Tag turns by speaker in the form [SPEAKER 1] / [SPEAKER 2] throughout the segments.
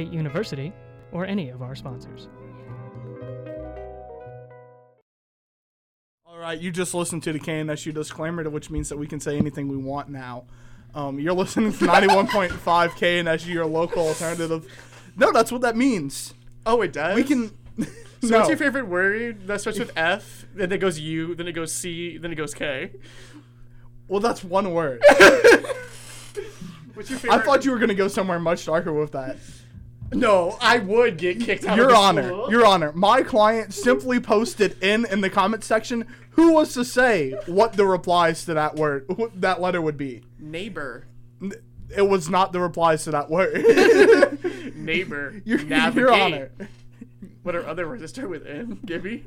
[SPEAKER 1] State University, or any of our sponsors.
[SPEAKER 2] All right, you just listened to the KNSU disclaimer, which means that we can say anything we want now. Um, you're listening to 91.5 KNSU, your local alternative. No, that's what that means.
[SPEAKER 3] Oh, it does.
[SPEAKER 2] We can.
[SPEAKER 3] So
[SPEAKER 2] no.
[SPEAKER 3] what's your favorite word that starts with F? Then it goes U. Then it goes C. Then it goes K.
[SPEAKER 2] Well, that's one word.
[SPEAKER 3] What's your favorite?
[SPEAKER 2] I thought you were gonna go somewhere much darker with that.
[SPEAKER 3] no. I would get kicked out. of
[SPEAKER 2] Your
[SPEAKER 3] the
[SPEAKER 2] Honor,
[SPEAKER 3] school.
[SPEAKER 2] Your Honor, my client simply posted in in the comment section who was to say what the replies to that word, what that letter would be.
[SPEAKER 3] neighbor.
[SPEAKER 2] It was not the replies to that word.
[SPEAKER 3] Neighbor.
[SPEAKER 2] Your,
[SPEAKER 3] Navigate.
[SPEAKER 2] Your Honor,
[SPEAKER 3] What are other words that start with N? Gibby.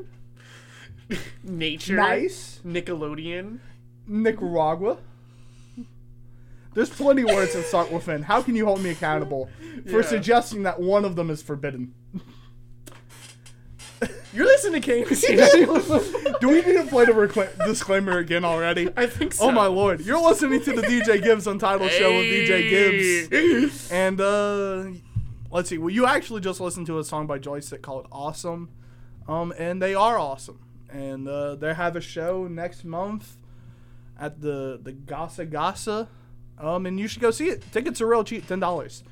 [SPEAKER 3] Nature.
[SPEAKER 2] nice
[SPEAKER 3] Nickelodeon.
[SPEAKER 2] Nicaragua. There's plenty of words that start with N. How can you hold me accountable for
[SPEAKER 3] Yeah.
[SPEAKER 2] suggesting that one of them is forbidden?
[SPEAKER 3] You're listening to KMC.
[SPEAKER 2] Do we need to play the recla- disclaimer again already?
[SPEAKER 3] I think so.
[SPEAKER 2] Oh my lord! You're listening to the DJ Gibbs Untitled Show with DJ Gibbs.
[SPEAKER 3] Gibbs.
[SPEAKER 2] And uh let's see. Well, you actually just listened to a song by Joyce that called "Awesome," um, and they are awesome. And uh, they have a show next month at the the Gasa Gasa, um, and you should go see it. Tickets are real cheap, ten dollars.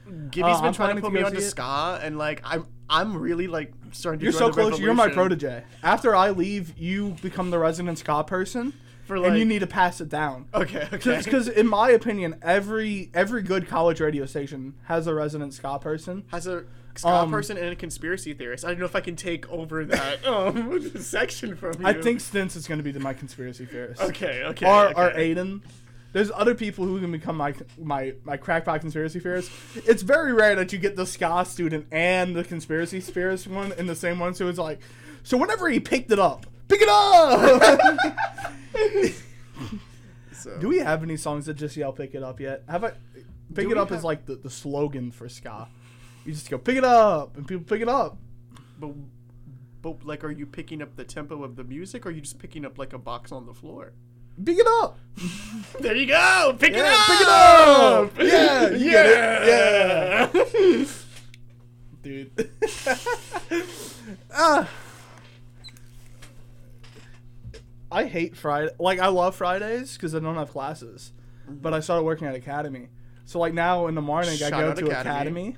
[SPEAKER 2] Uh,
[SPEAKER 3] Gibby's been
[SPEAKER 2] I'm planning
[SPEAKER 3] trying to
[SPEAKER 2] to
[SPEAKER 3] put me
[SPEAKER 2] go
[SPEAKER 3] onto
[SPEAKER 2] see it.
[SPEAKER 3] ska, and like I'm, I'm really like starting to.
[SPEAKER 2] You're
[SPEAKER 3] join
[SPEAKER 2] so
[SPEAKER 3] the
[SPEAKER 2] close. You're my
[SPEAKER 3] revolution.
[SPEAKER 2] protege. After I leave, you become the resident ska person,
[SPEAKER 3] For
[SPEAKER 2] and you
[SPEAKER 3] like-
[SPEAKER 2] need to pass it down.
[SPEAKER 3] Okay, okay.
[SPEAKER 2] Because, in my opinion, every every good college radio station has a resident ska person.
[SPEAKER 3] As a ska
[SPEAKER 2] Um,
[SPEAKER 3] person and a conspiracy theorist, I don't know if I can take over that um, section from you.
[SPEAKER 2] I think Stints is going to be the, my conspiracy theorist.
[SPEAKER 3] Okay, okay.
[SPEAKER 2] Or
[SPEAKER 3] okay.
[SPEAKER 2] or Aiden. There's other people who can become my my my crackpot conspiracy theorist. It's very rare that you get the ska student and the conspiracy theorist one in the same one. So it's like, so whenever he picked it up, pick it up.
[SPEAKER 3] So,
[SPEAKER 2] Do we have any songs that just yell "Pick it up" yet? Have I? Pick
[SPEAKER 3] Do
[SPEAKER 2] it
[SPEAKER 3] we
[SPEAKER 2] up
[SPEAKER 3] have-
[SPEAKER 2] is like the, the slogan for ska. You just go pick it up, and people pick it up.
[SPEAKER 3] but, but like, are you picking up the tempo of the music, or are you just picking up like a box on the floor?
[SPEAKER 2] Pick it up.
[SPEAKER 3] There you go. Pick
[SPEAKER 2] Yeah, pick it
[SPEAKER 3] it up.
[SPEAKER 2] up. Yeah, you get
[SPEAKER 3] yeah, yeah.
[SPEAKER 2] dude. ah. I hate Friday. Like I love Fridays because I don't have classes, but I started working at Academy. So like now in the morning
[SPEAKER 3] Mm-hmm. Shout
[SPEAKER 2] I go
[SPEAKER 3] out
[SPEAKER 2] to
[SPEAKER 3] Academy.
[SPEAKER 2] Academy.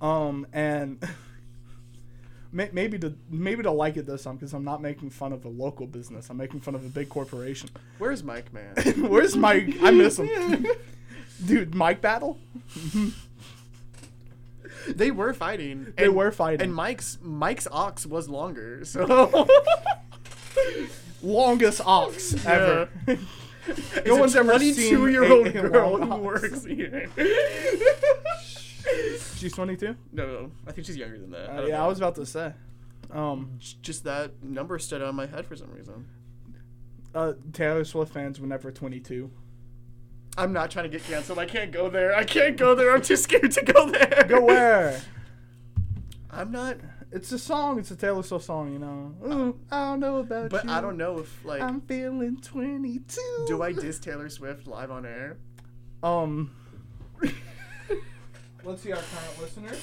[SPEAKER 2] Um and. may- Maybe to maybe to like it this time because I'm not making fun of a local business. I'm making fun of a big corporation.
[SPEAKER 3] Where's Mike, man?
[SPEAKER 2] Where's Mike? I miss him, dude. Mike battle.
[SPEAKER 3] They were fighting.
[SPEAKER 2] They were fighting.
[SPEAKER 3] and Mike's Mike's ox was longer. So
[SPEAKER 2] Longest ox ever.
[SPEAKER 3] no
[SPEAKER 2] one's ever seen
[SPEAKER 3] year old
[SPEAKER 2] a- a
[SPEAKER 3] girl
[SPEAKER 2] long
[SPEAKER 3] who
[SPEAKER 2] ox.
[SPEAKER 3] works here.
[SPEAKER 2] She's 22.
[SPEAKER 3] no, no, I think she's younger than that.
[SPEAKER 2] Uh,
[SPEAKER 3] don't
[SPEAKER 2] yeah,
[SPEAKER 3] know.
[SPEAKER 2] I was about to say. Um,
[SPEAKER 3] J- just that number stood out in my head for some reason.
[SPEAKER 2] uh, Taylor Swift fans were never 22.
[SPEAKER 3] I'm not trying to get canceled. I can't go there. I can't go there. I'm too scared to go there.
[SPEAKER 2] Go where?
[SPEAKER 3] I'm not.
[SPEAKER 2] it's a song. It's a Taylor Swift song, you know. Ooh, I don't know about
[SPEAKER 3] But
[SPEAKER 2] you.
[SPEAKER 3] I don't know if like
[SPEAKER 2] I'm feeling 22.
[SPEAKER 3] do I diss Taylor Swift live on air?
[SPEAKER 2] Um. Let's see our current listeners.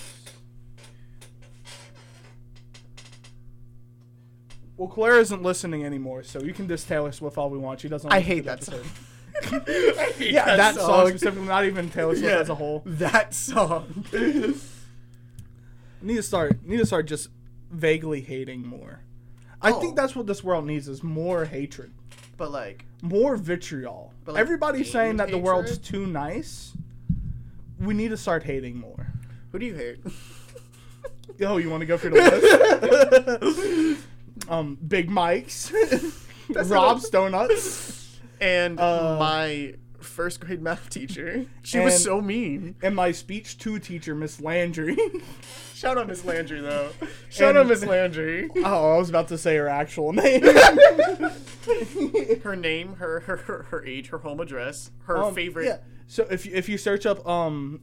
[SPEAKER 2] Well, Claire isn't listening anymore, so you can diss Taylor Swift all we want. She doesn't.
[SPEAKER 3] I
[SPEAKER 2] listen to
[SPEAKER 3] hate
[SPEAKER 2] the
[SPEAKER 3] that song.
[SPEAKER 2] episode.
[SPEAKER 3] I hate
[SPEAKER 2] Yeah, that, song specifically, not even Taylor Swift
[SPEAKER 3] Yeah.
[SPEAKER 2] as a whole.
[SPEAKER 3] That song.
[SPEAKER 2] Need to start. Need to start just vaguely hating more. I think
[SPEAKER 3] Oh.
[SPEAKER 2] that's what this world needs: is more hatred,
[SPEAKER 3] but like,
[SPEAKER 2] more vitriol.
[SPEAKER 3] But, like,
[SPEAKER 2] Everybody's saying
[SPEAKER 3] aimed
[SPEAKER 2] that the world's
[SPEAKER 3] hatred?
[SPEAKER 2] too nice. We need to start hating more.
[SPEAKER 3] who do you hate?
[SPEAKER 2] Oh, you want to go through the list? um, Big Mike's, Rob's Donuts,
[SPEAKER 3] And
[SPEAKER 2] Uh,
[SPEAKER 3] my first grade math teacher. She was
[SPEAKER 2] and-
[SPEAKER 3] so mean.
[SPEAKER 2] and my speech two teacher, Miss Landry.
[SPEAKER 3] Shout out Miss Landry though. Shout out
[SPEAKER 2] And-
[SPEAKER 3] Miss Landry.
[SPEAKER 2] oh, I was about to say her actual name.
[SPEAKER 3] Her name, her her her, her age, her home address, her
[SPEAKER 2] Um,
[SPEAKER 3] favorite.
[SPEAKER 2] Yeah. So if you, if you search up um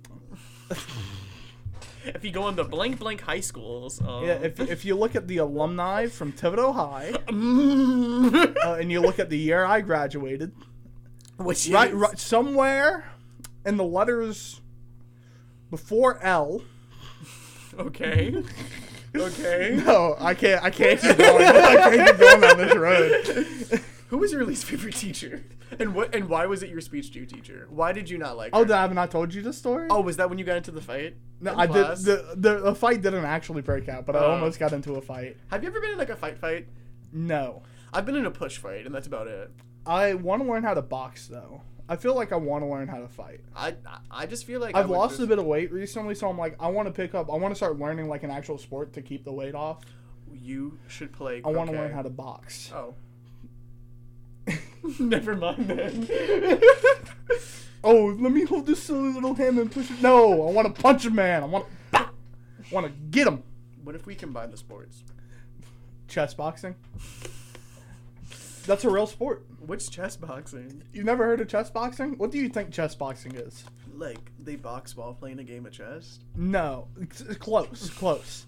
[SPEAKER 3] If you go on the blank blank high schools. Um,
[SPEAKER 2] yeah, if, if you look at the alumni from Thibodeau High uh, and you look at the year I graduated,
[SPEAKER 3] which is,
[SPEAKER 2] right, right somewhere in the letters before L
[SPEAKER 3] Okay. okay.
[SPEAKER 2] No, I can't. I can't keep going. I can't keep going on this road.
[SPEAKER 3] Who was your least favorite teacher? And what and why was it your speech due teacher? Why did you not like
[SPEAKER 2] Oh,
[SPEAKER 3] her?
[SPEAKER 2] did I have not told you this story?
[SPEAKER 3] Oh, was that when you got into the fight?
[SPEAKER 2] no,
[SPEAKER 3] in
[SPEAKER 2] I did.
[SPEAKER 3] class?
[SPEAKER 2] The, the the fight didn't actually break out, but I
[SPEAKER 3] Oh.
[SPEAKER 2] almost got into a fight.
[SPEAKER 3] Have you ever been in like a fight fight?
[SPEAKER 2] No,
[SPEAKER 3] I've been in a push fight and that's about it.
[SPEAKER 2] I want to learn how to box though. I feel like I want to learn how to fight.
[SPEAKER 3] I I- I just feel like I
[SPEAKER 2] I've
[SPEAKER 3] would
[SPEAKER 2] lost
[SPEAKER 3] just-
[SPEAKER 2] a bit of weight recently, so I'm like, I want to pick up. I want to start learning like an actual sport to keep the weight off.
[SPEAKER 3] You should play.
[SPEAKER 2] I want to
[SPEAKER 3] croquet.
[SPEAKER 2] learn how to box.
[SPEAKER 3] Oh. Never mind then.
[SPEAKER 2] Oh, let me hold this silly little hand and push it. No, I want to punch a man. I want to, want to get him.
[SPEAKER 3] what if we combine the sports?
[SPEAKER 2] Chess boxing. That's a real sport.
[SPEAKER 3] What's chess boxing?
[SPEAKER 2] You've never heard of chess boxing? What do you think chess boxing is?
[SPEAKER 3] Like they box while playing a game of chess?
[SPEAKER 2] No, it's, it's close, close.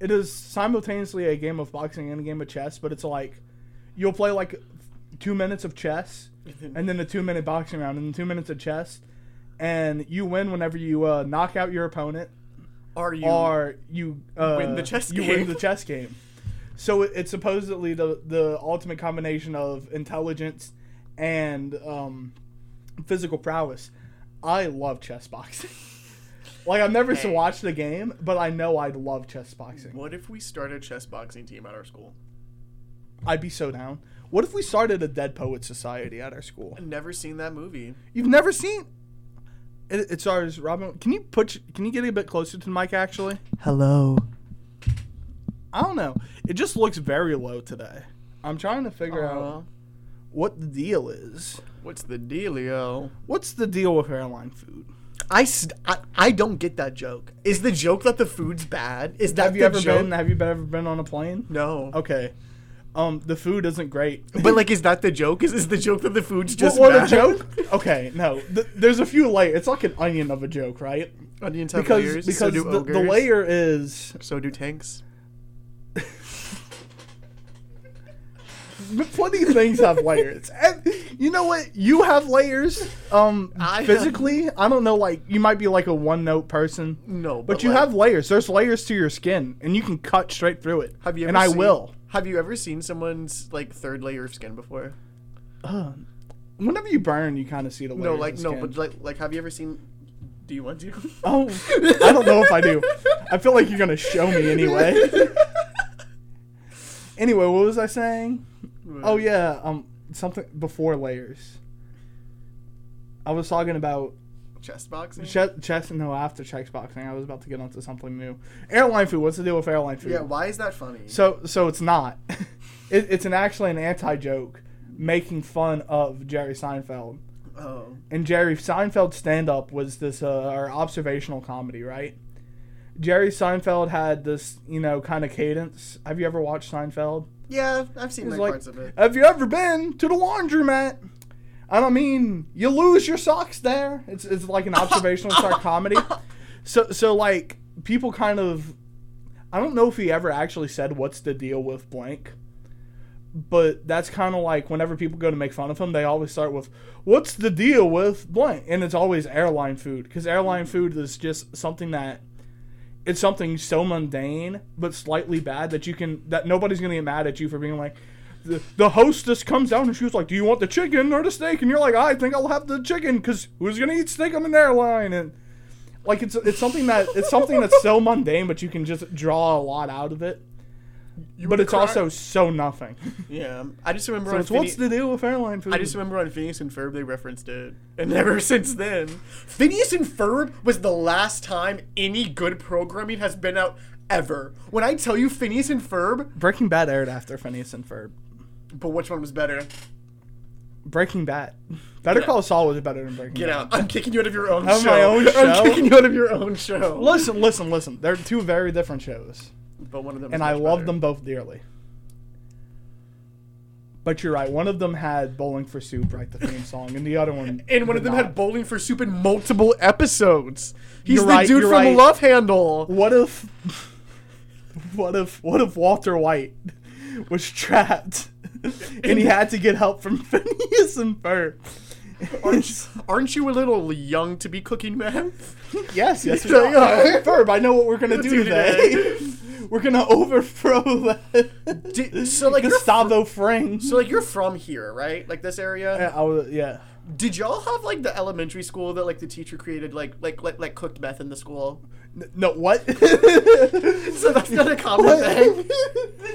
[SPEAKER 2] It is simultaneously a game of boxing and a game of chess, but it's like you'll play like two minutes of chess and then a two minute boxing round and then two minutes of chess, and you win whenever you uh, knock out your opponent
[SPEAKER 3] Are you?
[SPEAKER 2] or you uh,
[SPEAKER 3] win the chess
[SPEAKER 2] You
[SPEAKER 3] game.
[SPEAKER 2] win the chess game. So it, it's supposedly the the ultimate combination of intelligence and um, physical prowess. I love chess boxing. like I've never
[SPEAKER 3] Hey.
[SPEAKER 2] watched the game, but I know I'd love chess boxing.
[SPEAKER 3] What if we start a chess boxing team at our school?
[SPEAKER 2] I'd be so down. What if we started a Dead Poet Society at our school?
[SPEAKER 3] I've never seen that movie.
[SPEAKER 2] You've never seen. It, it stars Robin. Can you put? your- Can you get a bit closer to the mic? Actually,
[SPEAKER 4] Hello.
[SPEAKER 2] I don't know. It just looks very low today. I'm trying to figure out. what the deal is.
[SPEAKER 3] What's the dealio?
[SPEAKER 2] What's the deal with airline food?
[SPEAKER 3] I, st- I I don't get that joke. Is the joke that the food's bad? Is that
[SPEAKER 2] Have you
[SPEAKER 3] the
[SPEAKER 2] ever
[SPEAKER 3] joke?
[SPEAKER 2] been? Have you ever been on a plane?
[SPEAKER 3] No.
[SPEAKER 2] Okay, um, the food isn't great.
[SPEAKER 3] But like, is that the joke? Is is the joke that the food's just
[SPEAKER 2] what,
[SPEAKER 3] bad?
[SPEAKER 2] a joke? Okay, no. Th- there's a few layers. It's like an onion of a joke, right?
[SPEAKER 3] Onions have
[SPEAKER 2] Because
[SPEAKER 3] layers.
[SPEAKER 2] because
[SPEAKER 3] so do
[SPEAKER 2] the, the
[SPEAKER 3] ogres.
[SPEAKER 2] layer is
[SPEAKER 3] So do tanks.
[SPEAKER 2] plenty of things have layers. And you know what? You have layers. Um,
[SPEAKER 3] I-
[SPEAKER 2] physically, I don't know. Like you might be like a one note person,
[SPEAKER 3] No,
[SPEAKER 2] but, you
[SPEAKER 3] like-
[SPEAKER 2] have layers. There's layers to your skin, and you can cut straight through it.
[SPEAKER 3] Have you? Ever
[SPEAKER 2] and I
[SPEAKER 3] seen-
[SPEAKER 2] will.
[SPEAKER 3] Have you ever seen someone's like third layer of skin before?
[SPEAKER 2] Uh, whenever you burn, you kind of see the layers.
[SPEAKER 3] no, like
[SPEAKER 2] of
[SPEAKER 3] no,
[SPEAKER 2] skin.
[SPEAKER 3] but like like have you ever seen? Do you want to?
[SPEAKER 2] oh, I don't know if I do. I feel like you're gonna show me anyway. anyway, what was I saying? Oh yeah, um, something before layers. I was talking about
[SPEAKER 3] Chest boxing.
[SPEAKER 2] che- chess. No, after chess boxing, I was about to get onto something new. Airline food. What's the deal with airline food?
[SPEAKER 3] yeah. Why is that funny?
[SPEAKER 2] So, so it's not. it, it's an actually an anti joke, making fun of Jerry Seinfeld.
[SPEAKER 3] oh.
[SPEAKER 2] and Jerry Seinfeld's stand up was this uh, our observational comedy, right? Jerry Seinfeld had this, you know, kind of cadence. Have you ever watched Seinfeld?
[SPEAKER 3] Yeah, I've seen
[SPEAKER 2] It's
[SPEAKER 3] like,
[SPEAKER 2] like,
[SPEAKER 3] parts of it.
[SPEAKER 2] Have you ever been to the laundromat? I don't mean you lose your socks there. It's it's like an observational start comedy. So so like people kind of I don't know if he ever actually said what's the deal with blank. But that's kind of like whenever people go to make fun of him, they always start with what's the deal with blank and it's always airline food cuz airline food is just something that it's something so mundane but slightly bad that you can that nobody's gonna get mad at you for being like the, the hostess comes down and she was like do you want the chicken or the steak and you're like i think i'll have the chicken because who's gonna eat steak on an airline and like it's it's something that it's something that's so mundane but you can just draw a lot out of it but
[SPEAKER 3] would
[SPEAKER 2] it's
[SPEAKER 3] cry-
[SPEAKER 2] also so nothing
[SPEAKER 3] Yeah, I just remember.
[SPEAKER 2] so
[SPEAKER 3] on
[SPEAKER 2] it's what's
[SPEAKER 3] Phineas-
[SPEAKER 2] the deal with airline food
[SPEAKER 3] I just remember on Phineas and Ferb they referenced it, and ever since then, Phineas and Ferb was the last time any good programming has been out ever. When I tell you Phineas and Ferb,
[SPEAKER 2] breaking bad aired after phineas and ferb
[SPEAKER 3] but which one was better?
[SPEAKER 2] breaking bad better
[SPEAKER 3] Get out.
[SPEAKER 2] call saul was better than breaking
[SPEAKER 3] Get
[SPEAKER 2] bad
[SPEAKER 3] out! I'm kicking you out of your own
[SPEAKER 2] Of
[SPEAKER 3] show.
[SPEAKER 2] my own show?
[SPEAKER 3] I'm kicking you out of your own show.
[SPEAKER 2] listen listen listen they're two very different shows
[SPEAKER 3] but one of them, is
[SPEAKER 2] and I
[SPEAKER 3] much
[SPEAKER 2] love
[SPEAKER 3] better.
[SPEAKER 2] them both dearly. But you're right. One of them had "Bowling for Soup" right, the theme song, and the other one.
[SPEAKER 3] And one of
[SPEAKER 2] did
[SPEAKER 3] them
[SPEAKER 2] not.
[SPEAKER 3] had bowling for soup in multiple episodes. He's
[SPEAKER 2] You're
[SPEAKER 3] the
[SPEAKER 2] right,
[SPEAKER 3] dude
[SPEAKER 2] you're
[SPEAKER 3] from
[SPEAKER 2] right.
[SPEAKER 3] Love Handle.
[SPEAKER 2] What if? What if? What if Walter White was trapped, and he had to get help from Phineas and Ferb,
[SPEAKER 4] Aren't, aren't you a little young to be cooking math?
[SPEAKER 2] Yes, yes, we
[SPEAKER 3] There you
[SPEAKER 2] are.
[SPEAKER 3] are.
[SPEAKER 2] Verb, I know what we're gonna do,
[SPEAKER 4] do
[SPEAKER 2] today. we're gonna overthrow that.
[SPEAKER 3] Did, so like you're
[SPEAKER 2] Gustavo Fring.
[SPEAKER 3] So like you're from here, right? Like this area.
[SPEAKER 2] yeah, I was, yeah.
[SPEAKER 3] Did y'all have like the elementary school that like the teacher created like like like, like cooked meth in the school?
[SPEAKER 2] N- No, what?
[SPEAKER 3] So that's not a common thing.
[SPEAKER 2] what?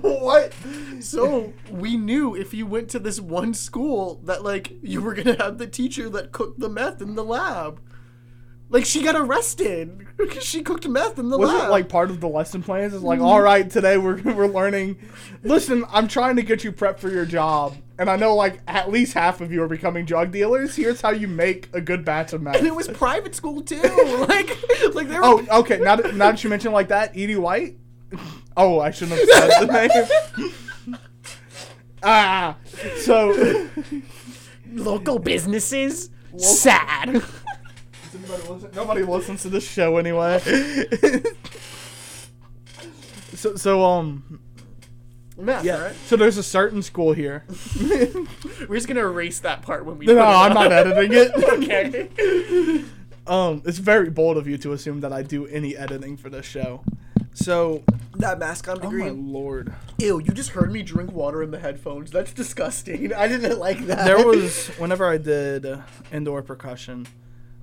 [SPEAKER 3] What?
[SPEAKER 4] So we knew if you went to this one school that like you were gonna have the teacher that cooked the meth in the lab. Like she got arrested because she cooked meth in the
[SPEAKER 2] Was
[SPEAKER 4] lab.
[SPEAKER 2] it like part of the lesson plans? It's like, all right, today we're we're learning. Listen, I'm trying to get you prepped for your job, and I know like at least half of you are becoming drug dealers. Here's how you make a good batch of meth.
[SPEAKER 4] and it was private school too. like like they were
[SPEAKER 2] Oh, okay. Now that, now that you mention it like that, Edie White. Oh, I shouldn't have said the name. ah, so.
[SPEAKER 3] Local businesses. Sad.
[SPEAKER 2] Nobody listens, nobody listens to this show anyway. so, so um,
[SPEAKER 3] Meth,
[SPEAKER 2] yeah.
[SPEAKER 3] right?
[SPEAKER 2] So there's a certain school here.
[SPEAKER 3] We're just gonna erase that part when we.
[SPEAKER 2] No,
[SPEAKER 3] put
[SPEAKER 2] no,
[SPEAKER 3] it
[SPEAKER 2] I'm
[SPEAKER 3] up.
[SPEAKER 2] not editing it.
[SPEAKER 3] okay.
[SPEAKER 2] Um, it's very bold of you to assume that I do any editing for this show. So,
[SPEAKER 3] That mascot
[SPEAKER 2] oh my lord,
[SPEAKER 3] Ew! You just heard me drink water in the headphones. That's disgusting. I didn't like that.
[SPEAKER 2] there was whenever I did uh, indoor percussion,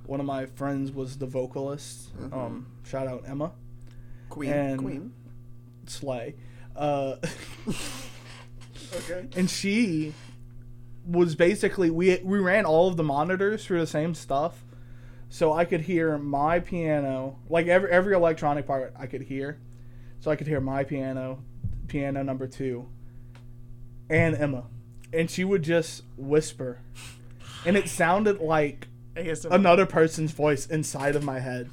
[SPEAKER 2] one of my friends was the vocalist. Um, shout out Emma.
[SPEAKER 3] Queen.
[SPEAKER 2] and-
[SPEAKER 3] Queen.
[SPEAKER 2] Slay. Uh,
[SPEAKER 3] Okay.
[SPEAKER 2] and she was basically we we ran all of the monitors through the same stuff, so I could hear my piano, like every every electronic part I could hear, so I could hear my piano, piano number two, and Emma, and she would just whisper, and it sounded like
[SPEAKER 3] ASMR.
[SPEAKER 2] another person's voice inside of my head.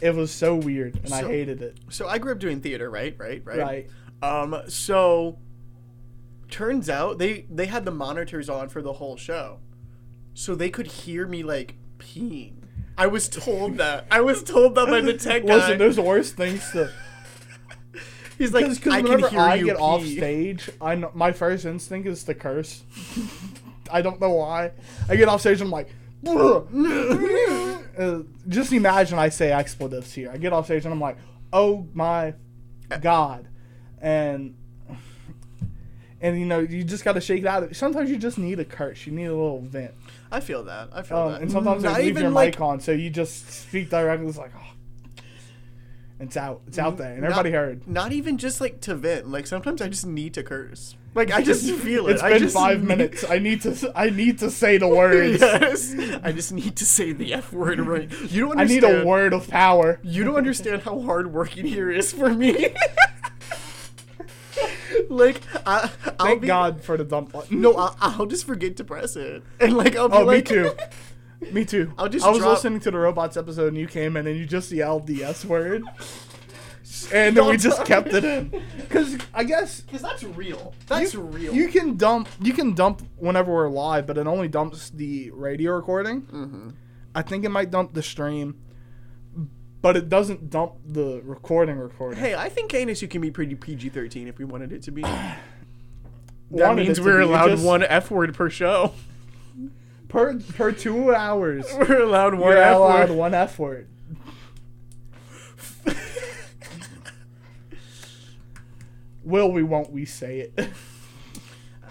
[SPEAKER 2] It was so weird, and I
[SPEAKER 3] So-
[SPEAKER 2] hated it.
[SPEAKER 3] So I grew up doing theater, right? Right? Right?
[SPEAKER 2] Right.
[SPEAKER 3] Um, so turns out they they had the monitors on for the whole show. So they could hear me like peeing. I was told that. I was told that by the tech guy.
[SPEAKER 2] Listen, there's worse things to.
[SPEAKER 3] He's like,
[SPEAKER 2] Because
[SPEAKER 3] I can
[SPEAKER 2] whenever
[SPEAKER 3] hear
[SPEAKER 2] I
[SPEAKER 3] you
[SPEAKER 2] get
[SPEAKER 3] pee.
[SPEAKER 2] off stage, I know, my first instinct is to curse. I don't know why. I get off stage, I'm like, uh, just imagine I say expletives here. I get off stage and I'm like, oh my god, and and you know you just got to shake it out. Sometimes you just need a curse. You need a little vent,
[SPEAKER 3] I feel that. I feel
[SPEAKER 2] um,
[SPEAKER 3] that.
[SPEAKER 2] and sometimes
[SPEAKER 3] Mm-hmm. Not
[SPEAKER 2] they leave
[SPEAKER 3] even
[SPEAKER 2] your
[SPEAKER 3] like
[SPEAKER 2] mic on, so you just speak directly. It's like, oh, it's out. It's out there, and everybody
[SPEAKER 3] not,
[SPEAKER 2] heard.
[SPEAKER 3] Not even just like to vent. Like sometimes I just need to curse. Like I just feel it.
[SPEAKER 2] It's
[SPEAKER 3] I
[SPEAKER 2] been
[SPEAKER 3] just
[SPEAKER 2] five
[SPEAKER 3] need-
[SPEAKER 2] minutes. I need to. I need to say the words.
[SPEAKER 3] Yes. I just need to say the F word right. You don't
[SPEAKER 2] I need
[SPEAKER 3] understand.
[SPEAKER 2] a word of power.
[SPEAKER 3] You don't understand how hard working here is for me. like, I, I'll
[SPEAKER 2] Thank
[SPEAKER 3] be,
[SPEAKER 2] God for the dump button.
[SPEAKER 3] No, I'll, I'll just forget to press it, and like I'll be
[SPEAKER 2] Oh, me
[SPEAKER 3] like,
[SPEAKER 2] too. Me too.
[SPEAKER 3] I'll just
[SPEAKER 2] I was
[SPEAKER 3] drop-
[SPEAKER 2] listening to the robots episode, and you came in, and you just yelled the S word, and then we just kept it in. Because I guess
[SPEAKER 3] Because that's real. That's
[SPEAKER 2] you,
[SPEAKER 3] real.
[SPEAKER 2] You can dump. You can dump whenever we're live, but it only dumps the radio recording.
[SPEAKER 3] Mm-hmm.
[SPEAKER 2] I think it might dump the stream, but it doesn't dump the recording. Recording.
[SPEAKER 3] hey, I think Anus, you can be pretty PG thirteen if we wanted it to be. that
[SPEAKER 2] Wanted it
[SPEAKER 3] means
[SPEAKER 2] to
[SPEAKER 3] we're
[SPEAKER 2] be, you
[SPEAKER 3] allowed
[SPEAKER 2] just-
[SPEAKER 3] one F word per show.
[SPEAKER 2] per per two hours.
[SPEAKER 3] We're allowed one
[SPEAKER 2] You're
[SPEAKER 3] F
[SPEAKER 2] allowed
[SPEAKER 3] word.
[SPEAKER 2] one F word. Will we? Won't we? Say it.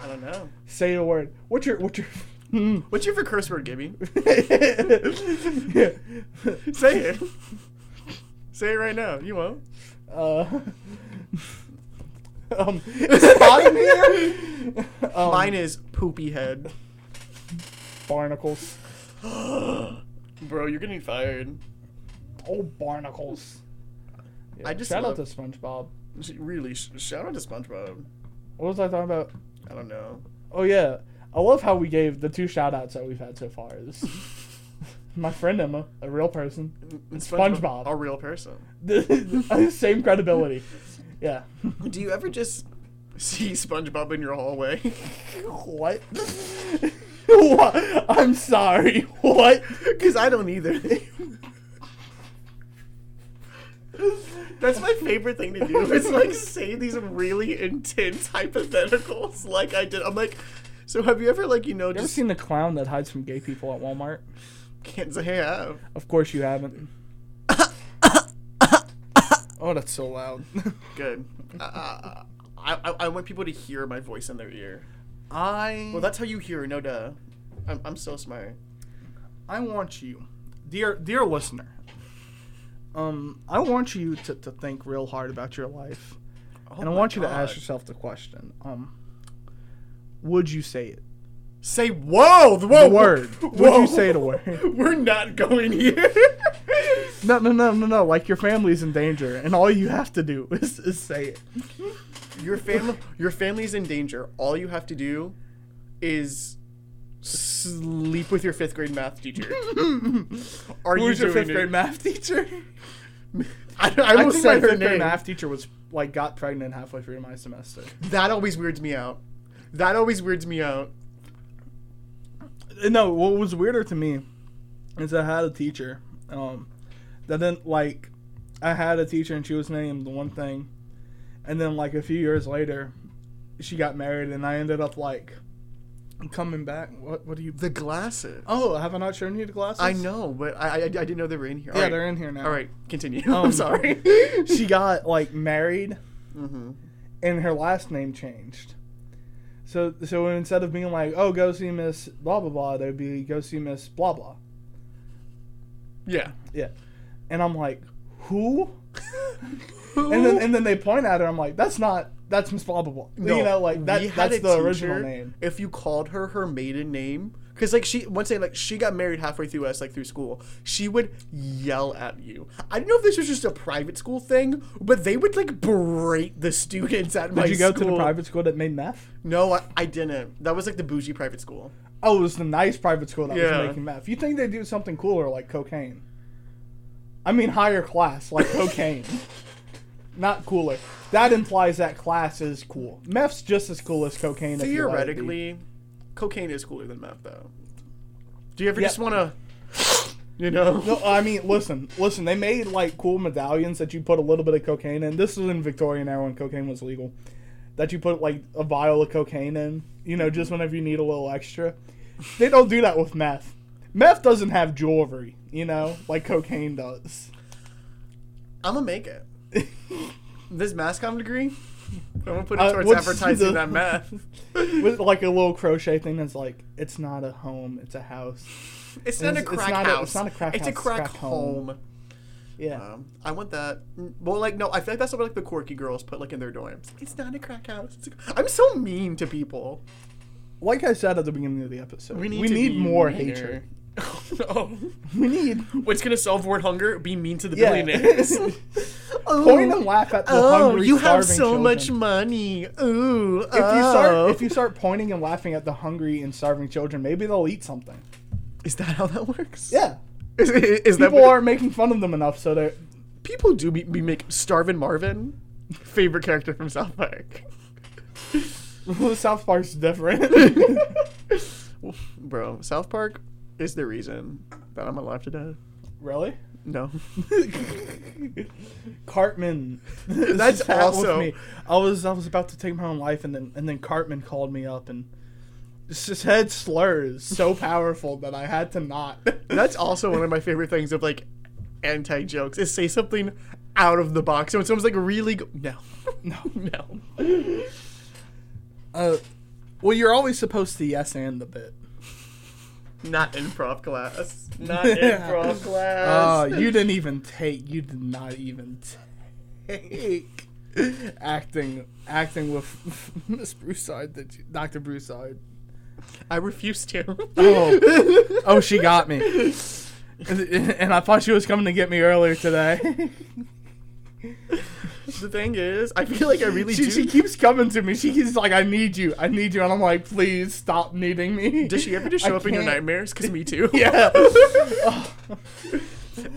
[SPEAKER 3] I don't know.
[SPEAKER 2] say a word. What's your? What's your? Hmm.
[SPEAKER 3] What's your favorite curse word, Gibby?
[SPEAKER 2] Yeah.
[SPEAKER 3] Say it. Say it right now. You won't.
[SPEAKER 2] Uh, um, is mine here? Um,
[SPEAKER 3] Mine is poopy head.
[SPEAKER 2] barnacles.
[SPEAKER 3] Bro, you're getting fired.
[SPEAKER 2] Oh, barnacles. Yeah,
[SPEAKER 3] I just
[SPEAKER 2] shout out
[SPEAKER 3] love-
[SPEAKER 2] to SpongeBob.
[SPEAKER 3] Sh- Really, sh- shout out to SpongeBob.
[SPEAKER 2] What was I talking about?
[SPEAKER 3] I don't know.
[SPEAKER 2] Oh yeah, I love how we gave the two shout outs that we've had so far. This, my friend Emma, a real person.
[SPEAKER 3] And
[SPEAKER 2] SpongeBob.
[SPEAKER 3] Mm, a real person.
[SPEAKER 2] Same credibility. Yeah.
[SPEAKER 3] Do you ever just see SpongeBob in your hallway?
[SPEAKER 2] what? what? I'm sorry. What?
[SPEAKER 3] Because I don't either. That's my favorite thing to do. It's like say these really intense hypotheticals, like I did. I'm like, So have you ever like you know
[SPEAKER 2] You ever
[SPEAKER 3] just
[SPEAKER 2] seen the clown that hides from gay people at Walmart?
[SPEAKER 3] can't say I have.
[SPEAKER 2] Of course you haven't. oh, that's so loud.
[SPEAKER 3] Good. Uh, I, I I want people to hear my voice in their ear.
[SPEAKER 2] I
[SPEAKER 3] Well, that's how you hear. No duh. I'm I'm so smart.
[SPEAKER 2] I want you, dear dear listener. Um, I want you to, to think real hard about your life,
[SPEAKER 3] Oh
[SPEAKER 2] and I
[SPEAKER 3] my
[SPEAKER 2] want you to ask
[SPEAKER 3] God.
[SPEAKER 2] yourself the question: Um, would you say it?
[SPEAKER 3] Say whoa, the, whoa,
[SPEAKER 2] The word. Would you say the word?
[SPEAKER 3] We're not going here.
[SPEAKER 2] No, no, no, no, no. Like your family's in danger, and all you have to do is, is say it.
[SPEAKER 3] your family, your family's in danger. All you have to do is sleep with your fifth grade math teacher. Are
[SPEAKER 2] Who was your
[SPEAKER 3] doing
[SPEAKER 2] fifth
[SPEAKER 3] it?
[SPEAKER 2] grade math teacher?
[SPEAKER 3] I, I
[SPEAKER 2] I,
[SPEAKER 3] will
[SPEAKER 2] think
[SPEAKER 3] say
[SPEAKER 2] my
[SPEAKER 3] her
[SPEAKER 2] fifth grade
[SPEAKER 3] name.
[SPEAKER 2] math teacher was like got pregnant halfway through my semester.
[SPEAKER 3] That always weirds me out. That always weirds me out.
[SPEAKER 2] Uh, No, what was weirder to me is I had a teacher um, that didn't like. I had a teacher and she was named one thing, and then like a few years later, she got married and I ended up like coming back. What? What do you?
[SPEAKER 3] The glasses.
[SPEAKER 2] Oh, have I not shown you the glasses?
[SPEAKER 3] I know, but I, I I didn't know they were in here.
[SPEAKER 2] Yeah,
[SPEAKER 3] All right.
[SPEAKER 2] they're in here now.
[SPEAKER 3] All right, continue.
[SPEAKER 2] Um,
[SPEAKER 3] I'm sorry.
[SPEAKER 2] she got like married
[SPEAKER 3] hmm
[SPEAKER 2] and her last name changed. So so instead of being like, oh, go see Miss blah blah blah, they'd be go see Miss blah blah.
[SPEAKER 3] Yeah.
[SPEAKER 2] Yeah, and I'm like, who? And then and then they point at her. I'm like, that's not that's Miss blah blah blah.
[SPEAKER 3] No,
[SPEAKER 2] you know, like
[SPEAKER 3] we
[SPEAKER 2] that
[SPEAKER 3] had
[SPEAKER 2] that's
[SPEAKER 3] a
[SPEAKER 2] the original
[SPEAKER 3] teacher,
[SPEAKER 2] name.
[SPEAKER 3] If you called her her maiden name, because like she once thing, like she got married halfway through us, like through school, she would yell at you. I don't know if this was just a private school thing, but they would like berate the students at my
[SPEAKER 2] Did you go to the
[SPEAKER 3] school.
[SPEAKER 2] private school that made meth?
[SPEAKER 3] No, I, I didn't. That was like the bougie private school.
[SPEAKER 2] Oh, it was the nice private school that
[SPEAKER 3] Yeah.
[SPEAKER 2] was making meth. You think they do something cooler like cocaine? I mean, higher class like cocaine, not cooler. That implies that class is cool. Meth's just as cool as cocaine. if you let it be.
[SPEAKER 3] Theoretically, cocaine is cooler than meth, though. Do you ever
[SPEAKER 2] Yeah.
[SPEAKER 3] just want to, you know?
[SPEAKER 2] No, I mean, listen, listen. They made like cool medallions that you put a little bit of cocaine in. This was in Victorian era when cocaine was legal. That you put like a vial of cocaine in, you know, just whenever you need a little extra. They don't do that with meth. Meth doesn't have jewelry, you know, like cocaine does.
[SPEAKER 3] I'm gonna make it. this mascom degree, I'm gonna put it
[SPEAKER 2] Uh,
[SPEAKER 3] towards
[SPEAKER 2] what's
[SPEAKER 3] advertising
[SPEAKER 2] the-
[SPEAKER 3] that meth.
[SPEAKER 2] With like a little crochet thing that's like, it's not a home, it's a house.
[SPEAKER 3] It's
[SPEAKER 2] And
[SPEAKER 3] not a
[SPEAKER 2] it's- it's
[SPEAKER 3] crack
[SPEAKER 2] not a-
[SPEAKER 3] house.
[SPEAKER 2] it's not a crack
[SPEAKER 3] It's
[SPEAKER 2] house,
[SPEAKER 3] a
[SPEAKER 2] it's
[SPEAKER 3] crack,
[SPEAKER 2] crack home.
[SPEAKER 3] home.
[SPEAKER 2] Yeah.
[SPEAKER 3] Um, I want that. Mm, Well, like no, I feel like that's what like the quirky girls put like in their dorms. It's not a crack house. It's a, I'm so mean to people.
[SPEAKER 2] like I said at the beginning of the episode, we need,
[SPEAKER 3] to be
[SPEAKER 2] more
[SPEAKER 3] meaner.
[SPEAKER 2] hatred.
[SPEAKER 3] Oh, no.
[SPEAKER 2] We need
[SPEAKER 3] What's gonna solve world hunger? Be mean to the
[SPEAKER 2] Yeah. Oh.
[SPEAKER 3] billionaires.
[SPEAKER 2] point and laugh at the hungry,
[SPEAKER 3] Oh, you have so
[SPEAKER 2] starving
[SPEAKER 3] much
[SPEAKER 2] children.
[SPEAKER 3] money. Ooh. oh.
[SPEAKER 2] If you start if you start pointing and laughing at the hungry and starving children, maybe they'll eat something.
[SPEAKER 3] is that how that works?
[SPEAKER 2] Yeah.
[SPEAKER 3] Is, is, is that
[SPEAKER 2] People
[SPEAKER 3] what-
[SPEAKER 2] aren't making fun of them enough, so they're
[SPEAKER 3] people do be, be make Starvin Marvin favorite character from South Park.
[SPEAKER 2] South Park's different.
[SPEAKER 3] Bro, South Park is the reason that I'm alive today.
[SPEAKER 2] really?
[SPEAKER 3] No.
[SPEAKER 2] Cartman. This
[SPEAKER 3] That's
[SPEAKER 2] is happened
[SPEAKER 3] also-
[SPEAKER 2] I was I was about to take my own life, and then and then Cartman called me up and said slurs so powerful that I had to not.
[SPEAKER 3] That's also one of my favorite things of like anti jokes is say something out of the box. So when someone's like really go- no.
[SPEAKER 2] no.
[SPEAKER 3] No.
[SPEAKER 2] Uh, well, you're always supposed to yes and the bit.
[SPEAKER 3] Not in prop class. Not in prop
[SPEAKER 2] Uh,
[SPEAKER 3] class.
[SPEAKER 2] you didn't even take. You did not even take acting. Acting with Miss Broussard, did you, Dr. Broussard.
[SPEAKER 3] I refuse to.
[SPEAKER 2] Oh. Oh, she got me. And I thought she was coming to get me earlier today.
[SPEAKER 3] the thing is, I feel like I really
[SPEAKER 2] she,
[SPEAKER 3] do.
[SPEAKER 2] she keeps coming to me. She keeps like, I need you. I need you. And I'm like, please stop needing me.
[SPEAKER 3] does she ever just
[SPEAKER 2] I
[SPEAKER 3] show up in your
[SPEAKER 2] can't-
[SPEAKER 3] nightmares? Because me too.
[SPEAKER 2] Yeah. Oh.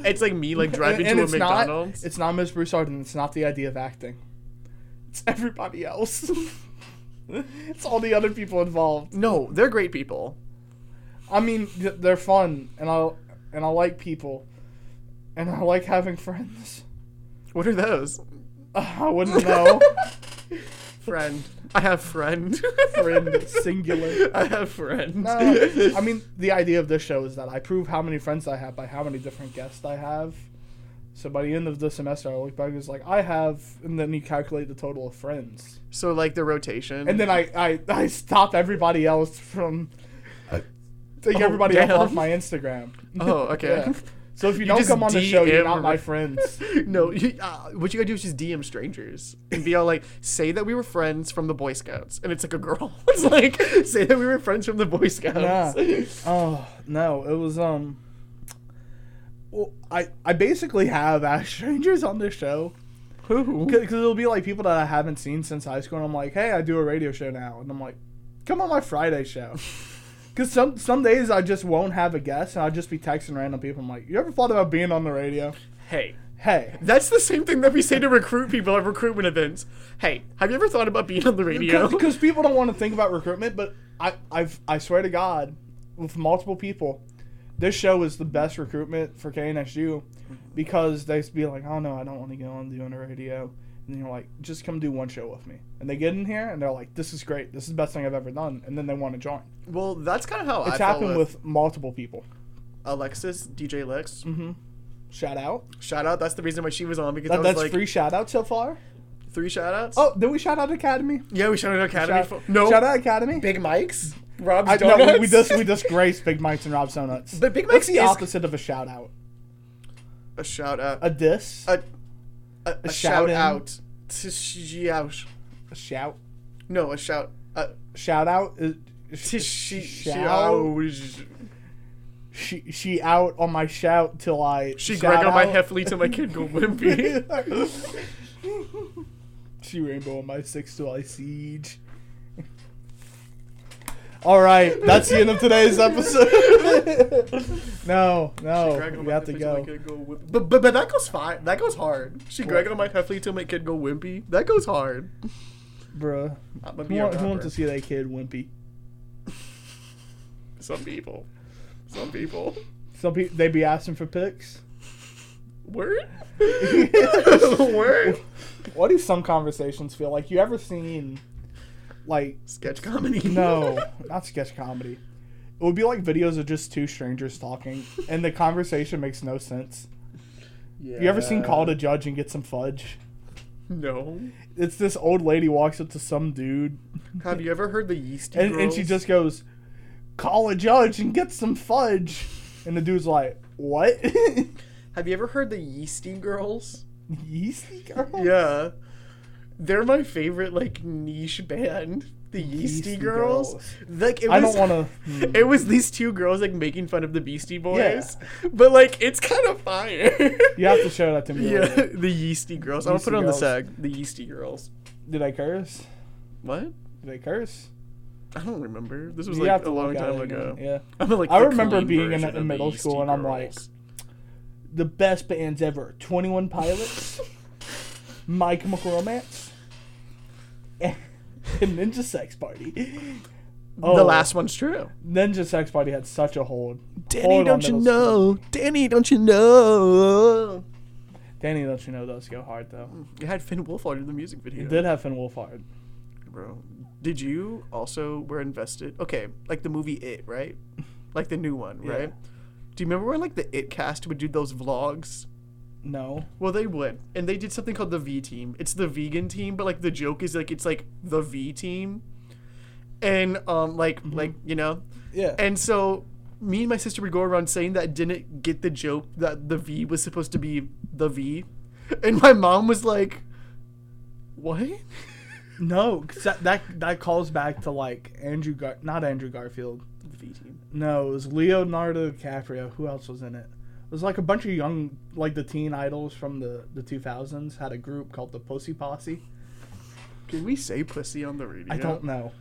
[SPEAKER 3] It's like me like driving
[SPEAKER 2] and
[SPEAKER 3] to a
[SPEAKER 2] it's
[SPEAKER 3] McDonald's.
[SPEAKER 2] Not, it's not Miss Broussard and it's not the idea of acting. It's everybody else. it's all the other people involved.
[SPEAKER 3] no, they're great people.
[SPEAKER 2] I mean, th- they're fun and I and I like people and I like having friends.
[SPEAKER 3] What are those?
[SPEAKER 2] I wouldn't know.
[SPEAKER 3] friend. I have friend.
[SPEAKER 2] friend singular.
[SPEAKER 3] I have friend.
[SPEAKER 2] No, no, Uh, I mean the idea of this show is that I prove how many friends I have by how many different guests I have. So by the end of the semester, I look back and it's like I have, and then you calculate the total of friends,
[SPEAKER 3] so like the rotation.
[SPEAKER 2] and then I I, I stop everybody else from take
[SPEAKER 3] Oh,
[SPEAKER 2] everybody
[SPEAKER 3] damn.
[SPEAKER 2] else off my Instagram.
[SPEAKER 3] oh, okay.
[SPEAKER 2] Yeah. So if you, don't
[SPEAKER 3] just
[SPEAKER 2] come on the show, you're
[SPEAKER 3] DM
[SPEAKER 2] not my
[SPEAKER 3] her.
[SPEAKER 2] friends.
[SPEAKER 3] No, you, uh, what you gotta do is just DM strangers and be all like, say that we were friends from the Boy Scouts, and it's like a girl. it's like, say that we were friends from the Boy Scouts.
[SPEAKER 2] Nah. Oh no, it was um. Well, I I basically have asked strangers on this show
[SPEAKER 3] Who?
[SPEAKER 2] because it'll be like people that I haven't seen since high school, and I'm like, hey, I do a radio show now, and I'm like, come on my Friday show. Because some some days I just won't have a guest, and I'll just be texting random people. I'm like, you ever thought about being on the radio?
[SPEAKER 3] Hey.
[SPEAKER 2] Hey,
[SPEAKER 3] That's the same thing that we say to recruit people at recruitment events. Hey, have you ever thought about being on the radio?
[SPEAKER 2] because people don't want to think about recruitment, but I I've I swear to God, with multiple people, this show is the best recruitment for KNSU because they be like, oh no, I don't want to go on doing a radio. And you're like, just come do one show with me. And they get in here and they're like, this is great. This is the best thing I've ever done. And then they want to join.
[SPEAKER 3] well, that's kind of how I
[SPEAKER 2] It's
[SPEAKER 3] felt
[SPEAKER 2] happened with multiple people.
[SPEAKER 3] Alexis, DJ Lex.
[SPEAKER 2] Shout out.
[SPEAKER 3] Shout out. That's the reason why she was on because I
[SPEAKER 2] Mm-hmm. That,
[SPEAKER 3] was
[SPEAKER 2] that's
[SPEAKER 3] like
[SPEAKER 2] free shout out so far.
[SPEAKER 3] three shout outs.
[SPEAKER 2] Oh, did we shout out Academy?
[SPEAKER 3] yeah, we shouted out Academy.
[SPEAKER 2] Shout,
[SPEAKER 3] for, no,
[SPEAKER 2] shout out Academy.
[SPEAKER 3] Big Mike's. Rob's
[SPEAKER 2] I, no,
[SPEAKER 3] Donuts.
[SPEAKER 2] we, we just we disgrace Big Mike's and Rob's Donuts.
[SPEAKER 3] But Big
[SPEAKER 2] What's
[SPEAKER 3] Mike's
[SPEAKER 2] the
[SPEAKER 3] is-
[SPEAKER 2] opposite of a shout out?
[SPEAKER 3] a shout out.
[SPEAKER 2] A diss?
[SPEAKER 3] a, a, a
[SPEAKER 2] shout
[SPEAKER 3] shout
[SPEAKER 2] in.
[SPEAKER 3] out to she out.
[SPEAKER 2] A shout?
[SPEAKER 3] No, a shout a
[SPEAKER 2] Shout out? Is,
[SPEAKER 3] to
[SPEAKER 2] sh-
[SPEAKER 3] she
[SPEAKER 2] shout?
[SPEAKER 3] shout.
[SPEAKER 2] She, she out on my shout till I.
[SPEAKER 3] She
[SPEAKER 2] shout
[SPEAKER 3] Greg on my
[SPEAKER 2] out.
[SPEAKER 3] heffley till my kid go wimpy.
[SPEAKER 2] she rainbow on my six till I siege. All right, that's the end of today's episode. no,
[SPEAKER 3] Greg
[SPEAKER 2] no,
[SPEAKER 3] on
[SPEAKER 2] Oh, we
[SPEAKER 3] my
[SPEAKER 2] have to
[SPEAKER 3] heffley till my
[SPEAKER 2] go.
[SPEAKER 3] kid go wimp- But, but but that goes fine. That goes hard. She Greg on my heffley till my kid go wimpy. That goes hard.
[SPEAKER 2] Bruh,
[SPEAKER 3] I'm gonna
[SPEAKER 2] who,
[SPEAKER 3] be a
[SPEAKER 2] want, who wants
[SPEAKER 3] rapper.
[SPEAKER 2] to see that kid wimpy?
[SPEAKER 3] Some people. Some people.
[SPEAKER 2] Some people they be asking for pics.
[SPEAKER 3] Word? Word?
[SPEAKER 2] What do some conversations feel like? You ever seen, like,
[SPEAKER 3] Sketch comedy.
[SPEAKER 2] no, not sketch comedy. It would be like videos of just two strangers talking, and the conversation makes no sense.
[SPEAKER 3] Yeah.
[SPEAKER 2] You ever seen Call to Judge and get some fudge?
[SPEAKER 3] No.
[SPEAKER 2] It's this old lady walks up to some dude,
[SPEAKER 3] Have you ever heard the yeasty
[SPEAKER 2] and, and she
[SPEAKER 3] Girls?
[SPEAKER 2] just goes, "Call a judge and get some fudge," and the dude's like, "What?
[SPEAKER 3] Have you ever heard the Yeasty Girls?
[SPEAKER 2] Yeasty girl?
[SPEAKER 3] Yeah. They're my favorite like niche band, the Yeasty,
[SPEAKER 2] Yeasty
[SPEAKER 3] Girls.
[SPEAKER 2] Girls.
[SPEAKER 3] Like it
[SPEAKER 2] I
[SPEAKER 3] was,
[SPEAKER 2] don't hmm. want to."
[SPEAKER 3] It was these two girls like making fun of the Beastie Boys, but like it's kind of fire.
[SPEAKER 2] You have to show that to me.
[SPEAKER 3] Yeah,
[SPEAKER 2] later.
[SPEAKER 3] the Yeasty Girls. I'll
[SPEAKER 2] Yeasty
[SPEAKER 3] put it on the
[SPEAKER 2] Girls.
[SPEAKER 3] sag. The Yeasty Girls.
[SPEAKER 2] Did I curse?
[SPEAKER 3] What?
[SPEAKER 2] Did I curse?
[SPEAKER 3] I don't remember. This was
[SPEAKER 2] You have
[SPEAKER 3] like
[SPEAKER 2] to
[SPEAKER 3] a long
[SPEAKER 2] look at
[SPEAKER 3] time
[SPEAKER 2] it again.
[SPEAKER 3] ago.
[SPEAKER 2] Yeah.
[SPEAKER 3] I'm like,
[SPEAKER 2] I
[SPEAKER 3] the
[SPEAKER 2] remember
[SPEAKER 3] clean
[SPEAKER 2] being in it
[SPEAKER 3] version of
[SPEAKER 2] in
[SPEAKER 3] the
[SPEAKER 2] middle
[SPEAKER 3] Yeasty
[SPEAKER 2] school and I'm like-
[SPEAKER 3] Girls.
[SPEAKER 2] the best bands ever 21 Pilots, My Chemical Romance, and Ninja Sex Party. Oh,
[SPEAKER 3] the last one's true.
[SPEAKER 2] Ninja Sex Party had such a hold.
[SPEAKER 3] Danny,
[SPEAKER 2] Hold on
[SPEAKER 3] don't you
[SPEAKER 2] middle school.
[SPEAKER 3] know? Danny, don't you know?
[SPEAKER 2] Danny, don't you know those go hard though?
[SPEAKER 3] It had Finn Wolfhard in the music video.
[SPEAKER 2] It did have Finn Wolfhard.
[SPEAKER 3] Bro, did you also were invested? Okay, like the movie It, right? Like the new one,
[SPEAKER 2] Yeah.
[SPEAKER 3] right? Do you remember when like the It cast would do those vlogs?
[SPEAKER 2] No.
[SPEAKER 3] Well, they would, and they did something called the V Team. It's the vegan team, but like the joke is like it's like the V Team, and um like
[SPEAKER 2] Mm-hmm.
[SPEAKER 3] like you know,
[SPEAKER 2] Yeah.
[SPEAKER 3] and so me and my sister would go around saying that I didn't get the joke that the V was supposed to be the V, and my mom was like, "What?"
[SPEAKER 2] no, 'cause that, that that calls back to like Andrew Gar not Andrew Garfield.
[SPEAKER 3] The V Team.
[SPEAKER 2] No, it was Leonardo DiCaprio. Who else was in it? It was like a bunch of young, like the teen idols from the the 2000s had a group called the Pussy Posse.
[SPEAKER 3] Can we say pussy on the radio?
[SPEAKER 2] I don't know.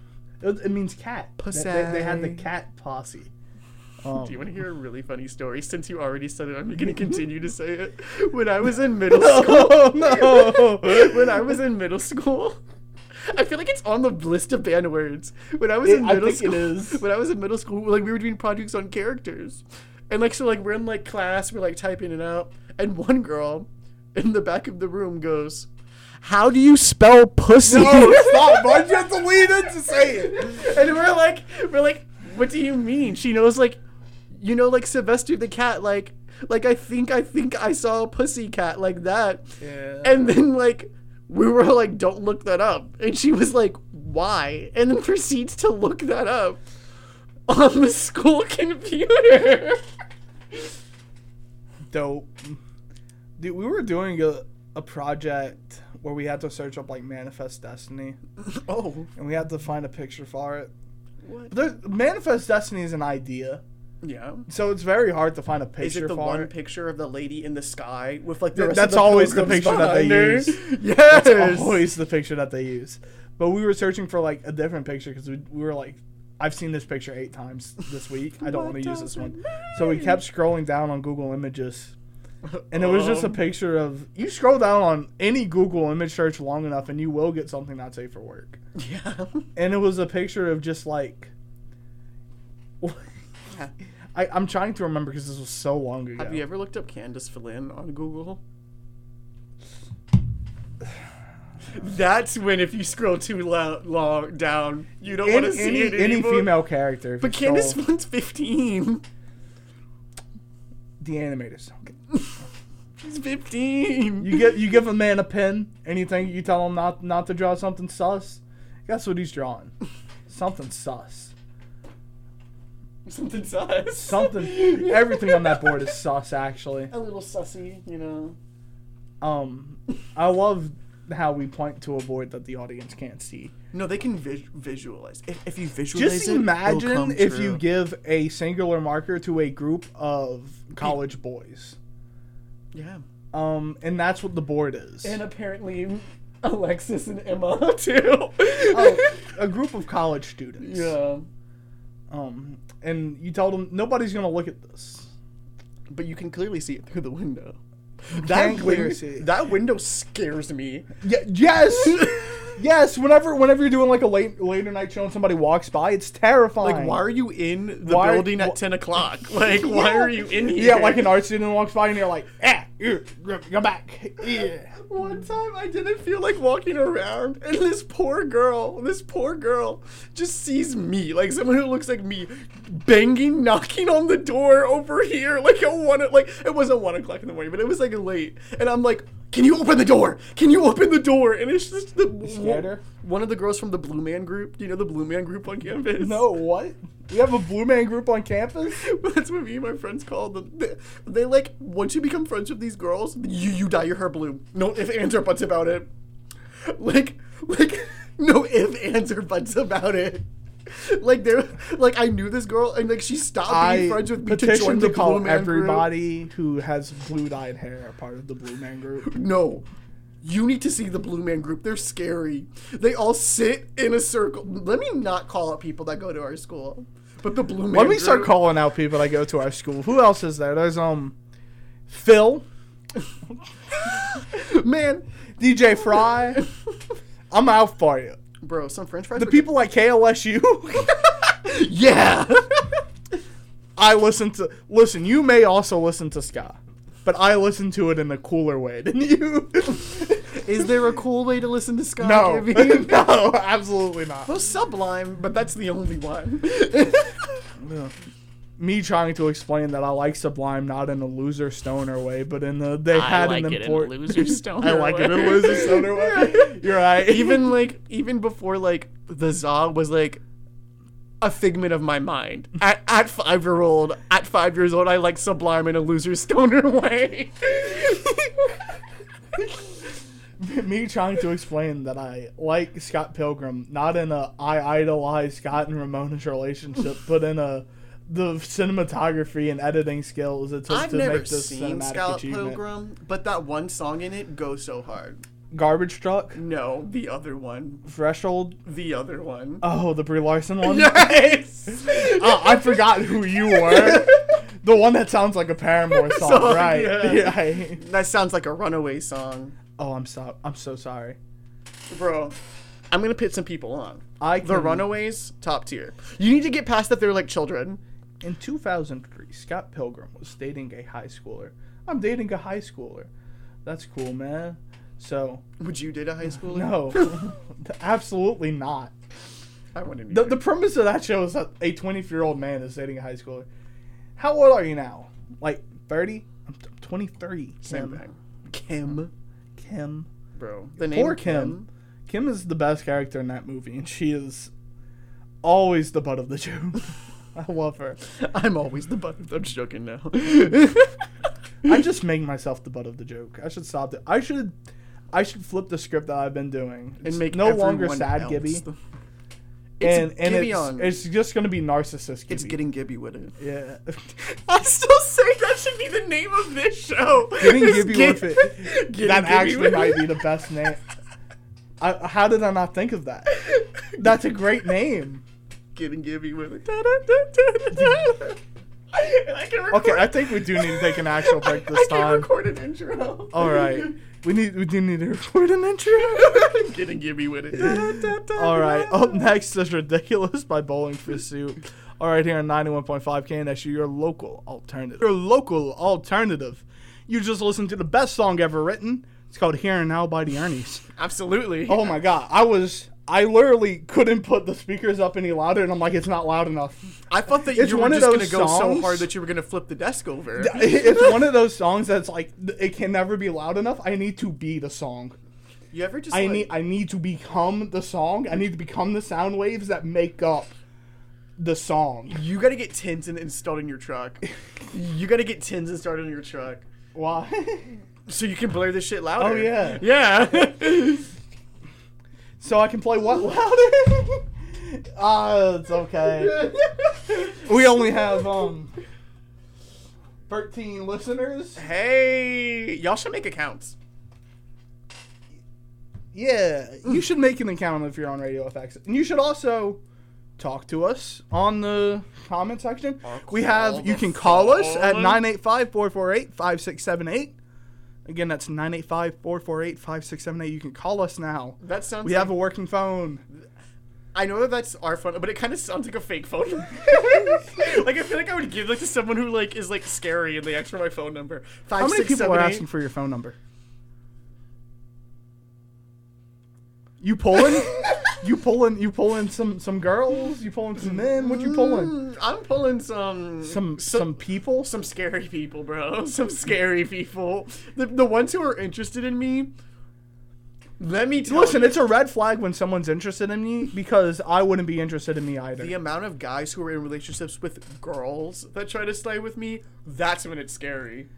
[SPEAKER 2] It, it means cat. They- They, they, had the
[SPEAKER 3] Pussy.
[SPEAKER 2] cat posse. Um,
[SPEAKER 3] Do you want to hear a really funny story? Since you already said it, I'm going to continue to say it. When I was in middle school,
[SPEAKER 2] Oh, no.
[SPEAKER 3] when I was in middle school, I feel like it's on the list of banned words. When I was
[SPEAKER 2] It-
[SPEAKER 3] in
[SPEAKER 2] I
[SPEAKER 3] middle
[SPEAKER 2] think it
[SPEAKER 3] school,
[SPEAKER 2] is.
[SPEAKER 3] when I was in middle school, like we were doing projects on characters, and like so, like we're in like class, we're like typing it out, and one girl in the back of the room goes,
[SPEAKER 4] how do you spell pussy?
[SPEAKER 2] Oh,
[SPEAKER 3] stop, bud. You have to lean in to say it.
[SPEAKER 4] and we're like, we're like, what do you mean? She knows like, you know, like Sylvester the cat, like, like I think I think I saw a pussy cat like that,
[SPEAKER 2] Yeah.
[SPEAKER 4] and then like we were like, don't look that up, and she was like, why? And then proceeds to look that up on the school computer.
[SPEAKER 2] dope. Dude, we were doing a, a project where we had to search up like Manifest Destiny,
[SPEAKER 3] Oh,
[SPEAKER 2] and we had to find a picture for it. But
[SPEAKER 3] What?
[SPEAKER 2] there's- Manifest Destiny is an idea,
[SPEAKER 3] yeah.
[SPEAKER 2] so it's very hard to find a
[SPEAKER 3] Is
[SPEAKER 2] picture
[SPEAKER 3] it the
[SPEAKER 2] for
[SPEAKER 3] one
[SPEAKER 2] it.
[SPEAKER 3] picture of the lady in the sky with like
[SPEAKER 2] Th-
[SPEAKER 3] the rest
[SPEAKER 2] that's
[SPEAKER 3] of the
[SPEAKER 2] always the
[SPEAKER 3] pilgrims
[SPEAKER 2] picture that they
[SPEAKER 3] behind her?
[SPEAKER 2] use.
[SPEAKER 4] yes.
[SPEAKER 2] That's always the picture that they use. But we were searching for like a different picture because we, we were like, I've seen this picture eight times this week. I
[SPEAKER 4] What
[SPEAKER 2] don't want to use this
[SPEAKER 4] does it
[SPEAKER 2] one. So we kept scrolling down on Google Images. And it was just a
[SPEAKER 3] Um.
[SPEAKER 2] picture of you scroll down on any Google image search long enough and you will get something that's safe for work.
[SPEAKER 3] Yeah.
[SPEAKER 2] And it was a picture of just like I, I'm trying to remember because this was so long ago.
[SPEAKER 3] Have you ever looked up Candace Flynn on Google? That's when if you scroll too lo- long down, you don't want to
[SPEAKER 2] any,
[SPEAKER 3] see
[SPEAKER 2] any,
[SPEAKER 3] it
[SPEAKER 2] any
[SPEAKER 3] anymore.
[SPEAKER 2] female character? if
[SPEAKER 3] But
[SPEAKER 2] you
[SPEAKER 3] Candace
[SPEAKER 2] scroll-
[SPEAKER 3] Flynn's 15.
[SPEAKER 2] the animators.
[SPEAKER 3] She's 15.
[SPEAKER 2] You give you give a man a pen, anything you tell him not not to draw something sus. Guess what he's drawing? Something sus.
[SPEAKER 3] something sus.
[SPEAKER 2] Something. everything on that board is sus. Actually,
[SPEAKER 3] a little sussy, you know.
[SPEAKER 2] um, I love how we point to a board that the audience can't see.
[SPEAKER 3] No, they can vis- visualize. If, if you visualize
[SPEAKER 2] Just
[SPEAKER 3] it, it'll come
[SPEAKER 2] imagine if you
[SPEAKER 3] true.
[SPEAKER 2] give a singular marker to a group of college boys.
[SPEAKER 3] yeah.
[SPEAKER 2] Um, and that's what the board is.
[SPEAKER 3] And apparently, Alexis and Emma too.
[SPEAKER 2] Oh, a group of college students.
[SPEAKER 3] yeah.
[SPEAKER 2] Um, and you tell them nobody's gonna look at this.
[SPEAKER 3] But you can clearly see it through the window.
[SPEAKER 2] Can't
[SPEAKER 3] That
[SPEAKER 2] clearly
[SPEAKER 3] window,
[SPEAKER 2] see it.
[SPEAKER 3] that window scares me.
[SPEAKER 2] Yeah, yes, yes. Whenever, whenever you're doing like a late later night show and somebody walks by, it's terrifying.
[SPEAKER 3] Like, why are you in the
[SPEAKER 2] Why-
[SPEAKER 3] building at
[SPEAKER 2] wh-
[SPEAKER 3] 10 o'clock? Like, why are you in here?
[SPEAKER 2] Yeah, like an art student walks by and you're like, eh, ew, go back. Yeah.
[SPEAKER 3] One time I didn't feel like walking around, and this poor girl, this poor girl, just sees me, like someone who looks like me, banging, knocking on the door over here, like at one, o- like it wasn't one o'clock in the morning, but it was like late, and I'm like, "Can you open the door? Can you open the door?" And it's just the
[SPEAKER 2] scared her?
[SPEAKER 3] one of the girls from the Blue Man Group. You know the Blue Man Group on campus?
[SPEAKER 2] No, what? We have a blue man group on campus.
[SPEAKER 3] That's what me and my friends call them. They, they like once you become friends with these girls, you you dye your hair blue. No if ands or buts about it. Like like no if ands or buts about it. Like they're like I knew this girl and like she stopped being
[SPEAKER 2] I
[SPEAKER 3] friends with me to join
[SPEAKER 2] petition to
[SPEAKER 3] the
[SPEAKER 2] call
[SPEAKER 3] blue man everybody.
[SPEAKER 2] everybody who has blue dyed hair a part of the blue man group.
[SPEAKER 3] No. You need to see the Blue Man Group. They're scary. They all sit in a circle. Let me not call out people that go to our school. But the Blue Man
[SPEAKER 2] Let me start
[SPEAKER 3] Group-
[SPEAKER 2] calling out people that go to our school. Who else is there? There's um, Phil,
[SPEAKER 3] Man,
[SPEAKER 2] DJ Fry. I'm out for you.
[SPEAKER 3] bro, some French fries.
[SPEAKER 2] The
[SPEAKER 3] were-
[SPEAKER 2] people at KLSU.
[SPEAKER 3] Yeah.
[SPEAKER 2] I listen to listen. You may also listen to ska, but I listen to it in a cooler way than you.
[SPEAKER 3] Is there a cool way to listen to Sky?
[SPEAKER 2] no,
[SPEAKER 3] Giving?
[SPEAKER 2] no, absolutely
[SPEAKER 3] Well,
[SPEAKER 2] not.
[SPEAKER 3] Sublime, but that's the only one.
[SPEAKER 2] Me trying to explain that I like Sublime not in a loser stoner way, but in the they had an important.
[SPEAKER 3] loser stone.
[SPEAKER 2] I like it in a loser stoner way. You're right.
[SPEAKER 3] Even like even before like the Za was like a figment of my mind. At, at five year old, at five years old, I like Sublime in a loser stoner way.
[SPEAKER 2] me trying to explain that I like Scott Pilgrim, not in a I idolize Scott and Ramona's relationship, but in a the cinematography and editing skills it took
[SPEAKER 3] I've
[SPEAKER 2] to
[SPEAKER 3] never
[SPEAKER 2] make this
[SPEAKER 3] seen
[SPEAKER 2] cinematic
[SPEAKER 3] Scout
[SPEAKER 2] achievement.
[SPEAKER 3] Pilgrim, but that one song in it goes so hard.
[SPEAKER 2] Garbage truck,
[SPEAKER 3] No, the other one.
[SPEAKER 2] threshold.
[SPEAKER 3] The other one.
[SPEAKER 2] Oh, the Brie Larson one.
[SPEAKER 3] Yes!
[SPEAKER 2] Oh, I forgot who you were. the one that sounds like a Paramore song,
[SPEAKER 3] Song,
[SPEAKER 2] right?
[SPEAKER 3] yeah.
[SPEAKER 2] Yeah.
[SPEAKER 3] that sounds like a runaway song.
[SPEAKER 2] Oh, I'm so I'm so sorry.
[SPEAKER 3] Bro, I'm gonna pit some people on.
[SPEAKER 2] I
[SPEAKER 3] The
[SPEAKER 2] can-
[SPEAKER 3] Runaways, top tier. You need to get past that they're like children.
[SPEAKER 2] In 2003, Scott Pilgrim was dating a high schooler. I'm dating a high schooler. That's cool, man. So
[SPEAKER 3] Would you date a high schooler?
[SPEAKER 2] no, absolutely not.
[SPEAKER 3] I wouldn't.
[SPEAKER 2] The, the premise of that show is that a 24 year old man is dating a high schooler. How old are you now? Like 30? I'm t- 23.
[SPEAKER 3] same
[SPEAKER 2] Kim.
[SPEAKER 3] thing. Kim,
[SPEAKER 2] Kim.
[SPEAKER 3] bro. The
[SPEAKER 2] Poor Kim. Kim is the best character in that movie, and she is always the butt of the joke. I love her.
[SPEAKER 3] I'm always the butt. I'm joking now.
[SPEAKER 2] I just make myself the butt of the joke. I should stop it. I should, I should flip the script that I've been doing. It's
[SPEAKER 3] and make
[SPEAKER 2] no longer
[SPEAKER 3] everyone
[SPEAKER 2] sad
[SPEAKER 3] else
[SPEAKER 2] Gibby,
[SPEAKER 3] the-
[SPEAKER 2] and
[SPEAKER 3] It's
[SPEAKER 2] and
[SPEAKER 3] Gibby
[SPEAKER 2] it's,
[SPEAKER 3] on.
[SPEAKER 2] it's just gonna be narcissist. Gibby.
[SPEAKER 3] It's getting Gibby with it.
[SPEAKER 2] yeah.
[SPEAKER 3] I still say that should be the name of this show.
[SPEAKER 2] Getting
[SPEAKER 3] It's
[SPEAKER 2] Gibby
[SPEAKER 3] Gi-
[SPEAKER 2] with it.
[SPEAKER 3] Getting
[SPEAKER 2] that
[SPEAKER 3] Gibby
[SPEAKER 2] actually
[SPEAKER 3] with
[SPEAKER 2] might
[SPEAKER 3] it.
[SPEAKER 2] be the best name. I, how did I not think of that? That's a great name.
[SPEAKER 3] Getting Gibby with it. Da, da, da, da, da, da. I can record-
[SPEAKER 2] Okay, I think we do need to take an actual break
[SPEAKER 3] I-
[SPEAKER 2] this
[SPEAKER 3] I can
[SPEAKER 2] time.
[SPEAKER 3] record an intro.
[SPEAKER 2] All right, we need we do need to record an intro.
[SPEAKER 3] Getting Gibby with it. Da, da, da, da,
[SPEAKER 2] All right, Oh,
[SPEAKER 3] da.
[SPEAKER 2] up next is Ridiculous by Bowling for Soup. All right, here on 91.5 KNSU, your local alternative. Your local alternative. You just listened to the best song ever written. It's called Here and Now by the Ernies.
[SPEAKER 3] Absolutely.
[SPEAKER 2] Oh my god, I was, I literally couldn't put the speakers up any louder, and I'm like, it's not loud enough.
[SPEAKER 3] I thought that
[SPEAKER 2] It's
[SPEAKER 3] you were
[SPEAKER 2] one of
[SPEAKER 3] just going to
[SPEAKER 2] those
[SPEAKER 3] go so
[SPEAKER 2] songs-
[SPEAKER 3] hard that you were going to flip the desk over.
[SPEAKER 2] It's one of those songs that's like, it can never be loud enough. I need to be the song.
[SPEAKER 3] You ever just
[SPEAKER 2] I
[SPEAKER 3] like,
[SPEAKER 2] need I need to become the song. I need to become the sound waves that make up the song.
[SPEAKER 3] you got to get tins and installed in your truck. you got to get tins installed in your truck
[SPEAKER 2] Why?
[SPEAKER 3] so you can blare this shit louder.
[SPEAKER 2] Oh, yeah.
[SPEAKER 3] Yeah.
[SPEAKER 2] so I can play what louder? Ah, it's okay. We only have um thirteen listeners.
[SPEAKER 3] hey, y'all should make accounts.
[SPEAKER 2] Yeah, you should make an account if you're on Radio FX, and you should also talk to us on the comment section. We have you can call us at 985-448-5678. Again, that's 985-448-5678. You can call us now.
[SPEAKER 3] That sounds.
[SPEAKER 2] We
[SPEAKER 3] like,
[SPEAKER 2] have a working phone.
[SPEAKER 3] I know that that's our phone, but it kind of sounds like a fake phone. like I feel like I would give that to someone who like is like scary and they ask for my phone number. Five,
[SPEAKER 2] How many
[SPEAKER 3] six,
[SPEAKER 2] people
[SPEAKER 3] seven,
[SPEAKER 2] are
[SPEAKER 3] eight.
[SPEAKER 2] asking for your phone number? You pulling? you pulling? You pulling some some girls? You pulling some men? What you pulling?
[SPEAKER 3] Mm, I'm pulling some
[SPEAKER 2] Some some people?
[SPEAKER 3] some scary people, bro. Some scary people. The, the ones who are interested in me. Let me tell
[SPEAKER 2] Listen,
[SPEAKER 3] you,
[SPEAKER 2] it's a red flag when someone's interested in me because I wouldn't be interested in me either.
[SPEAKER 3] the amount of guys who are in relationships with girls that try to slay with me. That's when it's scary.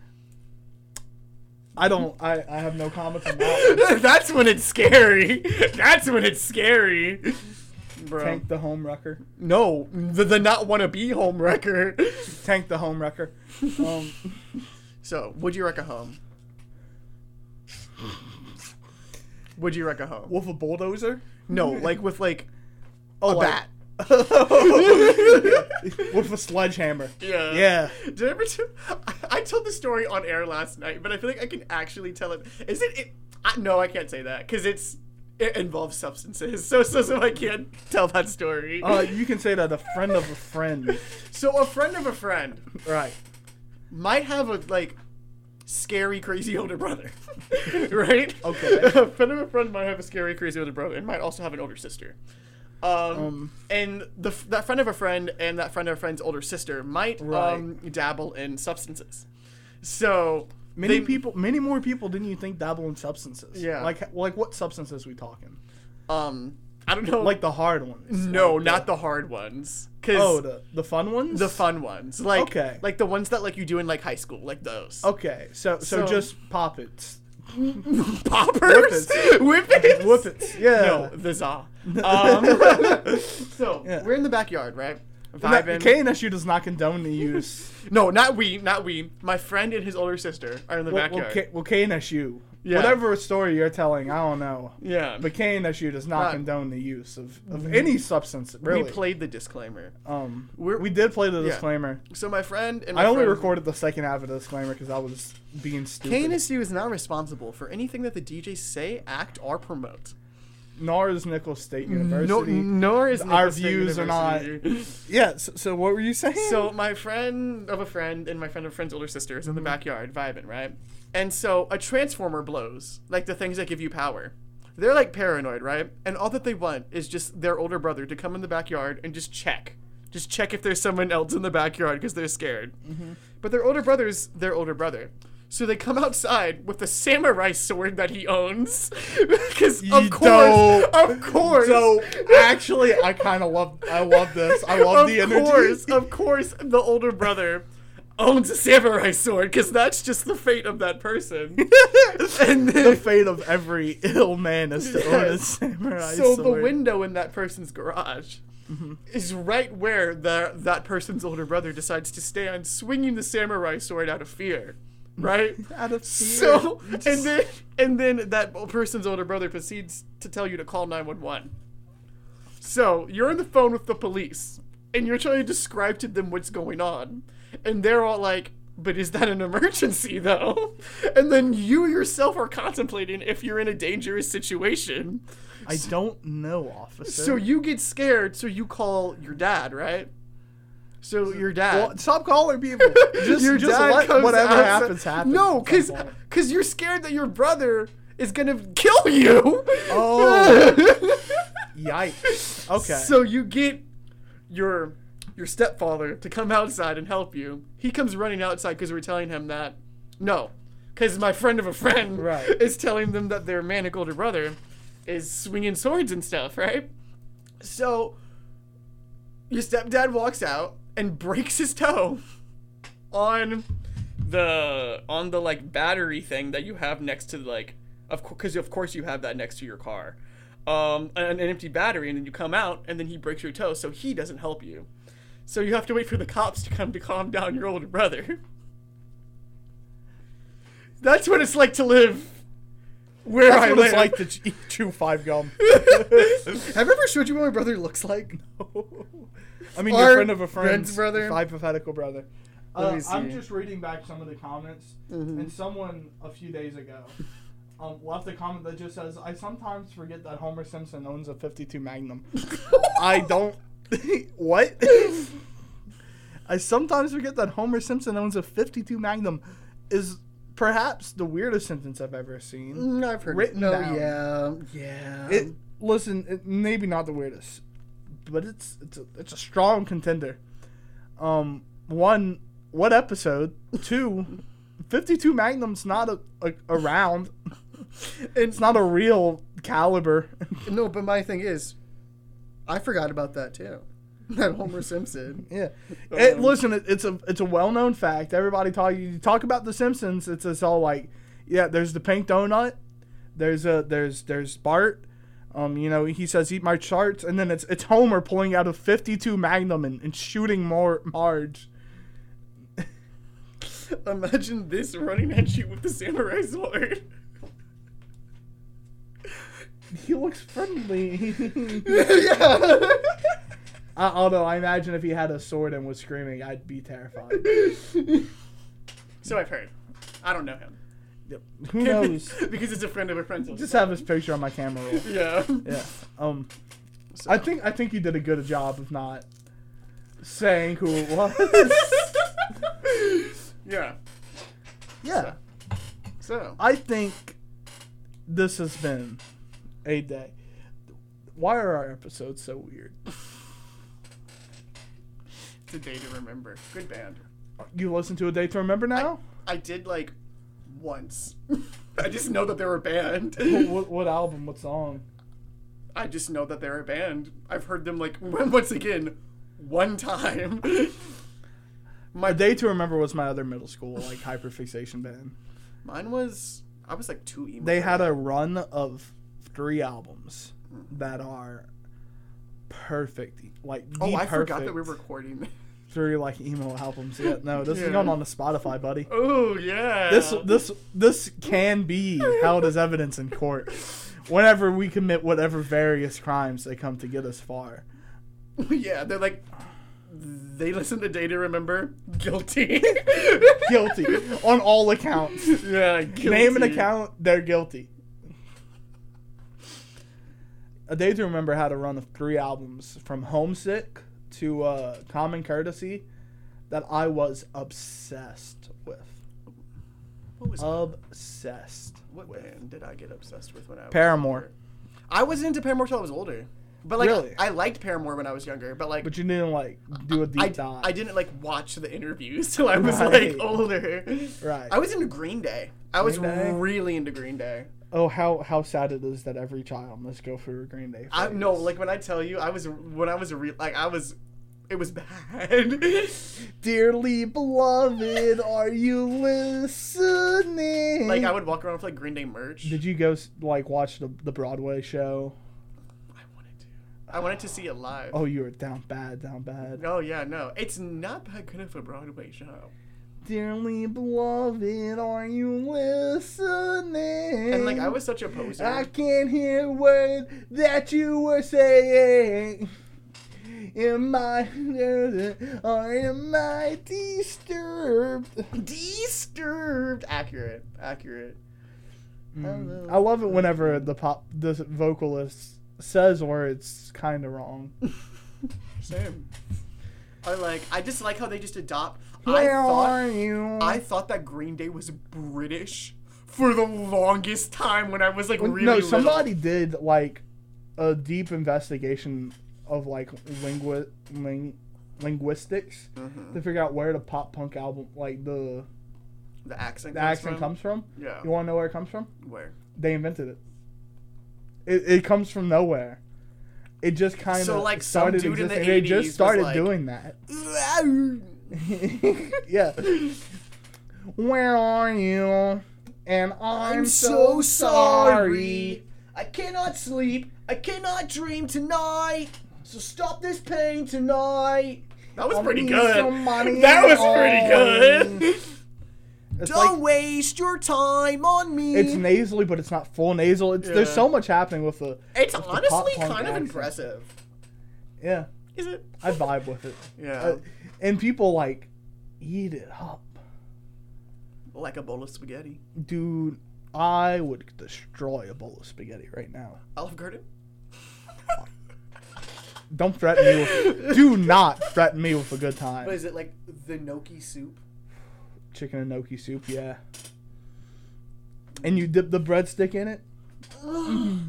[SPEAKER 2] I don't. I, I have no comments on that.
[SPEAKER 3] that's when it's scary. That's when it's scary, bro.
[SPEAKER 2] Tank the home wrecker.
[SPEAKER 3] No, the, the not want to be home wrecker.
[SPEAKER 2] Tank the home wrecker. Um,
[SPEAKER 3] So, would you wreck a home? Would you wreck a home?
[SPEAKER 2] wolf a bulldozer.
[SPEAKER 3] No, like with like
[SPEAKER 2] Oh,
[SPEAKER 3] a
[SPEAKER 2] like-
[SPEAKER 3] bat.
[SPEAKER 2] Wolf a sledgehammer.
[SPEAKER 3] Yeah.
[SPEAKER 2] Yeah.
[SPEAKER 3] Did I ever t- I, I told the story on air last night, but I feel like I can actually tell it. Is it? it I, no, I can't say that because it's it involves substances. So so so I can't tell that story.
[SPEAKER 2] Uh, you can say that a friend of a friend.
[SPEAKER 3] so a friend of a friend
[SPEAKER 2] Right.
[SPEAKER 3] might have a like scary crazy older brother, right?
[SPEAKER 2] Okay.
[SPEAKER 3] A friend of a friend might have a scary crazy older brother and might also have an older sister. Um,
[SPEAKER 2] Um.
[SPEAKER 3] and the f- that friend of a friend and that friend of a friend's older sister might
[SPEAKER 2] Right.
[SPEAKER 3] um dabble in substances. So
[SPEAKER 2] Many
[SPEAKER 3] they-
[SPEAKER 2] people, many more people than you think dabble in substances.
[SPEAKER 3] Yeah.
[SPEAKER 2] Like, like what substances we talking?
[SPEAKER 3] um I don't know
[SPEAKER 2] Like the hard ones.
[SPEAKER 3] no, not the hard ones. Cause
[SPEAKER 2] Oh, the the fun ones.
[SPEAKER 3] the fun ones. Like
[SPEAKER 2] Okay.
[SPEAKER 3] like the ones that like you do in like high school, like those.
[SPEAKER 2] Okay, so so,
[SPEAKER 3] So-
[SPEAKER 2] just pop it.
[SPEAKER 3] poppers, whippets,
[SPEAKER 2] Whippets, yeah.
[SPEAKER 3] No, the za. Um, so
[SPEAKER 2] Yeah.
[SPEAKER 3] we're in the backyard, right?
[SPEAKER 2] Not-
[SPEAKER 3] Vibing.
[SPEAKER 2] KNSU does not condone the use.
[SPEAKER 3] No, not we, not we. My friend and his older sister are in the
[SPEAKER 2] well, well,
[SPEAKER 3] backyard.
[SPEAKER 2] K- well, KNSU.
[SPEAKER 3] Yeah.
[SPEAKER 2] Whatever story you're telling, I don't know.
[SPEAKER 3] yeah,
[SPEAKER 2] But KNSU does not
[SPEAKER 3] Not-
[SPEAKER 2] condone the use of, of any substance, really.
[SPEAKER 3] we played the disclaimer.
[SPEAKER 2] um,
[SPEAKER 3] We're,
[SPEAKER 2] we did play the
[SPEAKER 3] yeah.
[SPEAKER 2] disclaimer.
[SPEAKER 3] so my friend and my
[SPEAKER 2] I only
[SPEAKER 3] friend,
[SPEAKER 2] recorded the second half of the disclaimer because I was being stupid.
[SPEAKER 3] KNSU is not responsible for anything that the DJs say, act, or promote.
[SPEAKER 2] nor is Nichols State
[SPEAKER 3] Mm,
[SPEAKER 4] No,
[SPEAKER 2] University.
[SPEAKER 4] nor is
[SPEAKER 2] Our
[SPEAKER 4] Nicholas State
[SPEAKER 2] views are not-
[SPEAKER 4] University.
[SPEAKER 2] Yeah. So, so what were you saying?
[SPEAKER 3] So my friend of a friend and my friend of a friend's older sister is in the backyard vibing, right? And so a transformer blows, like the things that give you power. They're like paranoid, right? And all that they want is just their older brother to come in the backyard and just check. Just check if there's someone else in the backyard because they're scared. But their older brother's their older brother. So they come outside with the samurai sword that he owns. Because of
[SPEAKER 2] You
[SPEAKER 3] course,
[SPEAKER 2] dope.
[SPEAKER 3] of course.
[SPEAKER 2] So actually, I kind of love. I love this. I love
[SPEAKER 3] of
[SPEAKER 2] the energy.
[SPEAKER 3] course, of course, the older brother owns a samurai sword because that's just the fate of that person. and
[SPEAKER 2] the
[SPEAKER 3] then,
[SPEAKER 2] fate of every ill man is to own a
[SPEAKER 3] Yes.
[SPEAKER 2] samurai
[SPEAKER 3] so the
[SPEAKER 2] sword.
[SPEAKER 3] window in that person's garage
[SPEAKER 2] Mm-hmm.
[SPEAKER 3] is right where the, that person's older brother decides to stand, swinging the samurai sword out of fear. Right?
[SPEAKER 2] out of fear.
[SPEAKER 3] So and then and then that person's older brother proceeds to tell you to call 911. So you're on the phone with the police and you're trying to describe to them what's going on. And they're all like, but is that an emergency though? And then you yourself are contemplating if you're in a dangerous situation.
[SPEAKER 2] I don't know, officer.
[SPEAKER 3] So you get scared, so you call your dad, right? So your dad.
[SPEAKER 2] Well, stop calling people. Just,
[SPEAKER 3] your
[SPEAKER 2] just
[SPEAKER 3] dad
[SPEAKER 2] let
[SPEAKER 3] comes
[SPEAKER 2] whatever
[SPEAKER 3] outside-
[SPEAKER 2] happens happen.
[SPEAKER 3] No,
[SPEAKER 2] at
[SPEAKER 3] because
[SPEAKER 2] some point.
[SPEAKER 3] because you're scared that your brother is gonna kill you.
[SPEAKER 2] Oh. yikes. Okay.
[SPEAKER 3] So you get your your stepfather to come outside and help you. He comes running outside because we're telling him that no, because my friend of a friend
[SPEAKER 2] Right.
[SPEAKER 3] is telling them that their manic older brother is swinging swords and stuff, right? So your stepdad walks out and breaks his toe on the on the like battery thing that you have next to like of because of course you have that next to your car um an, an empty battery and then you come out and then he breaks your toe so he doesn't help you so you have to wait for the cops to come to calm down your older brother that's what it's like to live where
[SPEAKER 2] that's
[SPEAKER 3] I
[SPEAKER 2] what it's
[SPEAKER 3] live.
[SPEAKER 2] like to ch- eat chew five gum.
[SPEAKER 4] Have I ever showed you what my brother looks like?
[SPEAKER 2] I mean,
[SPEAKER 4] Or
[SPEAKER 2] your friend of a friend's
[SPEAKER 4] Ben's brother.
[SPEAKER 2] hypothetical brother.
[SPEAKER 4] Let
[SPEAKER 2] Uh,
[SPEAKER 4] me see.
[SPEAKER 2] I'm just reading back some of the comments, and someone a few days ago um, left a comment that just says, "I sometimes forget that Homer Simpson owns a 52 Magnum." I don't. what? I sometimes forget that Homer Simpson owns a 52 Magnum. Is perhaps the weirdest sentence I've ever seen.
[SPEAKER 4] Mm, I've heard
[SPEAKER 2] Written
[SPEAKER 4] no,
[SPEAKER 2] down.
[SPEAKER 4] Yeah, yeah.
[SPEAKER 3] Um,
[SPEAKER 2] It listen, it, maybe not the weirdest, but it's it's a, it's a strong contender. Um, one, what episode? Two, 52 Magnum's not a, a around. It's not a real caliber.
[SPEAKER 4] no, but my thing is, I forgot about that too. That Homer Simpson.
[SPEAKER 2] Yeah. It, listen, it, it's a it's a well known fact. Everybody talk you talk about the Simpsons. It's it's all like, yeah. There's the pink donut. There's a there's there's Bart. Um, you know, he says eat my charts, and then it's it's Homer pulling out a 52 Magnum and, and shooting more Marge.
[SPEAKER 3] Imagine this running at you with the samurai sword.
[SPEAKER 2] He looks friendly.
[SPEAKER 4] yeah.
[SPEAKER 2] I, although I imagine if he had a sword and was screaming, I'd be terrified.
[SPEAKER 3] So I've heard. I don't know him.
[SPEAKER 2] Who knows?
[SPEAKER 3] because it's a friend of a friend's.
[SPEAKER 2] Just have his picture on my camera roll.
[SPEAKER 3] Yeah.
[SPEAKER 2] Yeah. Um, I think I think you did a good job of not saying who it was.
[SPEAKER 3] yeah.
[SPEAKER 2] yeah.
[SPEAKER 3] So.
[SPEAKER 2] I think this has been a day. Why are our episodes so weird?
[SPEAKER 3] It's a day to remember. Good band.
[SPEAKER 2] You listen to a day to remember now.
[SPEAKER 3] I did like once. I just know that they're a band.
[SPEAKER 2] what, what album? What song?
[SPEAKER 3] I just know that they're a band. I've heard them like once again, one time.
[SPEAKER 2] My day to remember was my other middle school like hyperfixation band.
[SPEAKER 3] Mine was I was like too emo.
[SPEAKER 2] They had a run of three albums that are perfect. Like the
[SPEAKER 3] Oh, I forgot that
[SPEAKER 2] perfect
[SPEAKER 3] we were recording.
[SPEAKER 2] three like emo albums. Yeah, no, this is
[SPEAKER 3] Yeah.
[SPEAKER 2] going on the Spotify, buddy.
[SPEAKER 3] oh yeah.
[SPEAKER 2] This this this can be held as evidence in court whenever we commit whatever various crimes they come to get us for.
[SPEAKER 3] yeah, they're like they listen to Day to Remember. Guilty.
[SPEAKER 2] Guilty on all accounts.
[SPEAKER 3] yeah, guilty.
[SPEAKER 2] Name an account, they're guilty. A Day to Remember had a run of three albums from Homesick to uh, Common Courtesy that I was obsessed with.
[SPEAKER 3] What
[SPEAKER 2] Um,
[SPEAKER 3] was
[SPEAKER 2] Obsessed.
[SPEAKER 3] what
[SPEAKER 2] with.
[SPEAKER 3] band did I get obsessed with when I was
[SPEAKER 2] Paramore.
[SPEAKER 3] Older? I wasn't into Paramore till I was older. But like
[SPEAKER 2] Really?
[SPEAKER 3] I liked Paramore when I was younger, but like
[SPEAKER 2] But you didn't like do a deep
[SPEAKER 3] I,
[SPEAKER 2] dive.
[SPEAKER 3] I didn't like watch the interviews till I was
[SPEAKER 2] Right.
[SPEAKER 3] like older.
[SPEAKER 2] Right.
[SPEAKER 3] I was into Green Day. I was
[SPEAKER 2] Green Day?
[SPEAKER 3] really into Green Day.
[SPEAKER 2] oh, how how sad it is that every child must go through a Green Day.
[SPEAKER 3] I
[SPEAKER 2] phase.
[SPEAKER 3] no, like when I tell you, I was when I was a real like I was, it was bad.
[SPEAKER 2] Dearly beloved, are you listening?
[SPEAKER 3] like I would walk around with like Green Day merch.
[SPEAKER 2] Did you go s- like watch the the Broadway show?
[SPEAKER 3] I wanted to. I wanted to see it live.
[SPEAKER 2] Oh, you were down bad, down bad.
[SPEAKER 3] No, yeah, no. It's not that good of a Broadway show.
[SPEAKER 2] Dearly beloved, are you listening?
[SPEAKER 3] And like I was such a poser.
[SPEAKER 2] I can't hear a word that you were saying. Am I or am I disturbed?
[SPEAKER 3] disturbed. Accurate. Accurate. Mm.
[SPEAKER 2] I love it whenever the pop the vocalist says words kind of wrong.
[SPEAKER 3] Same. Or like I just like how they just adopt.
[SPEAKER 2] Where
[SPEAKER 3] I thought
[SPEAKER 2] are you?
[SPEAKER 3] I thought that Green Day was British for the longest time when I was like
[SPEAKER 2] When-
[SPEAKER 3] really
[SPEAKER 2] no,
[SPEAKER 3] little.
[SPEAKER 2] somebody did like a deep investigation of like lingui- ling- linguistics
[SPEAKER 3] Mm-hmm.
[SPEAKER 2] to figure out where the pop punk album like the,
[SPEAKER 3] the accent.
[SPEAKER 2] the
[SPEAKER 3] comes
[SPEAKER 2] accent
[SPEAKER 3] from? Oh.
[SPEAKER 2] comes from.
[SPEAKER 3] Yeah.
[SPEAKER 2] You want to know where it comes from?
[SPEAKER 3] Where?
[SPEAKER 2] They invented it. It, it comes from nowhere. It just kind of
[SPEAKER 3] So, like, some
[SPEAKER 2] started
[SPEAKER 3] dude in the
[SPEAKER 2] existing. they
[SPEAKER 3] 80s
[SPEAKER 2] just
[SPEAKER 3] was
[SPEAKER 2] started
[SPEAKER 3] like-
[SPEAKER 2] doing that. yeah. Where are you? And I'm, so, sorry.
[SPEAKER 3] I cannot sleep. I cannot dream tonight. So stop this pain tonight. That was
[SPEAKER 2] I
[SPEAKER 3] pretty
[SPEAKER 2] need
[SPEAKER 3] good.
[SPEAKER 2] some money
[SPEAKER 3] That was
[SPEAKER 2] and
[SPEAKER 3] pretty good.
[SPEAKER 2] It's
[SPEAKER 3] Don't
[SPEAKER 2] like-
[SPEAKER 3] waste your time on me.
[SPEAKER 2] it's nasally, but it's not full nasal. It's, There's
[SPEAKER 3] Yeah.
[SPEAKER 2] so much happening with the.
[SPEAKER 3] It's
[SPEAKER 2] with the
[SPEAKER 3] honestly
[SPEAKER 2] pop punk
[SPEAKER 3] kind of
[SPEAKER 2] accent.
[SPEAKER 3] impressive.
[SPEAKER 2] Yeah,
[SPEAKER 3] Is it?
[SPEAKER 2] I vibe with it.
[SPEAKER 3] Yeah.
[SPEAKER 2] Uh, and people like eat it up,
[SPEAKER 3] like a bowl of spaghetti.
[SPEAKER 2] dude. I would destroy a bowl of spaghetti right now.
[SPEAKER 3] Olive Garden?
[SPEAKER 2] Don't threaten me. With, do not threaten me with a good time.
[SPEAKER 3] But is it like the gnocchi soup?
[SPEAKER 2] chicken and gnocchi soup, yeah. And you dip the breadstick in it.
[SPEAKER 3] Was
[SPEAKER 2] Mm-hmm.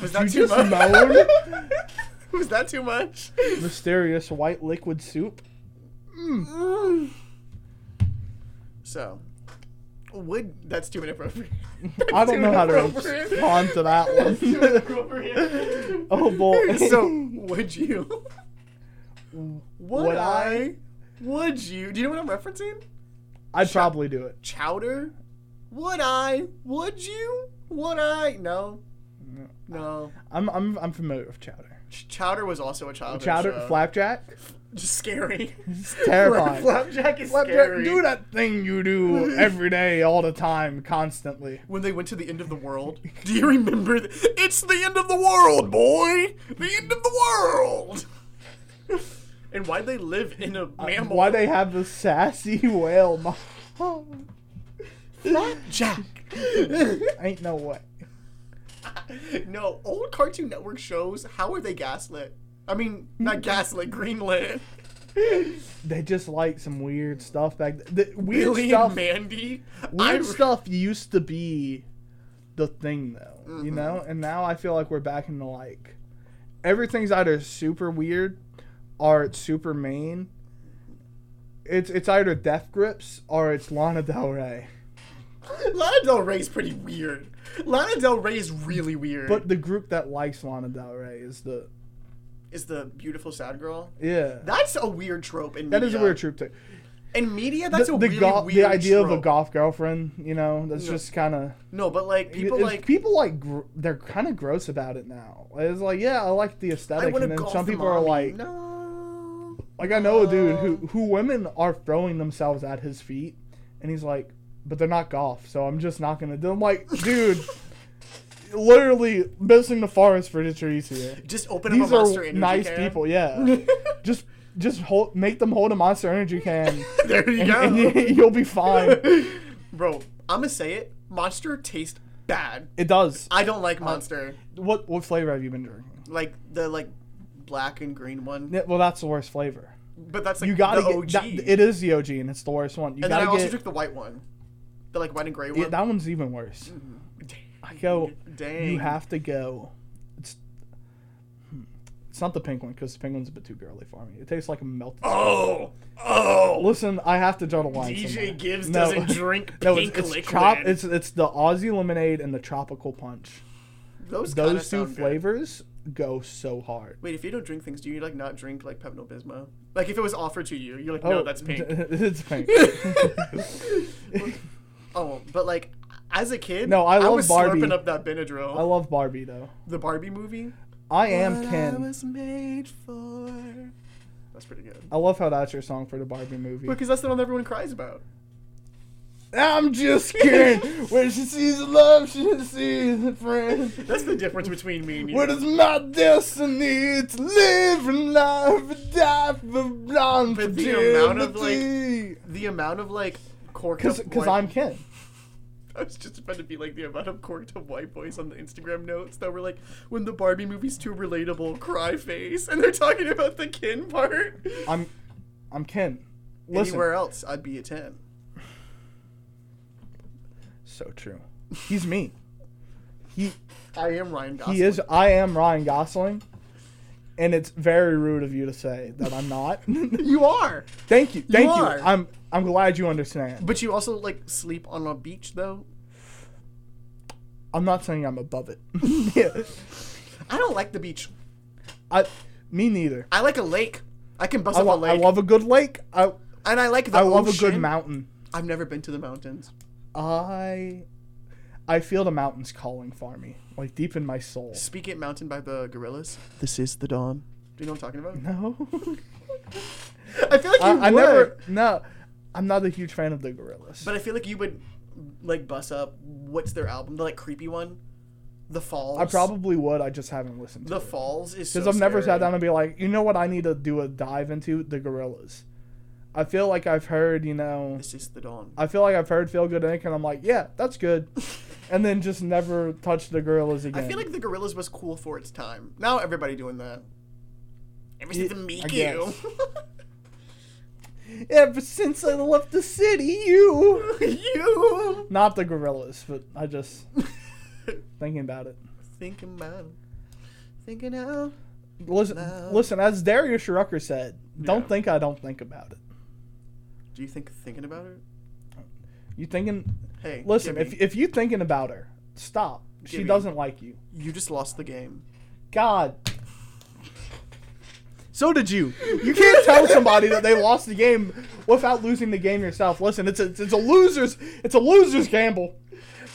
[SPEAKER 2] You
[SPEAKER 3] that too
[SPEAKER 2] just
[SPEAKER 3] much?
[SPEAKER 2] moan.
[SPEAKER 3] Was that too much?
[SPEAKER 2] Mysterious white liquid soup.
[SPEAKER 3] So, would that's too inappropriate.
[SPEAKER 2] I don't know how to
[SPEAKER 3] Inappropriate.
[SPEAKER 2] respond to that one.
[SPEAKER 3] Inappropriate.
[SPEAKER 2] oh boy.
[SPEAKER 3] so, would you? Would,
[SPEAKER 2] Would
[SPEAKER 3] I,
[SPEAKER 2] I?
[SPEAKER 3] Would you? Do you know what I'm referencing?
[SPEAKER 2] I'd probably do it.
[SPEAKER 3] Chowder. Would I? Would you? Would I? No. No.
[SPEAKER 2] I'm I'm I'm familiar with chowder.
[SPEAKER 3] Ch- Chowder was also a childhood
[SPEAKER 2] Chowder,
[SPEAKER 3] show.
[SPEAKER 2] flapjack,
[SPEAKER 3] Just scary. It's
[SPEAKER 2] terrifying.
[SPEAKER 3] Flapjack is
[SPEAKER 2] flapjack.
[SPEAKER 3] scary.
[SPEAKER 2] Do that thing you do every day, all the time, constantly.
[SPEAKER 3] when they went to the end of the world. Do you remember? Th- it's the end of the world, boy. The end of the world. and why they live in a mammal?
[SPEAKER 2] Uh, Why they have the sassy whale? mo-
[SPEAKER 3] Jack?
[SPEAKER 2] Ain't no way.
[SPEAKER 3] no, old Cartoon Network shows. How are they gaslit? I mean, not gaslit, greenlit.
[SPEAKER 2] They just like some weird stuff back. Th- the weird
[SPEAKER 3] Billy
[SPEAKER 2] stuff.
[SPEAKER 3] and Mandy.
[SPEAKER 2] weird
[SPEAKER 3] I-
[SPEAKER 2] stuff used to be the thing though you
[SPEAKER 3] Mm-hmm.
[SPEAKER 2] know and now i feel like we're back into like everything's either super weird or it's super mean it's it's either death grips or it's lana del rey
[SPEAKER 3] Lana Del Rey's pretty weird. Lana Del Rey is really weird.
[SPEAKER 2] but the group that likes lana del rey is the
[SPEAKER 3] is the beautiful sad girl?
[SPEAKER 2] yeah
[SPEAKER 3] That's a weird trope in media.
[SPEAKER 2] that is a weird troop too
[SPEAKER 3] In media,
[SPEAKER 2] the,
[SPEAKER 3] that's a
[SPEAKER 2] the,
[SPEAKER 3] really
[SPEAKER 2] go-
[SPEAKER 3] weird
[SPEAKER 2] the idea of a
[SPEAKER 3] trope.
[SPEAKER 2] goth girlfriend you know that's
[SPEAKER 3] No.
[SPEAKER 2] just kind of
[SPEAKER 3] No, but like people
[SPEAKER 2] It's-
[SPEAKER 3] like
[SPEAKER 2] people like gr- they're kind of gross about it now it's like yeah i like the
[SPEAKER 3] I uh,
[SPEAKER 2] aesthetic
[SPEAKER 3] want to
[SPEAKER 2] and then
[SPEAKER 3] go.
[SPEAKER 2] some people are like
[SPEAKER 3] no.
[SPEAKER 2] Like I know a dude who who women are throwing themselves at his feet, and he's like, but they're not golf, so I'm just not gonna do. I'm like, dude, literally missing the forest for the trees here.
[SPEAKER 3] Just open up
[SPEAKER 2] These
[SPEAKER 3] a monster
[SPEAKER 2] are
[SPEAKER 3] energy
[SPEAKER 2] nice
[SPEAKER 3] can.
[SPEAKER 2] people, yeah. just just hold, make them hold a monster energy can,
[SPEAKER 3] There you
[SPEAKER 2] and,
[SPEAKER 3] go,
[SPEAKER 2] and you, will be fine.
[SPEAKER 3] bro. I'm gonna say it. Monster tastes bad.
[SPEAKER 2] It does.
[SPEAKER 3] I don't
[SPEAKER 2] Uh,
[SPEAKER 3] like Monster.
[SPEAKER 2] What what flavor have you been drinking?
[SPEAKER 3] like the like black and green one.
[SPEAKER 2] Yeah, Well, that's the worst flavor.
[SPEAKER 3] But that's like
[SPEAKER 2] You gotta
[SPEAKER 3] the
[SPEAKER 2] get
[SPEAKER 3] OG.
[SPEAKER 2] that- it is the OG and it's the worst one. You
[SPEAKER 3] and then I
[SPEAKER 2] gotta
[SPEAKER 3] also
[SPEAKER 2] get
[SPEAKER 3] took the white one, the like white and gray one.
[SPEAKER 2] yeah, that one's even worse. I go.
[SPEAKER 3] Dang.
[SPEAKER 2] You have to go. It's hmm. it's not the pink one because the pink one's a bit too girly for me. It tastes like a melted.
[SPEAKER 3] Oh, oh.
[SPEAKER 2] Listen, I have to draw the line.
[SPEAKER 3] DJ
[SPEAKER 2] somewhere.
[SPEAKER 3] Gibbs
[SPEAKER 2] No.
[SPEAKER 3] doesn't drink pink
[SPEAKER 2] No, it's, it's
[SPEAKER 3] liquid.
[SPEAKER 2] chop. It's it's the Aussie lemonade and the tropical punch.
[SPEAKER 3] those kinda
[SPEAKER 2] Those two
[SPEAKER 3] sound good.
[SPEAKER 2] flavors go so hard.
[SPEAKER 3] Wait, if you don't drink things, do you like not drink like Pepto Bismol? Like if it was offered to you, you're like, no, that's pink.
[SPEAKER 2] Oh, it's pink.
[SPEAKER 3] oh, but like as a kid,
[SPEAKER 2] No, I love
[SPEAKER 3] was
[SPEAKER 2] Barbie.
[SPEAKER 3] slurping up that Benadryl.
[SPEAKER 2] I love Barbie though.
[SPEAKER 3] the Barbie movie.
[SPEAKER 2] I am
[SPEAKER 3] What I
[SPEAKER 2] Ken.
[SPEAKER 3] was made for. That's pretty good.
[SPEAKER 2] I love how that's your song for the Barbie movie.
[SPEAKER 3] Because that's the one everyone cries about.
[SPEAKER 2] I'm just Ken. When she sees love, she sees a friend.
[SPEAKER 3] That's the difference between me and you.
[SPEAKER 2] What is my destiny to live and life and die for blonde
[SPEAKER 3] But the amount of, like-
[SPEAKER 2] virginity?
[SPEAKER 3] the amount of like corked
[SPEAKER 2] Cause,
[SPEAKER 3] up
[SPEAKER 2] cause
[SPEAKER 3] white-
[SPEAKER 2] I'm Ken.
[SPEAKER 3] I was just about to be like the amount of corked up white boys on the Instagram notes that were like, when the Barbie movie's too relatable, cry face, and they're talking about the kin part.
[SPEAKER 2] I'm, I'm Ken. Listen,
[SPEAKER 3] Anywhere else, I'd be a ten.
[SPEAKER 2] so true. He's me. He
[SPEAKER 3] I am Ryan Gosling.
[SPEAKER 2] he is. I am Ryan Gosling, and it's very rude of you to say that I'm not.
[SPEAKER 3] You are,
[SPEAKER 2] thank you, thank you.
[SPEAKER 3] are.
[SPEAKER 2] I'm I'm glad you understand.
[SPEAKER 3] but you also like sleep on a beach though.
[SPEAKER 2] I'm not saying I'm above it. yeah.
[SPEAKER 3] I don't like the beach.
[SPEAKER 2] I, me neither.
[SPEAKER 3] I like a lake. I can bust
[SPEAKER 2] I,
[SPEAKER 3] up
[SPEAKER 2] lo-
[SPEAKER 3] a lake,
[SPEAKER 2] I love a good lake. I
[SPEAKER 3] and I like the
[SPEAKER 2] I love a good
[SPEAKER 3] ocean.
[SPEAKER 2] mountain.
[SPEAKER 3] I've never been to the mountains.
[SPEAKER 2] I I feel the mountains calling for me, like deep in my soul.
[SPEAKER 3] Speak It Mountain by the Gorillas. This is the dawn. Do you know what I'm talking about?
[SPEAKER 2] No,
[SPEAKER 3] I feel like you
[SPEAKER 2] I, I
[SPEAKER 3] would.
[SPEAKER 2] never. No, I'm not a huge fan of the gorillas.
[SPEAKER 3] But I feel like you would like bus up. What's their album? The like creepy one, The Falls.
[SPEAKER 2] I probably would. I just haven't listened to
[SPEAKER 3] The Falls is
[SPEAKER 2] because
[SPEAKER 3] so
[SPEAKER 2] I've never
[SPEAKER 3] scary.
[SPEAKER 2] sat down and be like, you know what, I need to do a dive into the gorillas. I feel like I've heard, you know,
[SPEAKER 3] This is the dawn.
[SPEAKER 2] I feel like I've heard "Feel Good Inc." and I'm like, yeah, that's good, and then just never touch the gorillas
[SPEAKER 3] I
[SPEAKER 2] again.
[SPEAKER 3] feel like the Gorillas was cool for its time. Now everybody doing that. Ever since
[SPEAKER 2] Yeah,
[SPEAKER 3] the
[SPEAKER 2] I
[SPEAKER 3] Miku.
[SPEAKER 2] guess. ever since I left the city, you,
[SPEAKER 3] you
[SPEAKER 2] not the gorillas, but I just thinking about it.
[SPEAKER 3] thinking about, thinking out.
[SPEAKER 2] Listen,
[SPEAKER 3] Love.
[SPEAKER 2] listen. As Darius Rucker said, "Don't
[SPEAKER 3] Yeah.
[SPEAKER 2] think I don't think about it."
[SPEAKER 3] Do you think thinking about it?
[SPEAKER 2] You thinking?
[SPEAKER 3] Hey,
[SPEAKER 2] Listen,
[SPEAKER 3] Jimmy,
[SPEAKER 2] if if you thinking about her, stop. She
[SPEAKER 3] Gimme.
[SPEAKER 2] doesn't like you.
[SPEAKER 3] you just lost the game.
[SPEAKER 2] God. So did you. You can't tell somebody that they lost the game without losing the game yourself. Listen, it's a it's a losers it's a losers gamble.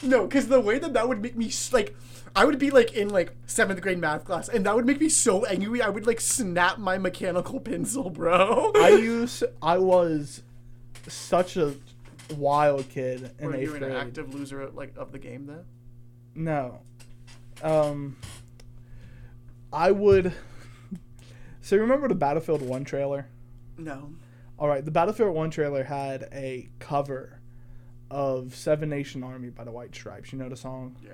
[SPEAKER 3] No, because the way that that would make me s- like, I would be like in like seventh grade math class, and that would make me so angry. I would like snap my mechanical pencil, bro.
[SPEAKER 2] I used I was such a wild kid in
[SPEAKER 3] Were
[SPEAKER 2] eighth
[SPEAKER 3] you an
[SPEAKER 2] grade.
[SPEAKER 3] active loser like of the game though?
[SPEAKER 2] No. Um, I would. So remember the Battlefield One trailer?
[SPEAKER 3] No.
[SPEAKER 2] All right, the Battlefield One trailer had a cover of Seven Nation Army by the White Stripes. You know the song,
[SPEAKER 3] Yeah.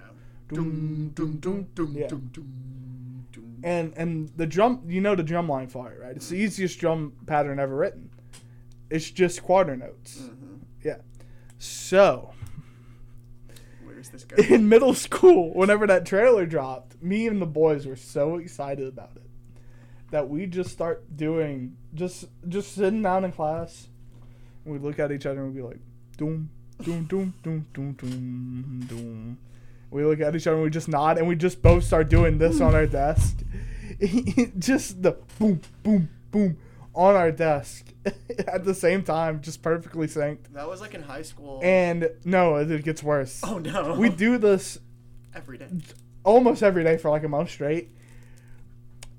[SPEAKER 3] Doom, doom, doom, doom,
[SPEAKER 2] Yeah.
[SPEAKER 3] doom, doom, doom.
[SPEAKER 2] and and the drum. You know the drum line for it, right? It's the easiest drum pattern ever written. It's just quarter notes. Yeah. So
[SPEAKER 3] Where's this guy?
[SPEAKER 2] in middle school, whenever that trailer dropped, me and the boys were so excited about it that we just start doing just just sitting down in class and we'd look at each other and we'd be like doom doom doom doom doom doom doom. We look at each other and we just nod and we just both start doing this on our desk. just the boom boom boom on our desk at the same time, just perfectly synced.
[SPEAKER 3] that was like in high school.
[SPEAKER 2] And no, it gets worse.
[SPEAKER 3] oh no.
[SPEAKER 2] We do this
[SPEAKER 3] every day.
[SPEAKER 2] almost every day for like a month straight.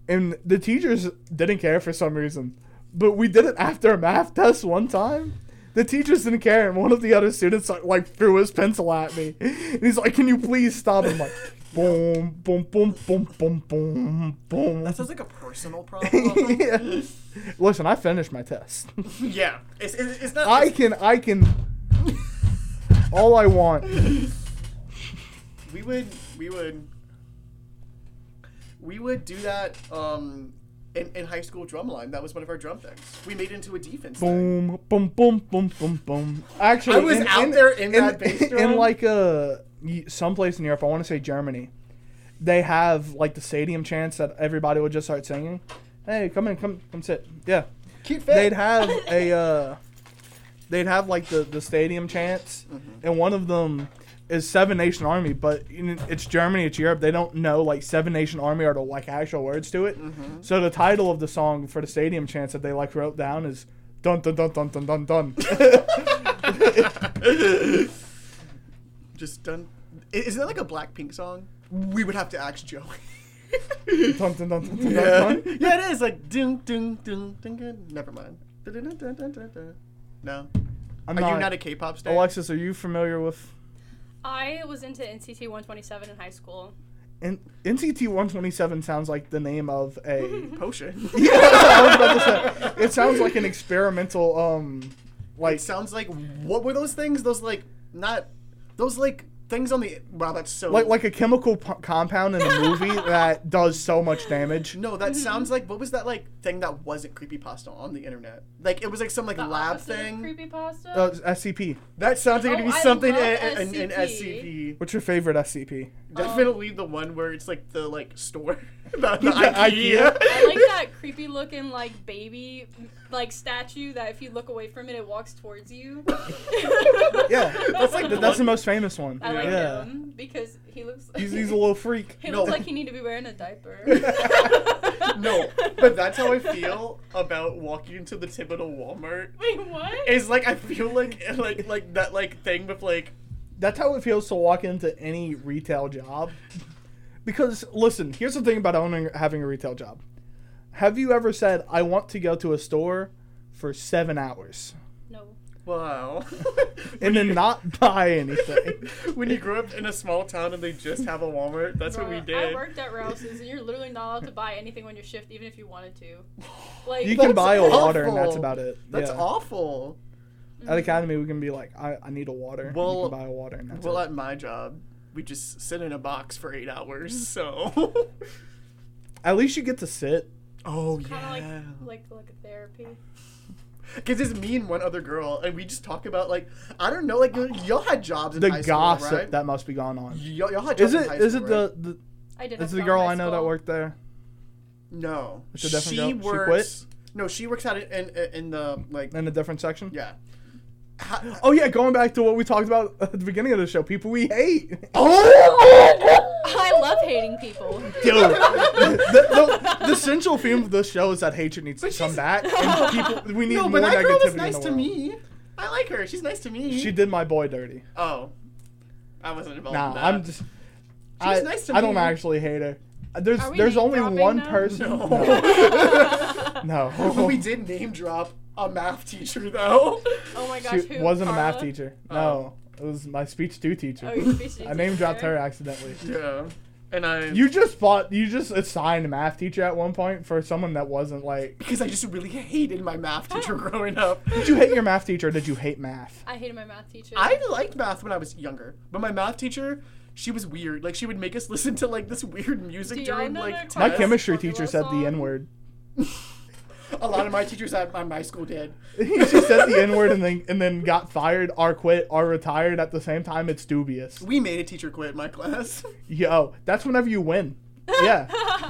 [SPEAKER 2] And the teachers didn't care for some reason. But we did it after a math test one time. The teachers didn't care, and one of the other students like, like threw his pencil at me. And he's like, "Can you please stop?" I'm like, "Boom, boom, boom, boom, boom, boom, boom."
[SPEAKER 3] That sounds like a personal problem.
[SPEAKER 2] yeah. Listen, I finished my test.
[SPEAKER 3] yeah. It's, it's, it's not.
[SPEAKER 2] I can, I can. All I want.
[SPEAKER 3] we would we would we would do that um in, in high school drumline. That was one of our drum things. We made it into a defense. thing.
[SPEAKER 2] Boom, boom, boom, boom, boom, boom. Actually,
[SPEAKER 3] I was out there in that bass
[SPEAKER 2] in
[SPEAKER 3] drum.
[SPEAKER 2] like a y- someplace in Europe. I want to say Germany. They have like the stadium chants that everybody would just start singing. Hey, come in, come, come sit. Yeah,
[SPEAKER 3] Keep fit.
[SPEAKER 2] they'd have a uh, they'd have like the the stadium chants,
[SPEAKER 3] Mm-hmm.
[SPEAKER 2] and one of them is Seven Nation Army, but you know, it's Germany, it's Europe. They don't know like Seven Nation Army are the like actual words to it.
[SPEAKER 3] Mm-hmm.
[SPEAKER 2] So the title of the song for the stadium chants that they like wrote down is dun dun dun dun dun dun dun.
[SPEAKER 3] just done. i- Isn't that like a Blackpink song? We would have to ask Joey.
[SPEAKER 2] dun, dun, dun, dun, dun,
[SPEAKER 3] yeah.
[SPEAKER 2] dun, dun.
[SPEAKER 3] yeah, it is like ding ding ding ding. ding. Never mind. Dun-dun-dun-dun-dun-dun. No.
[SPEAKER 2] I'm
[SPEAKER 3] Are
[SPEAKER 2] not,
[SPEAKER 3] you not a K-pop star?
[SPEAKER 2] Alexis, are you familiar with
[SPEAKER 5] I was into NCT 127 in high school.
[SPEAKER 2] N- NCT 127? Sounds like the name of a.
[SPEAKER 3] Potion.
[SPEAKER 2] yeah, I was about to say, it sounds like an experimental. Um, like
[SPEAKER 3] It sounds like what were those things? Those like not those like things on the wow. That's so
[SPEAKER 2] like like a chemical p- compound in a movie that does so much damage.
[SPEAKER 3] No, that sounds like what was that like thing that wasn't creepypasta on the internet? Like it was like some like
[SPEAKER 5] The
[SPEAKER 3] lab
[SPEAKER 5] opposite of
[SPEAKER 3] thing. Oh.
[SPEAKER 5] Creepypasta.
[SPEAKER 2] Uh, SCP.
[SPEAKER 3] That sounds like
[SPEAKER 5] Oh,
[SPEAKER 3] it'd be
[SPEAKER 5] I
[SPEAKER 3] something in,
[SPEAKER 5] love
[SPEAKER 3] in, in
[SPEAKER 5] SCP.
[SPEAKER 3] SCP.
[SPEAKER 2] What's your favorite SCP?
[SPEAKER 3] Definitely the one where it's like the like store, the, the E
[SPEAKER 2] IKEA.
[SPEAKER 3] IKEA.
[SPEAKER 5] I like that creepy looking like baby like statue that if you look away from it it walks towards you.
[SPEAKER 2] Yeah,
[SPEAKER 3] That's like
[SPEAKER 2] Th- that's the most famous one.
[SPEAKER 5] I like
[SPEAKER 2] yeah,
[SPEAKER 5] him because he looks
[SPEAKER 2] he's he's a little freak.
[SPEAKER 5] he
[SPEAKER 3] No.
[SPEAKER 5] looks like he need to be wearing a diaper.
[SPEAKER 3] no, but that's how I feel about walking into the Thibodeau Walmart.
[SPEAKER 5] Wait, what?
[SPEAKER 3] Is like I feel like like like that like thing with like
[SPEAKER 2] That's how it feels to walk into any retail job. Because listen, here's the thing about owning having a retail job. Have you ever said, "I want to go to a store for seven hours
[SPEAKER 5] no.
[SPEAKER 3] wow.
[SPEAKER 2] and then not buy anything"?
[SPEAKER 3] when you grow up in a small town and they just have a Walmart, that's what we
[SPEAKER 5] Bruh, I
[SPEAKER 3] did.
[SPEAKER 5] worked at Rouse's and you're literally not allowed to buy anything on your shift even if you wanted to. Like
[SPEAKER 2] You can buy a water, and that's
[SPEAKER 3] awful.
[SPEAKER 2] about it.
[SPEAKER 3] That's
[SPEAKER 2] Yeah.
[SPEAKER 3] awful.
[SPEAKER 2] At Academy, we can be like, "I, I need a water." and you
[SPEAKER 3] Well-
[SPEAKER 2] can buy a water, and that's
[SPEAKER 3] Well,
[SPEAKER 2] it.
[SPEAKER 3] at my job, we just sit in a box for eight
[SPEAKER 5] Mm.
[SPEAKER 3] hours. So,
[SPEAKER 2] At least you get to sit.
[SPEAKER 3] oh
[SPEAKER 5] kinda like like like a therapy.
[SPEAKER 3] because it's me and one other girl, and we just talk about like I don't know, like y- y'all had jobs in
[SPEAKER 2] The
[SPEAKER 3] high school,
[SPEAKER 2] gossip
[SPEAKER 3] right?
[SPEAKER 2] that must be going on.
[SPEAKER 3] y'all, y'all had
[SPEAKER 2] Is
[SPEAKER 3] jobs in
[SPEAKER 2] it
[SPEAKER 3] high
[SPEAKER 2] is
[SPEAKER 3] school,
[SPEAKER 2] it
[SPEAKER 3] right?
[SPEAKER 2] the, the
[SPEAKER 5] I did
[SPEAKER 2] is
[SPEAKER 5] have
[SPEAKER 2] the
[SPEAKER 5] some
[SPEAKER 2] girl
[SPEAKER 5] in high
[SPEAKER 2] I know that
[SPEAKER 5] school.
[SPEAKER 2] worked there?
[SPEAKER 3] no?
[SPEAKER 2] It's a different
[SPEAKER 3] she
[SPEAKER 2] girl. She quit?
[SPEAKER 3] works. No, she works out in in, in the like
[SPEAKER 2] in a different section?
[SPEAKER 3] yeah. Ha-
[SPEAKER 2] Oh yeah, going back to what we talked about at the beginning of the show, people we hate.
[SPEAKER 5] I love hating people.
[SPEAKER 2] Dude, the, the, the central theme of this show is that hatred needs to come back, and people we need
[SPEAKER 3] no,
[SPEAKER 2] more
[SPEAKER 3] but that girl
[SPEAKER 2] negativity
[SPEAKER 3] was
[SPEAKER 2] in
[SPEAKER 3] nice
[SPEAKER 2] the
[SPEAKER 3] to
[SPEAKER 2] world.
[SPEAKER 3] me. I like her. She's nice to me.
[SPEAKER 2] She did my boy dirty.
[SPEAKER 3] Oh, I wasn't involved.
[SPEAKER 2] Nah,
[SPEAKER 3] in Oh, that.
[SPEAKER 2] I'm just. I,
[SPEAKER 3] was nice to
[SPEAKER 2] I don't
[SPEAKER 3] me.
[SPEAKER 2] actually hate her. Uh, There's
[SPEAKER 5] Are we
[SPEAKER 2] there's
[SPEAKER 5] name
[SPEAKER 2] only
[SPEAKER 5] dropping
[SPEAKER 2] one
[SPEAKER 5] now?
[SPEAKER 2] person.
[SPEAKER 3] No.
[SPEAKER 5] Oh
[SPEAKER 2] no.
[SPEAKER 3] But we did name drop a math teacher though.
[SPEAKER 5] Oh my gosh,
[SPEAKER 2] She
[SPEAKER 5] who?
[SPEAKER 2] wasn't a math
[SPEAKER 5] Carla?
[SPEAKER 2] teacher.
[SPEAKER 3] Oh.
[SPEAKER 2] No, it was my speech due teacher.
[SPEAKER 5] Oh, your speech due
[SPEAKER 2] I name dropped
[SPEAKER 5] teacher.
[SPEAKER 2] her accidentally.
[SPEAKER 3] Yeah, and I
[SPEAKER 2] You just bought. You just assigned a math teacher at one point for someone that wasn't like.
[SPEAKER 3] because I just really hated my math teacher growing up.
[SPEAKER 2] Did you hate your math teacher? or Did you hate math?
[SPEAKER 5] I hated my math teacher.
[SPEAKER 3] I liked math when I was younger, but my math teacher, she was weird. Like she would make us listen to like this weird music
[SPEAKER 5] Do y'all
[SPEAKER 3] during
[SPEAKER 5] know
[SPEAKER 3] like
[SPEAKER 5] that
[SPEAKER 2] My
[SPEAKER 5] Yes.
[SPEAKER 2] chemistry
[SPEAKER 5] Formula
[SPEAKER 2] teacher said the
[SPEAKER 5] song.
[SPEAKER 2] N word.
[SPEAKER 3] A lot of my teachers at my, my school did.
[SPEAKER 2] she said the N word and then and then got fired, or quit, or retired at the same time. It's dubious.
[SPEAKER 3] We made a teacher quit my class.
[SPEAKER 2] Yo, that's whenever you win. Yeah,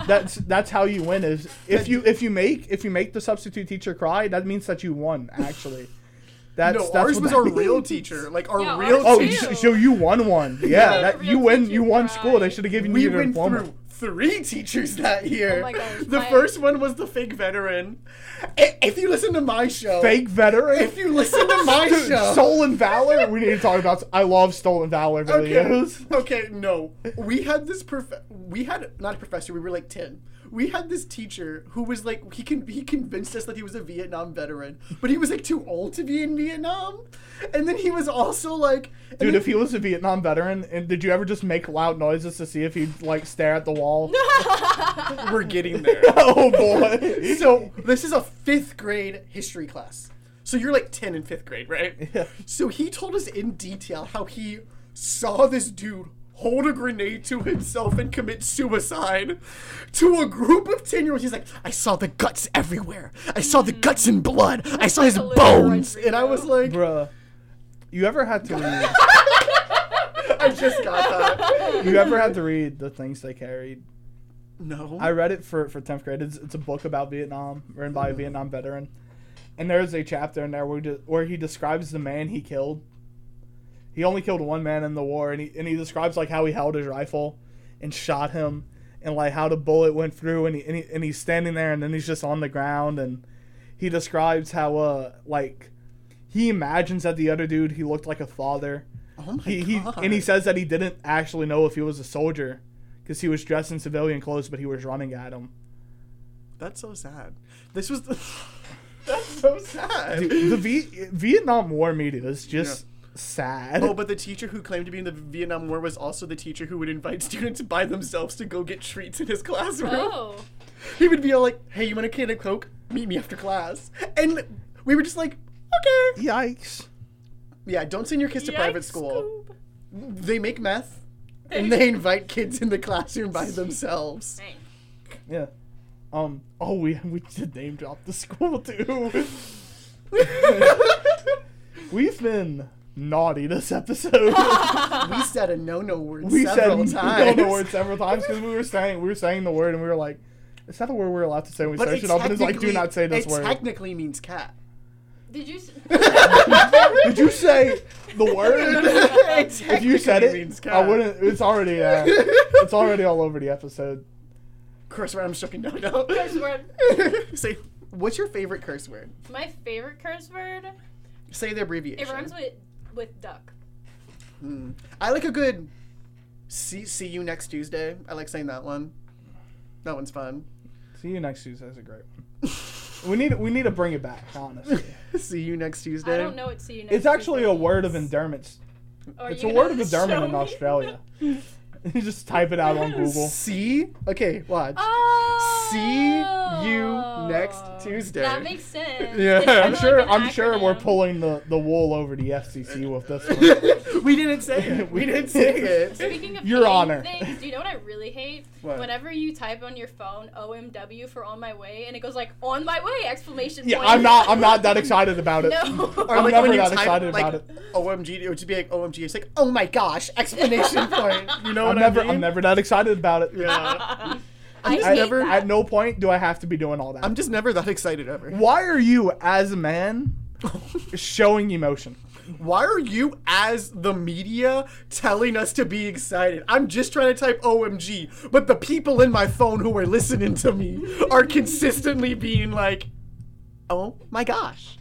[SPEAKER 2] that's that's how you win. Is if you if you make if you make the substitute teacher cry, that means that you won. Actually, that's
[SPEAKER 3] no,
[SPEAKER 2] that's
[SPEAKER 3] ours
[SPEAKER 2] what
[SPEAKER 3] was
[SPEAKER 2] that
[SPEAKER 3] our real
[SPEAKER 2] means.
[SPEAKER 3] teacher. Like our
[SPEAKER 5] Yeah,
[SPEAKER 3] real
[SPEAKER 2] Oh,
[SPEAKER 5] Ew.
[SPEAKER 2] you-
[SPEAKER 3] teacher.
[SPEAKER 2] so you won one. Yeah,
[SPEAKER 5] Yeah.
[SPEAKER 2] that,
[SPEAKER 5] Real
[SPEAKER 2] you win.
[SPEAKER 5] teacher
[SPEAKER 2] You won
[SPEAKER 5] cry.
[SPEAKER 2] school. They should have given
[SPEAKER 3] We
[SPEAKER 2] you your
[SPEAKER 3] went
[SPEAKER 2] diploma.
[SPEAKER 3] through three teachers that year.
[SPEAKER 5] Oh my gosh,
[SPEAKER 3] the
[SPEAKER 5] my-
[SPEAKER 3] first one was the fake veteran. I- If you listen to my show,
[SPEAKER 2] Fake veteran.
[SPEAKER 3] If you listen to my
[SPEAKER 2] Dude,
[SPEAKER 3] show,
[SPEAKER 2] Stolen Valor. We need to talk about. I love Stolen Valor
[SPEAKER 3] okay,
[SPEAKER 2] videos.
[SPEAKER 3] okay, no, we had this prof. We had not a professor. We were like ten. We had this teacher who was like he can he convinced us that he was a Vietnam veteran, but he was like too old to be in Vietnam, and then he was also like and
[SPEAKER 2] Dude,
[SPEAKER 3] then-
[SPEAKER 2] if he was a Vietnam veteran, and did you ever just make loud noises to see if he'd like stare at the wall?
[SPEAKER 3] we're getting there.
[SPEAKER 2] oh boy.
[SPEAKER 3] so this is a fifth grade history class. So you're like ten in fifth grade, right?
[SPEAKER 2] Yeah.
[SPEAKER 3] So he told us in detail how he saw this dude hold a grenade to himself and commit suicide to a group of 10 year olds. He's like, I saw the guts everywhere. I saw the guts and blood. I saw his
[SPEAKER 5] Absolutely right,
[SPEAKER 3] bones. And I was like,
[SPEAKER 2] Bruh, you ever had to read?
[SPEAKER 3] I just got that.
[SPEAKER 2] you ever had to read the things they carried?
[SPEAKER 3] No.
[SPEAKER 2] I read it for for tenth grade. It's, it's a book about Vietnam, written by a Vietnam veteran, and there's a chapter in there where de- where he describes the man he killed. He only killed one man in the war, and he and he describes like how he held his rifle, and shot him, and like how the bullet went through, and he and, he, and he's standing there, and then he's just on the ground, and he describes how uh like he imagines that the other dude he looked like a father.
[SPEAKER 3] oh my
[SPEAKER 2] He, he
[SPEAKER 3] God.
[SPEAKER 2] and he says that he didn't actually know if he was a soldier because he was dressed in civilian clothes, but he was running at him.
[SPEAKER 3] That's so sad. This was the. That's so sad.
[SPEAKER 2] Dude, the v- Vietnam War media is just sad.
[SPEAKER 3] Oh, but the teacher who claimed to be in the Vietnam War was also the teacher who would invite students by themselves to go get treats in his classroom.
[SPEAKER 5] Oh.
[SPEAKER 3] He would be all like, "Hey, you want a can of Coke? Meet me after class." And we were just like, "Okay."
[SPEAKER 2] Yikes!
[SPEAKER 3] Yeah, don't send your kids to private
[SPEAKER 5] Yikes,
[SPEAKER 3] school.
[SPEAKER 5] Scoob.
[SPEAKER 3] They make meth, and they invite kids in the classroom by themselves.
[SPEAKER 5] Dang.
[SPEAKER 2] Yeah. Um. Oh, we we did name drop the school too. We've been naughty this episode.
[SPEAKER 3] we said a no-no word
[SPEAKER 2] we
[SPEAKER 3] several
[SPEAKER 2] said
[SPEAKER 3] times.
[SPEAKER 2] no the word several times because we were saying we were saying the word and we were like, is that a word we're allowed to say? when We
[SPEAKER 3] But
[SPEAKER 2] searched
[SPEAKER 3] it
[SPEAKER 2] it up and it's like, do
[SPEAKER 3] technically-
[SPEAKER 2] not say this
[SPEAKER 3] it
[SPEAKER 2] word.
[SPEAKER 3] technically means cat.
[SPEAKER 5] Did you? s-
[SPEAKER 2] Did you say the word? if you said
[SPEAKER 3] Technically
[SPEAKER 2] it,
[SPEAKER 3] means
[SPEAKER 2] I
[SPEAKER 3] cat.
[SPEAKER 2] wouldn't. It's already uh, it's already all over the episode.
[SPEAKER 3] Curse word. I'm joking. No, no.
[SPEAKER 5] Curse word.
[SPEAKER 3] Say, what's your favorite curse word?
[SPEAKER 5] My favorite curse word.
[SPEAKER 3] Say the abbreviation.
[SPEAKER 5] It rhymes with with duck.
[SPEAKER 3] Hmm. I like a good. See, see you next Tuesday. I like saying that one. That one's fun.
[SPEAKER 2] See you next Tuesday. That's a great one. we need we need to bring it back. Honestly,
[SPEAKER 3] see you next Tuesday.
[SPEAKER 5] I don't know what to you next.
[SPEAKER 2] it's actually a word of endearment.
[SPEAKER 5] Are
[SPEAKER 2] It's a
[SPEAKER 5] Oh, you
[SPEAKER 2] word of
[SPEAKER 5] gonna
[SPEAKER 2] endearment
[SPEAKER 5] show
[SPEAKER 2] in
[SPEAKER 5] me?
[SPEAKER 2] Australia. you just type it out on Google.
[SPEAKER 3] See? Okay, watch.
[SPEAKER 5] Oh.
[SPEAKER 3] See you next Tuesday.
[SPEAKER 5] That makes sense.
[SPEAKER 3] Yeah.
[SPEAKER 5] It's kinda
[SPEAKER 2] I'm
[SPEAKER 5] like
[SPEAKER 2] sure.
[SPEAKER 5] an
[SPEAKER 2] I'm sure we're
[SPEAKER 5] acronym.
[SPEAKER 2] pulling the, the wool over the FCC with this one.
[SPEAKER 3] we didn't say it. We didn't say it.
[SPEAKER 5] Speaking of
[SPEAKER 2] Your
[SPEAKER 5] hating
[SPEAKER 2] Honor.
[SPEAKER 5] things, do you know what I really hate?
[SPEAKER 3] What?
[SPEAKER 5] Whenever you type on your phone "OMW" for "on my way" and it goes like "on my way!" exclamation
[SPEAKER 2] Yeah,
[SPEAKER 5] point.
[SPEAKER 2] I'm not. I'm not that excited about it.
[SPEAKER 5] No.
[SPEAKER 2] I'm
[SPEAKER 3] Or like
[SPEAKER 2] never
[SPEAKER 3] when you
[SPEAKER 2] that
[SPEAKER 3] type,
[SPEAKER 2] excited
[SPEAKER 3] like,
[SPEAKER 2] about it.
[SPEAKER 3] OMG, it would just be like OMG. It's like, oh my gosh! Exclamation point. You know
[SPEAKER 2] I'm
[SPEAKER 3] what
[SPEAKER 2] never.
[SPEAKER 3] I mean?
[SPEAKER 2] I'm never that excited about it.
[SPEAKER 3] Yeah.
[SPEAKER 5] I
[SPEAKER 2] I
[SPEAKER 5] hate
[SPEAKER 2] never.
[SPEAKER 5] that.
[SPEAKER 2] At no point do I have to be doing all that.
[SPEAKER 3] I'm just never that excited ever.
[SPEAKER 2] Why are you, as a man, showing emotion?
[SPEAKER 3] Why are you, as the media, telling us to be excited? I'm just trying to type OMG, but the people in my phone who are listening to me are consistently being like, oh my gosh.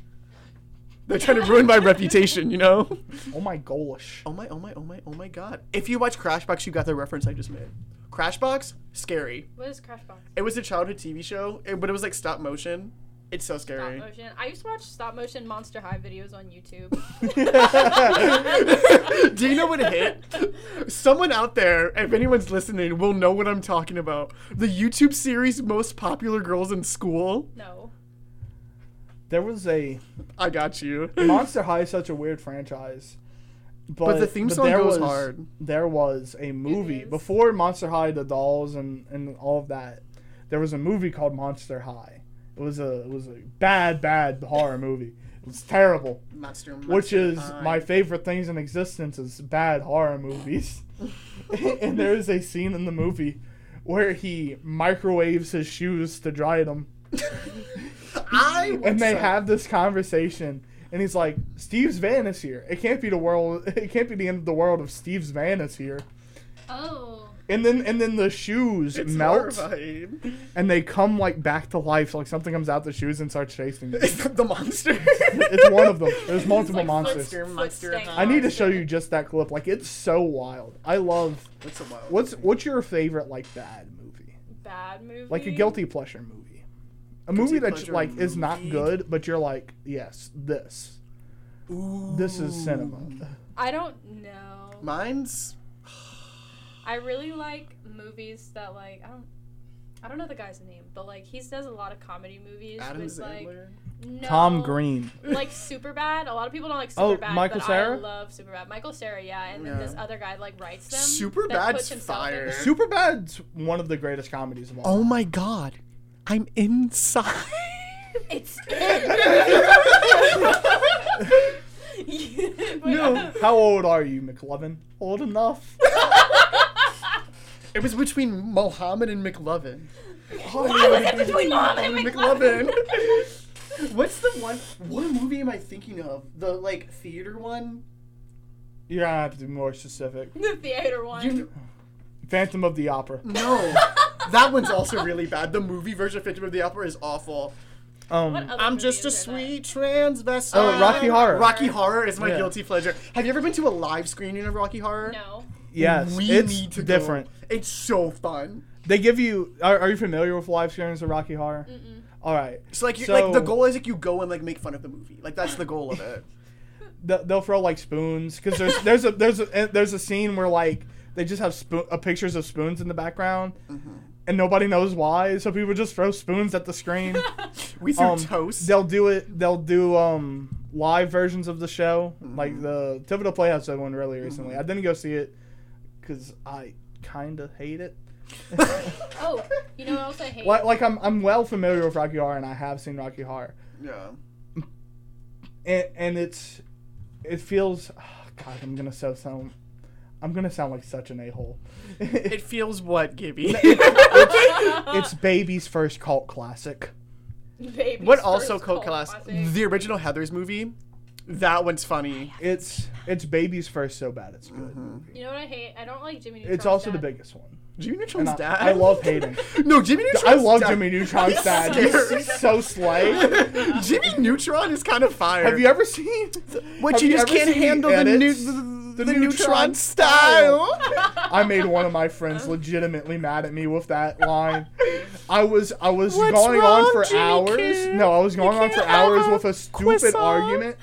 [SPEAKER 3] They're trying to ruin my reputation, you know?
[SPEAKER 2] Oh my gosh.
[SPEAKER 3] Oh my, oh my, oh my, oh my god. If you watch Crashbox, you got the reference I just made. Crashbox? Scary.
[SPEAKER 5] What is Crashbox?
[SPEAKER 3] It was a childhood TV show, it- but it was like stop motion. It's so
[SPEAKER 5] Stop
[SPEAKER 3] scary.
[SPEAKER 5] motion. I used to watch stop motion Monster High videos on YouTube.
[SPEAKER 3] Do you know what hit? Someone out there, if anyone's listening, will know what I'm talking about. The YouTube series Most Popular Girls in School.
[SPEAKER 5] No.
[SPEAKER 2] There was a
[SPEAKER 3] I got you.
[SPEAKER 2] Monster High is such a weird franchise. But,
[SPEAKER 3] the theme song
[SPEAKER 2] there
[SPEAKER 3] goes
[SPEAKER 2] was,
[SPEAKER 3] hard.
[SPEAKER 2] There was a movie
[SPEAKER 5] is.
[SPEAKER 2] before Monster High, the dolls, and, and all of that. There was a movie called Monster High. It was a it was a bad bad horror movie. It was terrible.
[SPEAKER 3] Monster, Uh,
[SPEAKER 2] which
[SPEAKER 3] Monster
[SPEAKER 2] is
[SPEAKER 3] High.
[SPEAKER 2] my favorite things in existence is bad horror movies. and there is a scene in the movie where he microwaves his shoes to dry them,
[SPEAKER 3] I
[SPEAKER 2] and they
[SPEAKER 3] so-
[SPEAKER 2] have this conversation. And he's like, "Steve's van is here. It can't be the world. It can't be the end of the world if Steve's van is here."
[SPEAKER 5] Oh.
[SPEAKER 2] And then and then the shoes
[SPEAKER 3] It's
[SPEAKER 2] melt
[SPEAKER 3] horrifying.
[SPEAKER 2] and they come like back to life. Like something comes out the shoes and starts chasing. them.
[SPEAKER 3] It's the monster.
[SPEAKER 2] it's one of them. There's multiple
[SPEAKER 5] like
[SPEAKER 2] monsters.
[SPEAKER 3] Monster, Monster
[SPEAKER 5] Footstank.
[SPEAKER 3] High.
[SPEAKER 2] I need to show you just that clip. Like it's so wild. I love
[SPEAKER 3] What's the wild?
[SPEAKER 2] What's what's your favorite like bad movie?
[SPEAKER 5] Bad movie.
[SPEAKER 2] Like a guilty pleasure movie. A movie
[SPEAKER 3] Guilty
[SPEAKER 2] that's
[SPEAKER 3] pleasure
[SPEAKER 2] like is not
[SPEAKER 3] movie.
[SPEAKER 2] good, but you're like, yes, this. This is cinema.
[SPEAKER 5] I don't know.
[SPEAKER 3] Mine's
[SPEAKER 5] I really like movies that like I don't. I don't know the guy's name, but like he does a lot of comedy movies
[SPEAKER 3] Adam
[SPEAKER 5] with like
[SPEAKER 3] Sandler.
[SPEAKER 5] No,
[SPEAKER 2] Tom Green.
[SPEAKER 5] Like super bad. A lot of people don't like
[SPEAKER 2] Oh,
[SPEAKER 5] super bad.
[SPEAKER 2] Michael
[SPEAKER 5] but
[SPEAKER 2] Cera?
[SPEAKER 5] I love super bad. Michael Sarah, yeah, and
[SPEAKER 3] Yeah.
[SPEAKER 5] then this other guy like writes them.
[SPEAKER 3] Superbad's
[SPEAKER 5] that puts himself in
[SPEAKER 3] fire.
[SPEAKER 5] there.
[SPEAKER 2] Superbad's one of the greatest comedies of all.
[SPEAKER 4] Oh my god. I'm inside.
[SPEAKER 5] It's it.
[SPEAKER 2] No. How old are you, McLovin? Old enough?
[SPEAKER 3] It was between Mohammed and McLovin.
[SPEAKER 5] Why was it between Mom and
[SPEAKER 3] McLovin.
[SPEAKER 5] McLovin?
[SPEAKER 3] What's the one? What movie am I thinking of? The like theater one.
[SPEAKER 2] You're gonna have to be more specific.
[SPEAKER 5] the theater one.
[SPEAKER 3] You-
[SPEAKER 2] Phantom of the Opera.
[SPEAKER 3] no, that one's also really bad. The movie version of Phantom of the Opera is awful.
[SPEAKER 5] What
[SPEAKER 2] Um,
[SPEAKER 5] other
[SPEAKER 3] I'm
[SPEAKER 5] movie
[SPEAKER 3] just a
[SPEAKER 5] is there that-
[SPEAKER 3] sweet transvestite.
[SPEAKER 2] Oh, Rocky Horror.
[SPEAKER 3] Rocky Horror is my
[SPEAKER 2] Yeah.
[SPEAKER 3] guilty pleasure. Have you ever been to a live screening of Rocky Horror?
[SPEAKER 5] No.
[SPEAKER 2] yes,
[SPEAKER 3] We
[SPEAKER 2] it's
[SPEAKER 3] need to go.
[SPEAKER 2] different.
[SPEAKER 3] It's so fun.
[SPEAKER 2] They give you. Are, are you familiar with live screenings of Rocky Horror? All right.
[SPEAKER 3] It's like you
[SPEAKER 2] So-
[SPEAKER 3] like the goal is like you go and like make fun of the movie. Like that's the goal of it.
[SPEAKER 2] th- they'll throw like spoons because there's there's a there's a there's a scene where like they just have spoon uh, pictures of spoons in the background, and nobody knows why. So people just throw spoons at the screen.
[SPEAKER 3] We threw
[SPEAKER 2] um,
[SPEAKER 3] toast.
[SPEAKER 2] They'll do it. They'll do um live versions of the show, like the Thibodeau Playhouse did one really recently. I didn't go see it because I kind of hate it.
[SPEAKER 5] Oh, you know what else I hate?
[SPEAKER 2] Like, like I'm I'm well familiar with Rocky Horror and I have seen Rocky Horror,
[SPEAKER 3] yeah.
[SPEAKER 2] and and it's it feels. ah, God, I'm gonna so sound. I'm gonna sound like such an a hole.
[SPEAKER 3] It feels what, Gibby?
[SPEAKER 2] it's baby's first cult classic.
[SPEAKER 5] Baby's
[SPEAKER 3] what
[SPEAKER 5] first
[SPEAKER 3] also cult
[SPEAKER 5] cult
[SPEAKER 3] class?
[SPEAKER 5] classic.
[SPEAKER 3] The original Heather's movie. That one's funny.
[SPEAKER 2] It's it's baby's first so bad it's good.
[SPEAKER 5] You know what I hate? I don't like Jimmy Neutron's
[SPEAKER 2] It's also
[SPEAKER 5] dad.
[SPEAKER 2] the biggest one.
[SPEAKER 3] Jimmy Neutron's
[SPEAKER 2] And I,
[SPEAKER 3] dad.
[SPEAKER 2] I love Hayden.
[SPEAKER 3] No, Jimmy Neutron.
[SPEAKER 2] I love Jimmy Neutron's dad. He's, he's so slay.
[SPEAKER 3] Jimmy Neutron is kind of fire.
[SPEAKER 2] Have you ever seen?
[SPEAKER 3] What
[SPEAKER 2] have
[SPEAKER 3] you,
[SPEAKER 2] you
[SPEAKER 3] just
[SPEAKER 2] ever
[SPEAKER 3] can't
[SPEAKER 2] seen
[SPEAKER 3] handle the, new,
[SPEAKER 2] edits?
[SPEAKER 3] the,
[SPEAKER 2] The
[SPEAKER 3] the Neutron,
[SPEAKER 2] Neutron
[SPEAKER 3] style.
[SPEAKER 2] I made one of my friends legitimately mad at me with that line. I was I was
[SPEAKER 3] What's
[SPEAKER 2] going on
[SPEAKER 3] wrong,
[SPEAKER 2] for
[SPEAKER 3] Jimmy
[SPEAKER 2] hours.
[SPEAKER 3] Kim?
[SPEAKER 2] No, I was going on for
[SPEAKER 3] can't have
[SPEAKER 2] hours
[SPEAKER 3] a
[SPEAKER 2] with a stupid
[SPEAKER 3] croissant?
[SPEAKER 2] argument.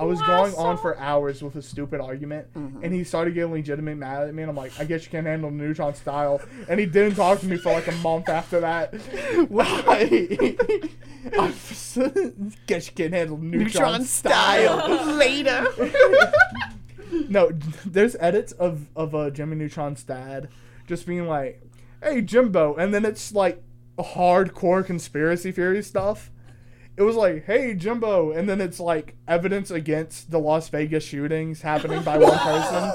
[SPEAKER 2] I was going on
[SPEAKER 3] Croissant?
[SPEAKER 2] for hours with a stupid argument, and he started getting legitimate mad at me. And I'm like, I guess you can't handle the neutron style. And he didn't talk to me for like a month after that. Why? I guess you can't handle the neutron,
[SPEAKER 3] Neutron style. Later.
[SPEAKER 2] no, there's edits of of uh, Jimmy Neutron's dad just being like, "Hey Jimbo," and then it's like hardcore conspiracy theory stuff. It was like, "Hey Jimbo," and then it's like evidence against the Las Vegas shootings happening by one person.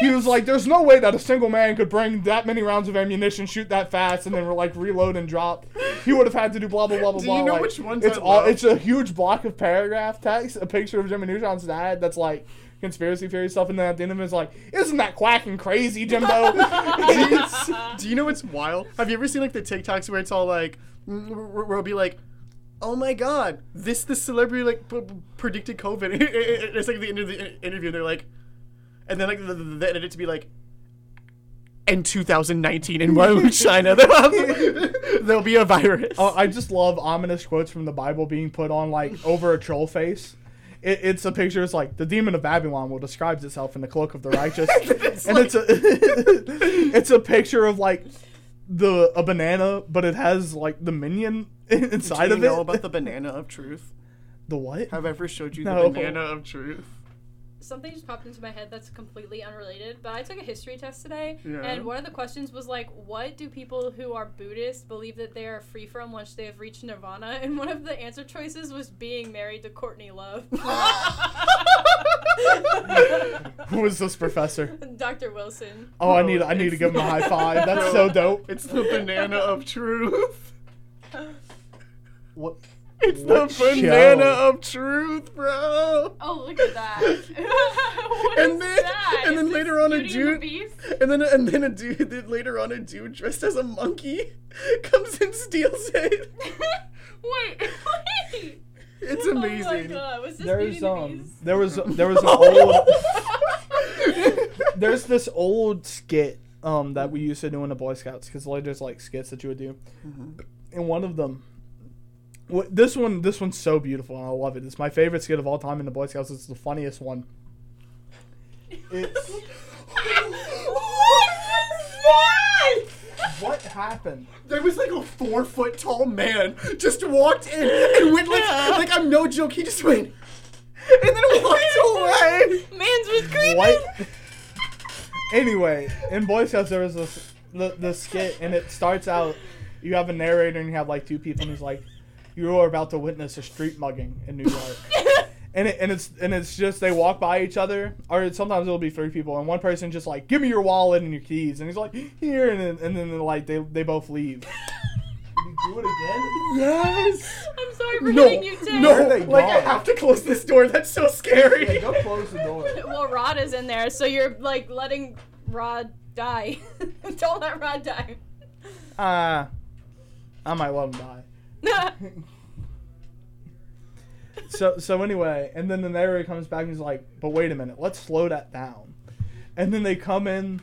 [SPEAKER 2] He was like, "There's no way that a single man could bring that many rounds of ammunition, shoot that fast, and then like reload and drop. He would have had to do blah blah blah blah
[SPEAKER 3] Do you
[SPEAKER 2] blah."
[SPEAKER 3] know
[SPEAKER 2] like,
[SPEAKER 3] which ones
[SPEAKER 2] It's
[SPEAKER 3] I
[SPEAKER 2] all.
[SPEAKER 3] love?
[SPEAKER 2] It's a huge block of paragraph text, a picture of Jimmy Neutron's dad that's like conspiracy theory stuff, and then at the end of it, it's like, "Isn't that quacking crazy, Jimbo?" It's-
[SPEAKER 3] Do you know what's wild? Have you ever seen like the TikToks where it's all like, mm, where where it'll be like, oh my god, this the celebrity like p- p- predicted COVID. it's like the end of the in- interview, and they're like, and then like the, the, the edit to be like. In 2019, in Wuhan, China, there'll be a virus.
[SPEAKER 2] Uh, I just love ominous quotes from the Bible being put on like over a troll face. It, it's a picture. It's like the demon of Babylon will describes itself in the cloak of the righteous, and it's a it's a picture of like the a banana, but it has like the minion
[SPEAKER 3] Do
[SPEAKER 2] inside
[SPEAKER 3] you
[SPEAKER 2] of it.
[SPEAKER 3] know about the banana of truth?
[SPEAKER 2] the what?
[SPEAKER 3] Have I ever showed you
[SPEAKER 2] No.
[SPEAKER 3] the banana of truth?
[SPEAKER 5] Something just popped into my head that's completely unrelated, but I took a history test today,
[SPEAKER 3] Yeah.
[SPEAKER 5] and one of the questions was like, "What do people who are Buddhist believe that they are free from once they have reached nirvana?" And one of the answer choices was being married to Courtney Love.
[SPEAKER 2] Who is this professor?
[SPEAKER 5] Dr. Wilson.
[SPEAKER 2] Oh, I need I need to give him a high five. That's so dope.
[SPEAKER 3] It's the banana of truth.
[SPEAKER 2] What?
[SPEAKER 3] It's the
[SPEAKER 2] What
[SPEAKER 3] banana
[SPEAKER 2] show?
[SPEAKER 3] of truth, bro.
[SPEAKER 5] Oh, look at that. What
[SPEAKER 3] And
[SPEAKER 5] is
[SPEAKER 3] then-
[SPEAKER 5] that?
[SPEAKER 3] and
[SPEAKER 5] Is
[SPEAKER 3] then
[SPEAKER 5] this
[SPEAKER 3] later on a
[SPEAKER 5] Beauty and the
[SPEAKER 3] dude-
[SPEAKER 5] Beast?
[SPEAKER 3] And then and then a dude then later on a dude dressed as a monkey comes and steals it.
[SPEAKER 5] wait, wait.
[SPEAKER 3] It's
[SPEAKER 5] Oh my
[SPEAKER 3] amazing.
[SPEAKER 5] god, was this Beauty
[SPEAKER 2] There's
[SPEAKER 5] and the
[SPEAKER 2] um
[SPEAKER 5] Beast?
[SPEAKER 2] there was there was an old there's this old skit um that we used to do in the Boy Scouts because like there's like skits that you would do, and one of them. wh- This one, this one's so beautiful, and I love it. It's my favorite skit of all time in the Boy Scouts. It's the funniest one. It's
[SPEAKER 5] What is that?
[SPEAKER 2] What happened?
[SPEAKER 3] There was like a four foot tall man just walked in and went like, like I'm no joke. He just went and then walked away.
[SPEAKER 5] Mans was creeping.
[SPEAKER 2] Anyway, in Boy Scouts there was this the, the skit, and it starts out. You have a narrator, and you have like two people, and he's like, "You are about to witness a street mugging in New York." and it, and it's and it's just they walk by each other, or sometimes it'll be three people, and one person just like, "Give me your wallet and your keys," and he's like, "Here," and then, and then they're like they they both leave. do it again?
[SPEAKER 3] Yes.
[SPEAKER 5] I'm sorry for
[SPEAKER 3] No,
[SPEAKER 5] hitting you, Tay.
[SPEAKER 3] no,
[SPEAKER 2] Where are they
[SPEAKER 3] like I
[SPEAKER 2] going?
[SPEAKER 3] have to close this door. That's so scary.
[SPEAKER 2] go close the door.
[SPEAKER 5] Well, Rod is in there, so you're like letting Rod die. Don't let Rod die.
[SPEAKER 2] Uh, I might let him die. so so anyway, and then the narrator comes back and he's like, "But wait a minute, let's slow that down." And then they come in,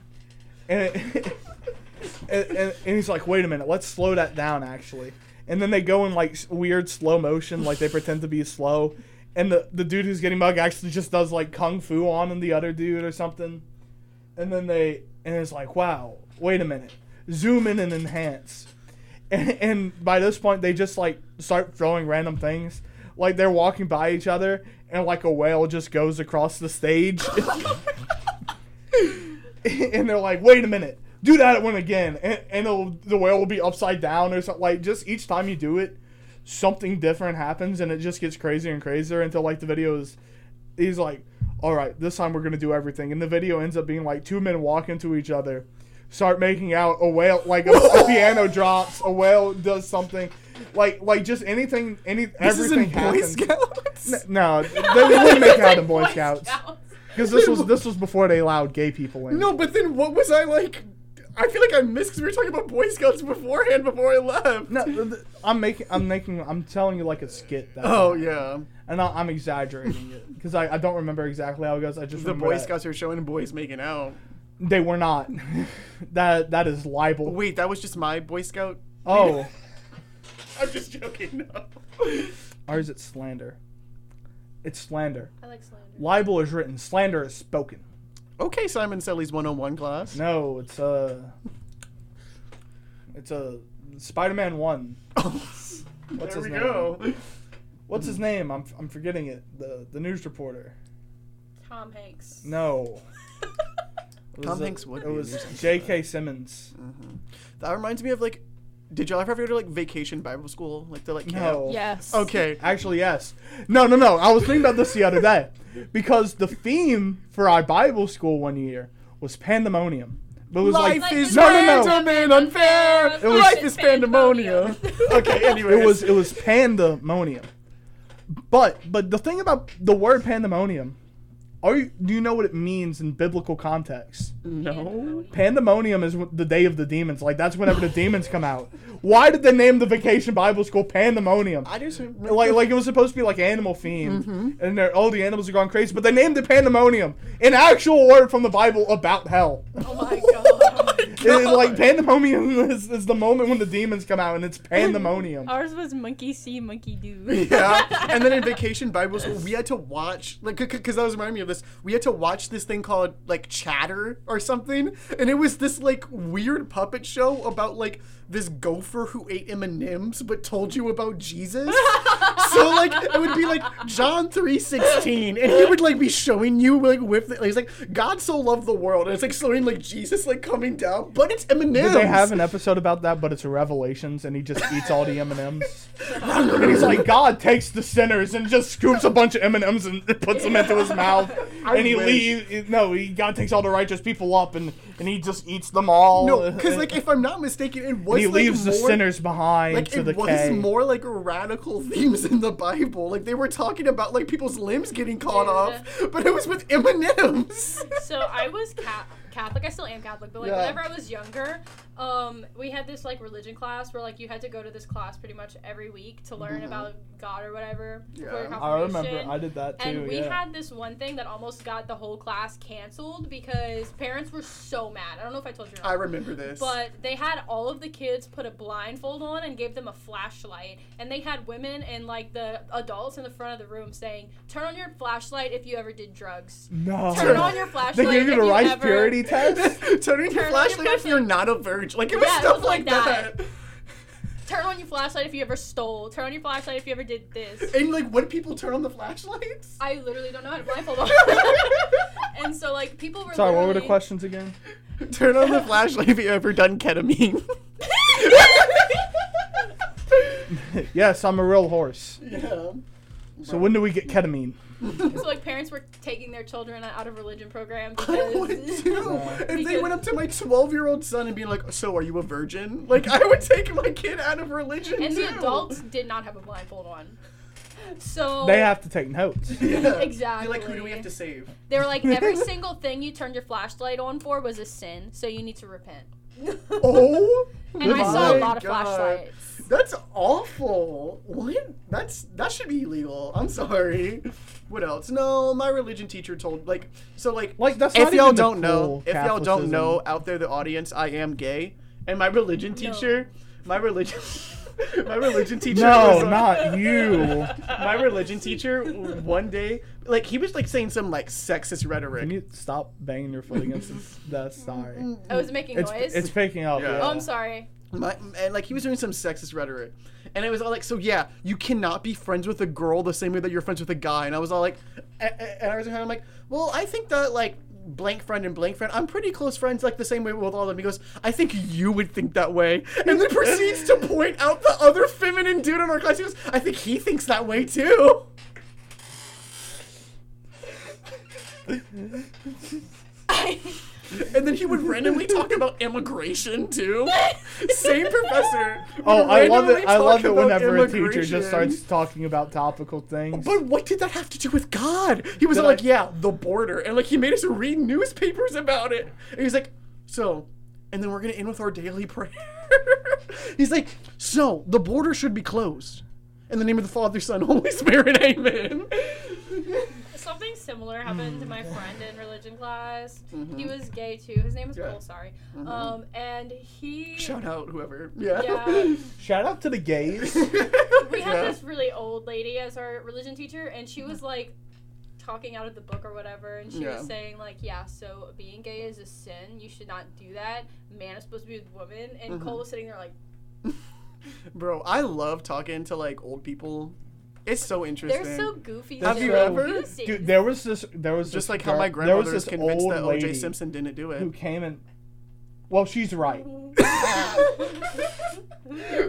[SPEAKER 2] and and, and, and he's like, "Wait a minute, let's slow that down." Actually, and then they go in like s- weird slow motion, like they pretend to be slow, and the the dude who's getting mugged actually just does like kung fu on the other dude or something, and then they and it's like, "Wow, wait a minute, zoom in and enhance." and, and by this point they just like start throwing random things like they're walking by each other and like a whale just goes across the stage and they're like wait a minute do that one again and, and it'll, the whale will be upside down or something like just each time you do it something different happens and it just gets crazier and crazier until like the video is he's like all right this time we're gonna do everything and the video ends up being like two men walk into each other start making out a whale like a, a piano drops a whale does something like like just anything any everything happens
[SPEAKER 3] Scouts.
[SPEAKER 2] N- no they wouldn't make out in boy
[SPEAKER 5] Boy
[SPEAKER 2] scouts
[SPEAKER 5] Scouts.
[SPEAKER 2] because this was this was before they allowed gay people in
[SPEAKER 3] No, but then what was I like? I feel like I missed because we were talking about Boy Scouts beforehand before I left.
[SPEAKER 2] No, th- th- I'm making, I'm making, I'm telling you like a skit. That
[SPEAKER 3] Oh yeah,
[SPEAKER 2] and I, I'm exaggerating it because I, I don't remember exactly how it goes. I just
[SPEAKER 3] the
[SPEAKER 2] remember
[SPEAKER 3] Boy
[SPEAKER 2] that
[SPEAKER 3] Scouts are showing boys making out.
[SPEAKER 2] They were not. that that is libel.
[SPEAKER 3] Wait, that was just my Boy Scout.
[SPEAKER 2] oh,
[SPEAKER 3] I'm just joking. No.
[SPEAKER 2] or is it slander? It's slander.
[SPEAKER 5] I like slander.
[SPEAKER 2] Libel is written. Slander is spoken.
[SPEAKER 3] Okay, Simon Selly's 101 class.
[SPEAKER 2] No, it's a. It's a Spider-Man one. What's
[SPEAKER 3] there
[SPEAKER 2] his
[SPEAKER 3] we
[SPEAKER 2] name?
[SPEAKER 3] go.
[SPEAKER 2] What's his name? I'm I'm forgetting it. The the news reporter.
[SPEAKER 5] Tom Hanks.
[SPEAKER 2] No. It was
[SPEAKER 3] Tom
[SPEAKER 2] a-
[SPEAKER 3] Hanks would
[SPEAKER 2] It
[SPEAKER 3] be a
[SPEAKER 2] was
[SPEAKER 3] nuisance,
[SPEAKER 2] J.K. Simmons.
[SPEAKER 3] That reminds me of like, did y'all ever have to go to like vacation Bible school? Like they're like
[SPEAKER 2] No.
[SPEAKER 3] camp?
[SPEAKER 5] Yes.
[SPEAKER 3] Okay.
[SPEAKER 2] Actually, yes. No, no, no. I was thinking about this the other day because the theme for our Bible school one year was pandemonium. But it was
[SPEAKER 3] Life
[SPEAKER 2] like
[SPEAKER 3] is
[SPEAKER 2] no, no, no.
[SPEAKER 3] random and unfair.
[SPEAKER 5] It was-
[SPEAKER 3] Life is pandemonium. okay. Anyway,
[SPEAKER 2] It was it was pandemonium. But but the thing about the word pandemonium, are you do you know what it means in biblical context?
[SPEAKER 5] Oh
[SPEAKER 3] no.
[SPEAKER 2] Pandemonium is wh- the day of the demons. Like that's whenever the demons come out. Why did they name the vacation Bible school pandemonium?
[SPEAKER 3] I just remember
[SPEAKER 2] Like, like it was supposed to be like animal themed,
[SPEAKER 3] Mm-hmm.
[SPEAKER 2] and they're, all the animals are gone crazy. But they named it pandemonium, an actual word from the Bible about hell.
[SPEAKER 5] Oh my god.
[SPEAKER 2] It- it- like pandemonium is, is the moment when the demons come out, and it's pandemonium.
[SPEAKER 5] Ours was monkey see, monkey do.
[SPEAKER 3] yeah. And then in vacation Bible school, we had to watch like because that was reminding me of this. We had to watch this thing called like Chatter or something, and it was this like weird puppet show about like this gopher who ate M and M's but told you about Jesus. so like it would be like John three sixteen, and he would like be showing you like with like, he's like God so loved the world, and it's like showing like Jesus like coming down, but it's M and M's.
[SPEAKER 2] Did they have an episode about that? But it's Revelations, and he just eats all the M and M's. And he's like, God takes the sinners and just scoops a bunch of M and M's and puts them into his mouth, and he
[SPEAKER 3] wish.
[SPEAKER 2] leaves. No, he, God takes all the righteous people up, and and he just eats them all.
[SPEAKER 3] No, because like if I'm not mistaken, it was
[SPEAKER 2] he
[SPEAKER 3] like,
[SPEAKER 2] leaves the
[SPEAKER 3] more-
[SPEAKER 2] sinners behind
[SPEAKER 3] like
[SPEAKER 2] to
[SPEAKER 3] it
[SPEAKER 2] the
[SPEAKER 3] was
[SPEAKER 2] K.
[SPEAKER 3] more like radical themes in the Bible. Like they were talking about like people's limbs getting caught
[SPEAKER 5] Yeah.
[SPEAKER 3] off, but it was with M and M's.
[SPEAKER 5] so I was ca- Catholic. I still am Catholic, but like
[SPEAKER 3] Yeah.
[SPEAKER 5] whenever I was younger, um, we had this like religion class where like you had to go to this class pretty much every week to learn about God or whatever. for your
[SPEAKER 3] Mm-hmm. Yeah.
[SPEAKER 2] I remember
[SPEAKER 5] confirmation.
[SPEAKER 2] I did that too.
[SPEAKER 5] And we
[SPEAKER 2] yeah.
[SPEAKER 5] had this one thing that almost got the whole class canceled because parents were so mad. I don't know if I told you. Or not.
[SPEAKER 3] I remember this.
[SPEAKER 5] But they had all of the kids put a blindfold on and gave them a flashlight. And they had women and like the adults in the front of the room saying, "Turn on your flashlight if you ever did drugs.
[SPEAKER 2] no.
[SPEAKER 5] Turn on your flashlight
[SPEAKER 2] they gave you
[SPEAKER 5] if
[SPEAKER 2] the
[SPEAKER 5] you
[SPEAKER 2] rice
[SPEAKER 5] ever."
[SPEAKER 2] purity test.
[SPEAKER 3] Turning your
[SPEAKER 5] Turn on your
[SPEAKER 3] flashlight if you're not a virgin.
[SPEAKER 4] marriage. Like it was
[SPEAKER 5] Yeah, it
[SPEAKER 4] stuff
[SPEAKER 5] was
[SPEAKER 4] like
[SPEAKER 5] like
[SPEAKER 4] that.
[SPEAKER 5] that. Turn on your flashlight if you ever stole. Turn on your flashlight if you ever did this.
[SPEAKER 4] And like, what people turn on the flashlights?
[SPEAKER 5] I literally don't know how to blindfold on. and so like people were.
[SPEAKER 2] Sorry, what were the
[SPEAKER 5] literally-
[SPEAKER 2] questions again?
[SPEAKER 3] Turn on the flashlight if you ever done ketamine.
[SPEAKER 2] yes, I'm a real horse.
[SPEAKER 4] yeah.
[SPEAKER 2] So when do we get ketamine?
[SPEAKER 5] So like parents were taking their children out of religion program
[SPEAKER 4] I would
[SPEAKER 5] because
[SPEAKER 4] too. If they
[SPEAKER 5] Because-
[SPEAKER 4] went up to my 12 year old son and being like, So are you a virgin? Like, I would take my kid out of religion
[SPEAKER 5] and
[SPEAKER 4] too.
[SPEAKER 5] the adults did not have a blindfold on. So
[SPEAKER 2] They have to take notes.
[SPEAKER 4] Yeah.
[SPEAKER 5] Exactly.
[SPEAKER 4] They're like, Who do we have to save?
[SPEAKER 5] They were like every single thing you turned your flashlight on for was a sin, so you need to repent.
[SPEAKER 4] Oh,
[SPEAKER 5] and I saw
[SPEAKER 4] my
[SPEAKER 5] a lot of
[SPEAKER 4] God.
[SPEAKER 5] flashlights.
[SPEAKER 4] That's awful. What? That's that should be illegal. I'm sorry. What else? No, my religion teacher told like so like
[SPEAKER 2] Like that's
[SPEAKER 3] if
[SPEAKER 2] not
[SPEAKER 3] y'all
[SPEAKER 2] even the
[SPEAKER 3] don't know,
[SPEAKER 2] cool
[SPEAKER 3] if y'all don't
[SPEAKER 2] Catholicism.
[SPEAKER 3] know out there, the audience, I am gay, and my religion teacher, my religion, my religion teacher, was
[SPEAKER 2] No,
[SPEAKER 3] on-
[SPEAKER 2] not you.
[SPEAKER 3] my religion teacher. One day, like he was like saying some like sexist rhetoric.
[SPEAKER 2] Can you stop banging your foot against this? That's
[SPEAKER 3] Mm,
[SPEAKER 2] sorry.
[SPEAKER 5] I was making
[SPEAKER 2] It's
[SPEAKER 5] noise.
[SPEAKER 2] it's picking up.
[SPEAKER 4] Yeah.
[SPEAKER 2] Yeah.
[SPEAKER 5] oh, I'm sorry.
[SPEAKER 3] My, and like he was doing some sexist rhetoric, and it was all like, so yeah, you cannot be friends with a girl the same way that you're friends with a guy. And I was all like, a- a- and I was kind of like, well, I think that like blank friend and blank friend, I'm pretty close friends like the same way with all of them. He goes, I think you would think that way, and then proceeds to point out the other feminine dude in our class. He goes, I think he thinks that way too. And then he would randomly talk about immigration too. Same professor.
[SPEAKER 2] Oh,
[SPEAKER 3] would
[SPEAKER 2] I love
[SPEAKER 3] randomly
[SPEAKER 2] it. I
[SPEAKER 3] talk
[SPEAKER 2] love it
[SPEAKER 3] about
[SPEAKER 2] whenever a teacher
[SPEAKER 3] immigration.
[SPEAKER 2] just starts talking about topical things.
[SPEAKER 3] But what did that have to do with God? He was
[SPEAKER 2] Did
[SPEAKER 3] like,
[SPEAKER 2] I-
[SPEAKER 3] yeah, the border. And like he made us read newspapers about it. And he was like, so, and then we're gonna end with our daily prayer. He's like, so the border should be closed. In the name of the Father, Son, Holy Spirit, Amen.
[SPEAKER 5] Something similar happened to my friend in religion class. He was gay too. His name was
[SPEAKER 4] Mm-hmm. Yeah. Mm-hmm.
[SPEAKER 5] Cole. Sorry. Um, and he.
[SPEAKER 4] shout out whoever. Yeah.
[SPEAKER 5] Yeah.
[SPEAKER 2] Shout out to the gays.
[SPEAKER 5] we had
[SPEAKER 4] Yeah.
[SPEAKER 5] this really old lady as our religion teacher, and she was like talking out of the book or whatever, and she
[SPEAKER 4] Yeah.
[SPEAKER 5] was saying like, yeah, so being gay is a sin. You should not do that. Man is supposed to be with woman, and
[SPEAKER 2] Mm-hmm.
[SPEAKER 5] Cole was sitting there like,
[SPEAKER 4] Bro, I love talking to like old people. It's so interesting.
[SPEAKER 5] they're so goofy.
[SPEAKER 4] Have
[SPEAKER 5] they're
[SPEAKER 4] you
[SPEAKER 5] so
[SPEAKER 4] ever-
[SPEAKER 5] confusing."
[SPEAKER 2] Dude, there was this. There was
[SPEAKER 4] just
[SPEAKER 2] this
[SPEAKER 4] like how
[SPEAKER 2] girl-
[SPEAKER 4] my
[SPEAKER 2] there was
[SPEAKER 4] grandmother is
[SPEAKER 2] this
[SPEAKER 4] convinced
[SPEAKER 2] old
[SPEAKER 4] that O.J.
[SPEAKER 2] lady
[SPEAKER 4] Simpson didn't do
[SPEAKER 2] who
[SPEAKER 4] it.
[SPEAKER 2] came and. Well, she's right.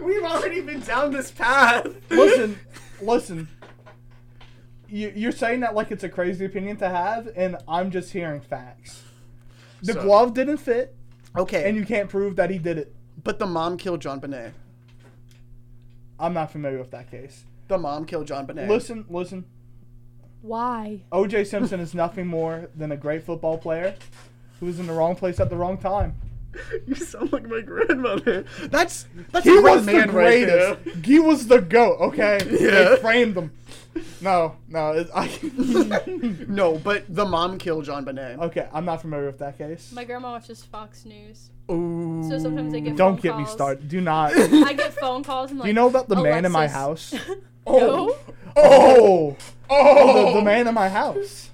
[SPEAKER 4] We've already been down this path.
[SPEAKER 2] listen, listen. You, you're saying that like it's a crazy opinion to have, and I'm just hearing facts. The
[SPEAKER 4] So-
[SPEAKER 2] glove didn't fit,
[SPEAKER 3] Okay,
[SPEAKER 2] and you can't prove that he did it.
[SPEAKER 3] but the mom killed John Bonet.
[SPEAKER 2] I'm not familiar with that case.
[SPEAKER 3] The mom killed John Bonet.
[SPEAKER 2] Listen, listen.
[SPEAKER 5] Why?
[SPEAKER 2] O.J. Simpson is nothing more than a great football player who was in the wrong place at the wrong time.
[SPEAKER 3] you sound like my grandmother. That's that's
[SPEAKER 2] He
[SPEAKER 3] a great
[SPEAKER 2] was the
[SPEAKER 3] man right there.
[SPEAKER 2] greatest. he was the goat. Okay,
[SPEAKER 3] Yeah.
[SPEAKER 2] they framed him. No, no. It, I,
[SPEAKER 3] No, but the mom killed John Bonet.
[SPEAKER 2] okay, I'm not familiar with that case.
[SPEAKER 5] My grandma watches Fox News,
[SPEAKER 3] Ooh.
[SPEAKER 5] so sometimes I get.
[SPEAKER 2] Don't
[SPEAKER 5] phone
[SPEAKER 2] get me
[SPEAKER 5] calls.
[SPEAKER 2] started. Do not.
[SPEAKER 5] I get phone calls and like.
[SPEAKER 2] Do you know about the man in my
[SPEAKER 5] Alexis-
[SPEAKER 2] house?
[SPEAKER 5] No.
[SPEAKER 2] Oh, oh, the, the man in my house.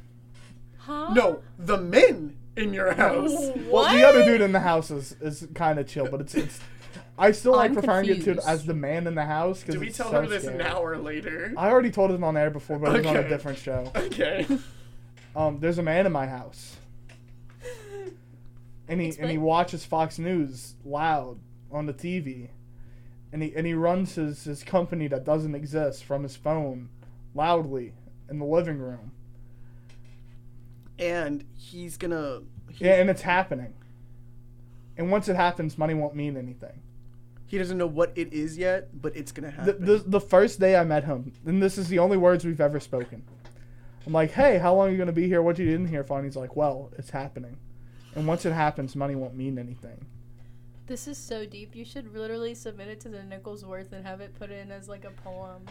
[SPEAKER 5] Huh?
[SPEAKER 4] No, the men in your house.
[SPEAKER 2] Oh.
[SPEAKER 5] What?
[SPEAKER 2] The other dude in the house is, is kind of chill, but it's, it's I still like
[SPEAKER 5] I'm
[SPEAKER 2] referring it to it
[SPEAKER 5] confused.
[SPEAKER 2] as the man in the house because
[SPEAKER 4] Did we
[SPEAKER 2] it's
[SPEAKER 4] tell
[SPEAKER 2] so
[SPEAKER 4] her this
[SPEAKER 2] scary.
[SPEAKER 4] an hour later?
[SPEAKER 2] I already told it on air before, but it was on a
[SPEAKER 4] Okay.
[SPEAKER 2] different show.
[SPEAKER 4] Okay.
[SPEAKER 2] Um, there's a man in my house, and he and he
[SPEAKER 5] Explain.
[SPEAKER 2] watches Fox News loud on the TV, and he and he runs his his company that doesn't exist from his phone, loudly in the living room.
[SPEAKER 3] And he's gonna. He,
[SPEAKER 2] Yeah, and it's happening. And once it happens, money won't mean anything.
[SPEAKER 3] he doesn't know what it is yet, but it's gonna
[SPEAKER 2] The,
[SPEAKER 3] happen.
[SPEAKER 2] the, the first day I met him, and this is the only words we've ever spoken. I'm like, hey, how long are you going to be here? What you didn't hear for? And he's like, well, it's happening. And once it happens, money won't mean anything.
[SPEAKER 5] This is so deep. You should literally submit it to the Nicholsworth and have it put in as like a poem.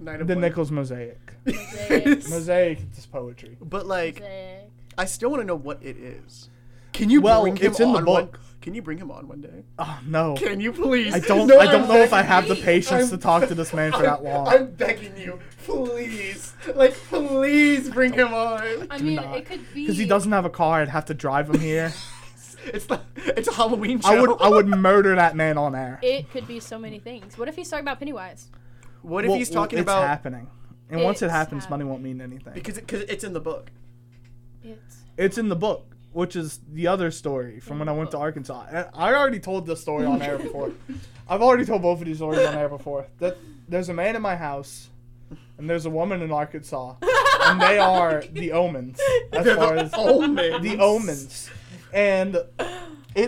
[SPEAKER 4] Night
[SPEAKER 2] The Nichols Mosaic.
[SPEAKER 5] Mosaic.
[SPEAKER 2] Mosaic is poetry.
[SPEAKER 3] but like,
[SPEAKER 5] Mosaic.
[SPEAKER 3] I still want to know what it is. Can you
[SPEAKER 2] Well,
[SPEAKER 3] bring him
[SPEAKER 2] it's in the
[SPEAKER 3] on one-
[SPEAKER 2] book.
[SPEAKER 3] Can you bring him on one day?
[SPEAKER 2] Oh, no.
[SPEAKER 4] Can you please?
[SPEAKER 2] I don't,
[SPEAKER 4] No,
[SPEAKER 2] I don't
[SPEAKER 4] I'm
[SPEAKER 2] know if I
[SPEAKER 4] begging-
[SPEAKER 2] have the patience
[SPEAKER 4] I'm-
[SPEAKER 2] to talk to this man for that
[SPEAKER 4] I'm-
[SPEAKER 2] long.
[SPEAKER 4] I'm begging you, please, like, please bring him on.
[SPEAKER 5] I mean,
[SPEAKER 2] not.
[SPEAKER 5] it could be
[SPEAKER 2] Because he doesn't have a car, I'd have to drive him here.
[SPEAKER 3] It's the it's a Halloween show.
[SPEAKER 2] I would I would murder that man on air.
[SPEAKER 5] It could be so many things. What if he's talking about Pennywise?
[SPEAKER 3] what if
[SPEAKER 2] Well,
[SPEAKER 3] he's
[SPEAKER 2] well,
[SPEAKER 3] talking
[SPEAKER 2] it's
[SPEAKER 3] about
[SPEAKER 2] happening, and once it
[SPEAKER 5] It's
[SPEAKER 2] happens, money
[SPEAKER 5] happening.
[SPEAKER 2] won't mean anything.
[SPEAKER 3] because it, cause it's in the book?
[SPEAKER 5] It's
[SPEAKER 2] It's in the book, which is the other story from when I went to Arkansas. And I already told this story on air before. I've already told both of these stories on air before. That there's a man in my house, and there's a woman in Arkansas, and they are the omens as
[SPEAKER 3] They're
[SPEAKER 2] far
[SPEAKER 3] the
[SPEAKER 2] as
[SPEAKER 3] omens.
[SPEAKER 2] the omens, and it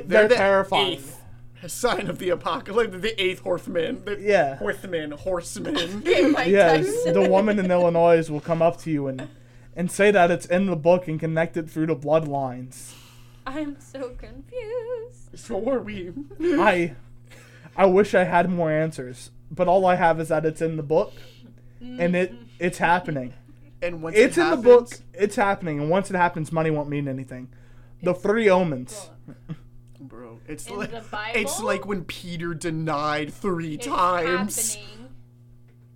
[SPEAKER 3] They're
[SPEAKER 2] they're,
[SPEAKER 3] the
[SPEAKER 2] terrifying.
[SPEAKER 3] eighth sign of the apocalypse. The eighth horseman. The
[SPEAKER 2] Yeah.
[SPEAKER 3] Horseman. Horseman.
[SPEAKER 5] Mike
[SPEAKER 2] Yes,
[SPEAKER 5] Tyson.
[SPEAKER 2] the woman in Illinois will come up to you and and say that it's in the book and connected through the bloodlines.
[SPEAKER 5] I'm so confused.
[SPEAKER 3] so are we.
[SPEAKER 2] I I wish I had more answers, but all I have is that it's in the book and it it's happening.
[SPEAKER 3] And once
[SPEAKER 2] It's
[SPEAKER 3] it
[SPEAKER 2] in the
[SPEAKER 3] happens-
[SPEAKER 2] book, it's happening, and once it happens, money won't mean anything. The three omens.
[SPEAKER 3] bro. It's
[SPEAKER 5] In
[SPEAKER 3] like
[SPEAKER 5] the Bible?
[SPEAKER 3] it's like when Peter denied three
[SPEAKER 5] It's
[SPEAKER 3] times.
[SPEAKER 5] happening.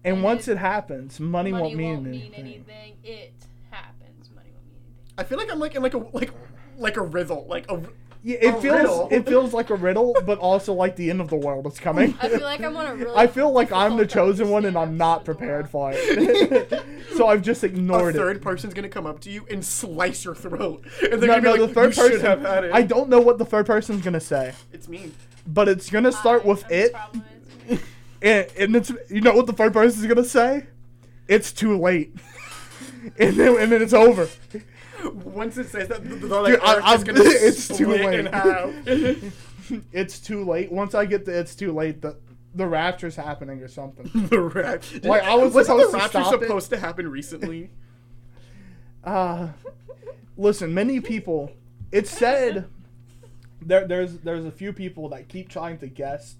[SPEAKER 2] And once it happens, money,
[SPEAKER 5] Money
[SPEAKER 2] won't mean
[SPEAKER 5] won't mean
[SPEAKER 2] anything.
[SPEAKER 5] anything. It happens. Money won't mean anything.
[SPEAKER 3] I feel like I'm like in like a like like a riddle. Like a
[SPEAKER 2] Yeah, it
[SPEAKER 3] A
[SPEAKER 2] feels
[SPEAKER 3] riddle.
[SPEAKER 2] it feels like a riddle, but also like the end of the world is coming.
[SPEAKER 5] I feel like I'm on a really.
[SPEAKER 2] I feel like I'm the
[SPEAKER 5] difficult time to
[SPEAKER 2] chosen one and
[SPEAKER 5] stand
[SPEAKER 2] I'm
[SPEAKER 5] up
[SPEAKER 2] not
[SPEAKER 5] to the
[SPEAKER 2] prepared
[SPEAKER 5] world.
[SPEAKER 2] for it. so I've just
[SPEAKER 3] a
[SPEAKER 2] ignored it.
[SPEAKER 3] third person's gonna come up to you and slice your throat. And they're
[SPEAKER 2] No,
[SPEAKER 3] gonna be
[SPEAKER 2] no,
[SPEAKER 3] like,
[SPEAKER 2] the third
[SPEAKER 3] you should
[SPEAKER 2] person.
[SPEAKER 3] have had it.
[SPEAKER 2] I don't know what the third person's gonna say,
[SPEAKER 3] it's me.
[SPEAKER 2] but it's gonna start with
[SPEAKER 5] I'm the
[SPEAKER 2] it,
[SPEAKER 5] problem is-
[SPEAKER 2] and, and it's you know what the third person's gonna say. It's too late, and then and then it's over.
[SPEAKER 3] Once it says that, th- they're like,
[SPEAKER 2] Dude, I-
[SPEAKER 3] Earth
[SPEAKER 2] I'm-
[SPEAKER 3] is gonna
[SPEAKER 2] it's too
[SPEAKER 3] split
[SPEAKER 2] late.
[SPEAKER 3] in half.
[SPEAKER 2] It's too late. Once I get the it's too late, the the rapture's happening or something.
[SPEAKER 3] the rapture.
[SPEAKER 2] Like, I was
[SPEAKER 3] Wasn't
[SPEAKER 2] supposed to
[SPEAKER 3] the rapture
[SPEAKER 2] stop it?
[SPEAKER 3] supposed to happen recently?
[SPEAKER 2] Uh, listen, many people. It's said there there's there's a few people that keep trying to guess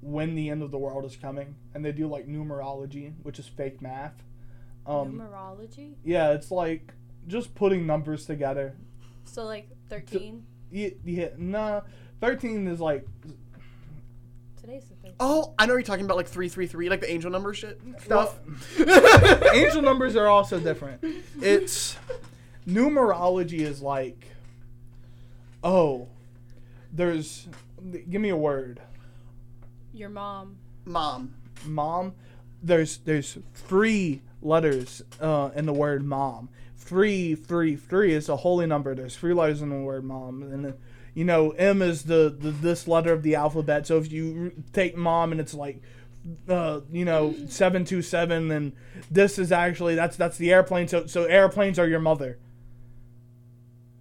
[SPEAKER 2] when the end of the world is coming, and they do like numerology, which is fake math. Um,
[SPEAKER 5] Numerology.
[SPEAKER 2] Yeah, it's like just putting numbers together.
[SPEAKER 5] So like 13.
[SPEAKER 2] Yeah, yeah nah, thirteen is like
[SPEAKER 5] Today's the 13th.
[SPEAKER 3] Oh, I know you're talking about like three three three, like the angel number shit.
[SPEAKER 2] stuff. angel numbers are also different. It's numerology is like, oh, there's give me a word,
[SPEAKER 5] Your mom.
[SPEAKER 3] Mom.
[SPEAKER 2] mom. There's there's three letters uh, in the word mom. Three, three, three is a holy number. There's three letters in the word mom, and then, you know M is the, the this letter of the alphabet. So if you r- take mom and it's like, uh, you know, seven two seven, and this is actually that's that's the airplane. So so airplanes are your mother.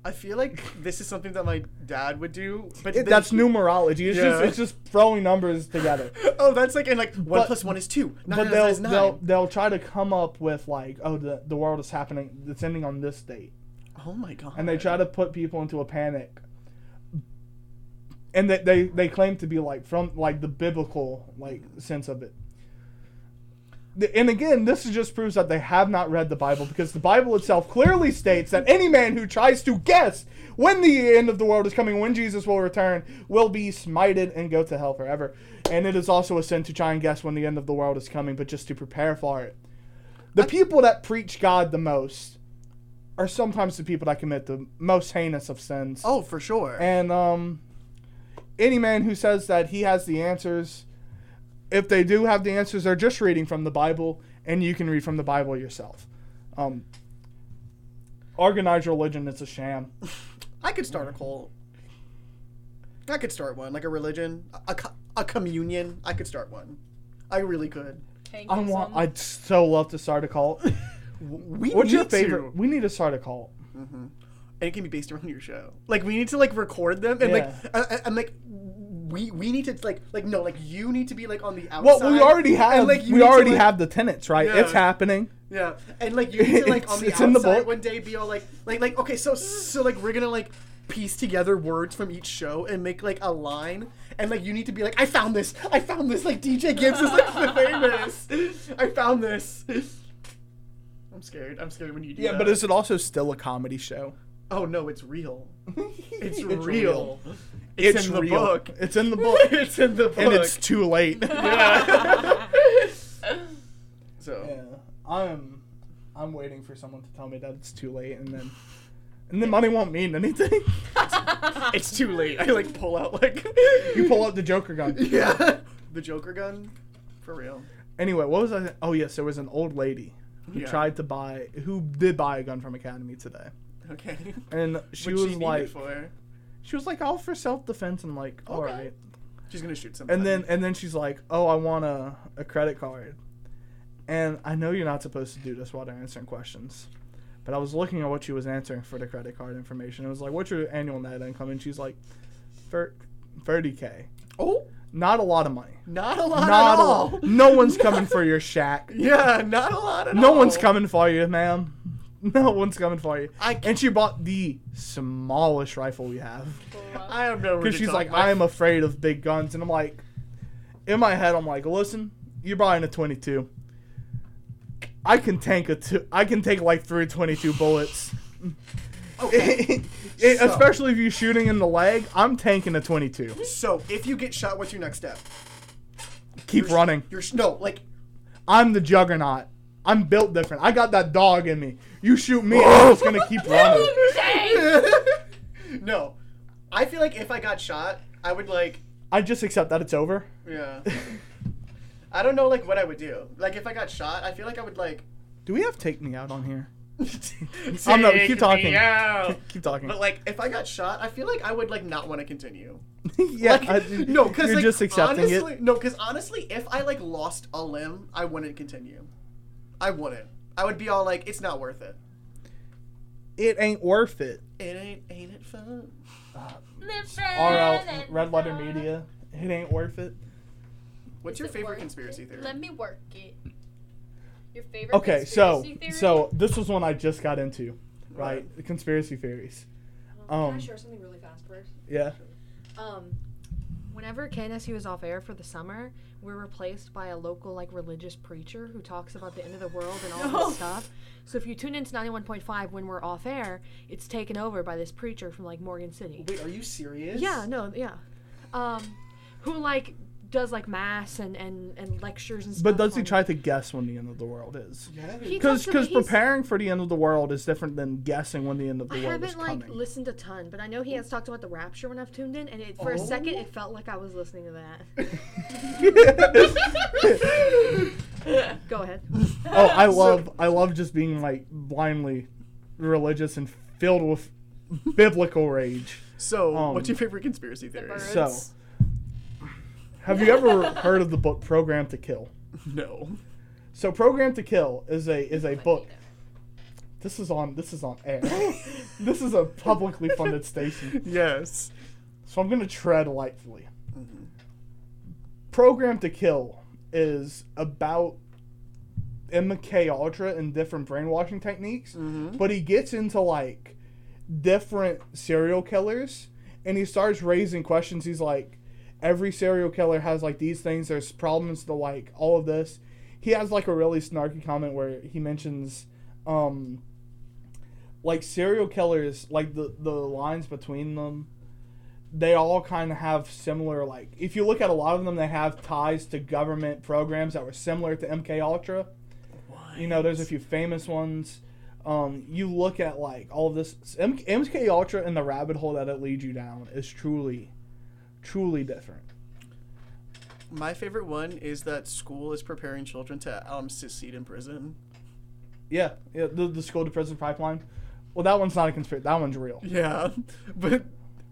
[SPEAKER 3] I feel like this is something that my dad would do, but
[SPEAKER 2] It,
[SPEAKER 3] then
[SPEAKER 2] that's
[SPEAKER 3] he-
[SPEAKER 2] numerology. It's just
[SPEAKER 3] Yeah.
[SPEAKER 2] it's just throwing numbers together.
[SPEAKER 3] Oh, that's like and like one
[SPEAKER 2] But-
[SPEAKER 3] plus one is two. Nine
[SPEAKER 2] but
[SPEAKER 3] plus nine
[SPEAKER 2] they'll
[SPEAKER 3] is nine.
[SPEAKER 2] they'll they'll try to come up with like oh the the world is happening it's ending on this date
[SPEAKER 3] oh my god.
[SPEAKER 2] and they try to put people into a panic and they, they they claim to be like from like the biblical like sense of it The- and again this is just proves that they have not read the bible because the bible itself clearly states that any man who tries to guess when the end of the world is coming when jesus will return will be smited and go to hell forever and it is also a sin to try and guess when the end of the world is coming but just to prepare for it the people that preach god the most are sometimes the people that commit the most heinous of sins
[SPEAKER 3] Oh, for sure.
[SPEAKER 2] and um, any man who says that he has the answers, if they do have the answers, they're just reading from the Bible, and you can read from the Bible yourself. Um, organized religion is a sham.
[SPEAKER 3] I could start a cult. I could start one, like a religion, a, a, co- a communion. I could start one. I really could.
[SPEAKER 2] I want. I'd so love to start a cult.
[SPEAKER 3] We
[SPEAKER 2] What's your
[SPEAKER 3] need
[SPEAKER 2] favorite?
[SPEAKER 3] to.
[SPEAKER 2] We need to start a cult.
[SPEAKER 3] And it can be based around your show. Like we need to like record them and like I, I, I'm like we we need to like like no like you need to be like on the
[SPEAKER 2] Well,
[SPEAKER 3] outside.
[SPEAKER 2] we already have.
[SPEAKER 3] And, like, you
[SPEAKER 2] we
[SPEAKER 3] need to,
[SPEAKER 2] already
[SPEAKER 3] like-
[SPEAKER 2] have the tenants, right?
[SPEAKER 3] Yeah.
[SPEAKER 2] It's happening.
[SPEAKER 3] Yeah, and like you need to like on
[SPEAKER 2] It's-
[SPEAKER 3] the
[SPEAKER 2] it's
[SPEAKER 3] outside
[SPEAKER 2] in the book.
[SPEAKER 3] one day be all like like like okay so so like we're gonna like piece together words from each show and make like a line and like you need to be like I found this I found this like DJ Gibbs is like the famous I found this. I'm scared. I'm scared when you do that.
[SPEAKER 2] it also still a comedy show?
[SPEAKER 3] oh no, it's real. It's,
[SPEAKER 2] It's
[SPEAKER 3] real.
[SPEAKER 2] real.
[SPEAKER 3] It's,
[SPEAKER 2] It's
[SPEAKER 3] in the
[SPEAKER 2] real.
[SPEAKER 3] book.
[SPEAKER 2] It's in the book,
[SPEAKER 3] it's in the book.
[SPEAKER 2] and it's too late.
[SPEAKER 3] so
[SPEAKER 2] Yeah, I'm I'm waiting for someone to tell me that it's too late, and then And the money won't mean anything.
[SPEAKER 3] It's too late. I like pull out like
[SPEAKER 2] you pull out the Joker gun.
[SPEAKER 3] yeah the Joker gun, for real.
[SPEAKER 2] Anyway, what was I? Oh yes, there was an old lady who
[SPEAKER 3] Yeah.
[SPEAKER 2] tried to buy, who did buy a gun from Academy today,
[SPEAKER 3] Okay.
[SPEAKER 2] and she
[SPEAKER 3] What'd
[SPEAKER 2] was
[SPEAKER 3] need it
[SPEAKER 2] like,
[SPEAKER 3] for?
[SPEAKER 2] she was like, all for self defense. I'm like, all right.
[SPEAKER 3] Okay. she's gonna shoot somebody.
[SPEAKER 2] And then and then she's like, "Oh, I want a, a credit card." And I know you're not supposed to do this while they're answering questions. But I was looking at what she was answering for the credit card information. It was like, "What's your annual net income?" And she's like, "Thir- 30k.
[SPEAKER 3] oh,
[SPEAKER 2] Not a lot of money.
[SPEAKER 3] not a lot
[SPEAKER 2] not
[SPEAKER 3] at
[SPEAKER 2] a
[SPEAKER 3] all.
[SPEAKER 2] No one's coming for your shack.
[SPEAKER 3] Yeah, not a lot at
[SPEAKER 2] No
[SPEAKER 3] all.
[SPEAKER 2] one's coming for you, ma'am. No one's coming for you.
[SPEAKER 3] I c-
[SPEAKER 2] and she bought the smallest rifle we have.
[SPEAKER 3] I have no.
[SPEAKER 2] Because she's like, I am afraid of big guns, and I'm like, in my head, I'm like, listen, you're buying a 22. I can tank a two. I can take like three 22 bullets. Okay.
[SPEAKER 4] So-
[SPEAKER 2] Especially if you're shooting in the leg, I'm tanking a 22.
[SPEAKER 4] So if you get shot, what's your next step?
[SPEAKER 2] Keep running.
[SPEAKER 4] You're sh- no like
[SPEAKER 2] I'm the juggernaut. I'm built different. I got that dog in me. You shoot me, I'm just gonna keep running.
[SPEAKER 5] Dang!
[SPEAKER 4] no. I feel like if I got shot, I would like
[SPEAKER 2] I just accept that it's over.
[SPEAKER 4] yeah. I don't know like what I would do. Like if I got shot, I feel like I would like.
[SPEAKER 2] Do we have take me out on here? I'm not. Keep talking. Keep talking.
[SPEAKER 4] But like if I got shot, I feel like I would like not want to continue.
[SPEAKER 2] yeah.
[SPEAKER 4] Like,
[SPEAKER 2] I-
[SPEAKER 4] no, because
[SPEAKER 2] you're
[SPEAKER 4] like,
[SPEAKER 2] just accepting it.
[SPEAKER 4] honestly, No, because honestly, if I like lost a limb, I wouldn't continue. I wouldn't. I would be all like, it's not worth it.
[SPEAKER 2] It ain't worth it.
[SPEAKER 4] It ain't ain't it fun?
[SPEAKER 2] RL Red Letter Media. It ain't worth it.
[SPEAKER 4] What's your favorite conspiracy theory?
[SPEAKER 5] Let me work it. Your favorite
[SPEAKER 2] Okay, so
[SPEAKER 5] conspiracy theory?
[SPEAKER 2] so this was one I just got into, right? The conspiracy theories.
[SPEAKER 6] Can
[SPEAKER 2] Um,
[SPEAKER 6] I share something really fast first?
[SPEAKER 2] yeah.
[SPEAKER 6] Um, whenever KNSU was off air for the summer, we're replaced by a local like religious preacher who talks about the end of the world and all this stuff. So if you tune into 91.5 when we're off air, it's taken over by this preacher from like Morgan City.
[SPEAKER 4] Wait, are you serious?
[SPEAKER 6] Yeah, no, yeah. Um, who like does like mass and and and lectures and stuff.
[SPEAKER 2] But does he
[SPEAKER 6] on-
[SPEAKER 2] try to guess when the end of the world is?
[SPEAKER 6] He
[SPEAKER 2] Because
[SPEAKER 6] talks about-
[SPEAKER 2] because
[SPEAKER 6] he's-
[SPEAKER 2] preparing for the end of the world is different than guessing when the end of the
[SPEAKER 6] I
[SPEAKER 2] world is
[SPEAKER 6] haven't
[SPEAKER 2] coming.
[SPEAKER 6] like listened a ton, but I know he has talked about the rapture when I've tuned in, and it, for a
[SPEAKER 2] Oh.
[SPEAKER 6] second it felt like I was listening to that. Go ahead.
[SPEAKER 2] oh, I love I love just being like blindly religious and filled with biblical rage.
[SPEAKER 3] So,
[SPEAKER 2] Um,
[SPEAKER 3] what's your favorite conspiracy
[SPEAKER 5] The
[SPEAKER 3] theory?
[SPEAKER 5] birds.
[SPEAKER 2] So, have you ever heard of the book Program to Kill?
[SPEAKER 3] No.
[SPEAKER 2] So Program to Kill is a is a
[SPEAKER 5] I
[SPEAKER 2] book.
[SPEAKER 5] think
[SPEAKER 2] This is on this is on air. this is a publicly funded station.
[SPEAKER 3] Yes.
[SPEAKER 2] So I'm gonna tread lightly. Program to Kill is about MK Ultra and different brainwashing techniques, but he gets into like different serial killers and he starts raising questions. He's like, every serial killer has like these things. There's problems to like all of this. He has like a really snarky comment where he mentions, um, like serial killers, like the the lines between them, they all kind of have similar like. If you look at a lot of them, they have ties to government programs that were similar to MK Ultra. You know, there's a few famous ones. Um, you look at like all of this M- MK Ultra and the rabbit hole that it leads you down is truly, truly different.
[SPEAKER 3] My favorite one is that school is preparing children to um succeed in prison.
[SPEAKER 2] Yeah, yeah the, the school to prison pipeline. Well, that one's not a conspiracy. That one's real.
[SPEAKER 3] Yeah, but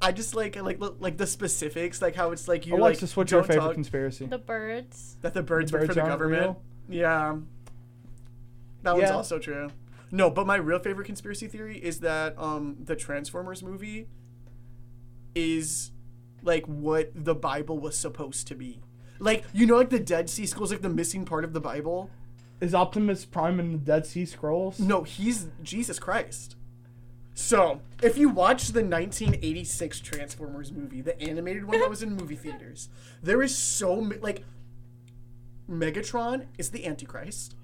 [SPEAKER 3] I just like I like look, like the specifics, like how it's like you
[SPEAKER 2] I'd
[SPEAKER 3] like
[SPEAKER 2] like to switch your
[SPEAKER 3] don't
[SPEAKER 2] favorite
[SPEAKER 3] talk-
[SPEAKER 2] conspiracy.
[SPEAKER 5] The birds.
[SPEAKER 3] that the birds,
[SPEAKER 2] The
[SPEAKER 3] were for
[SPEAKER 2] birds
[SPEAKER 3] the
[SPEAKER 2] aren't
[SPEAKER 3] government.
[SPEAKER 2] real?
[SPEAKER 3] Yeah, that one's
[SPEAKER 2] Yeah.
[SPEAKER 3] also true. No, but my real favorite conspiracy theory is that um the Transformers movie is like what the Bible was supposed to be. Like you know, like the Dead Sea Scrolls, like the missing part of the Bible.
[SPEAKER 2] Is Optimus Prime in the Dead Sea Scrolls?
[SPEAKER 3] No, he's Jesus Christ. So, if you watch the 1986 Transformers movie, the animated one that was in movie theaters, there is so ma- like Megatron is the Antichrist.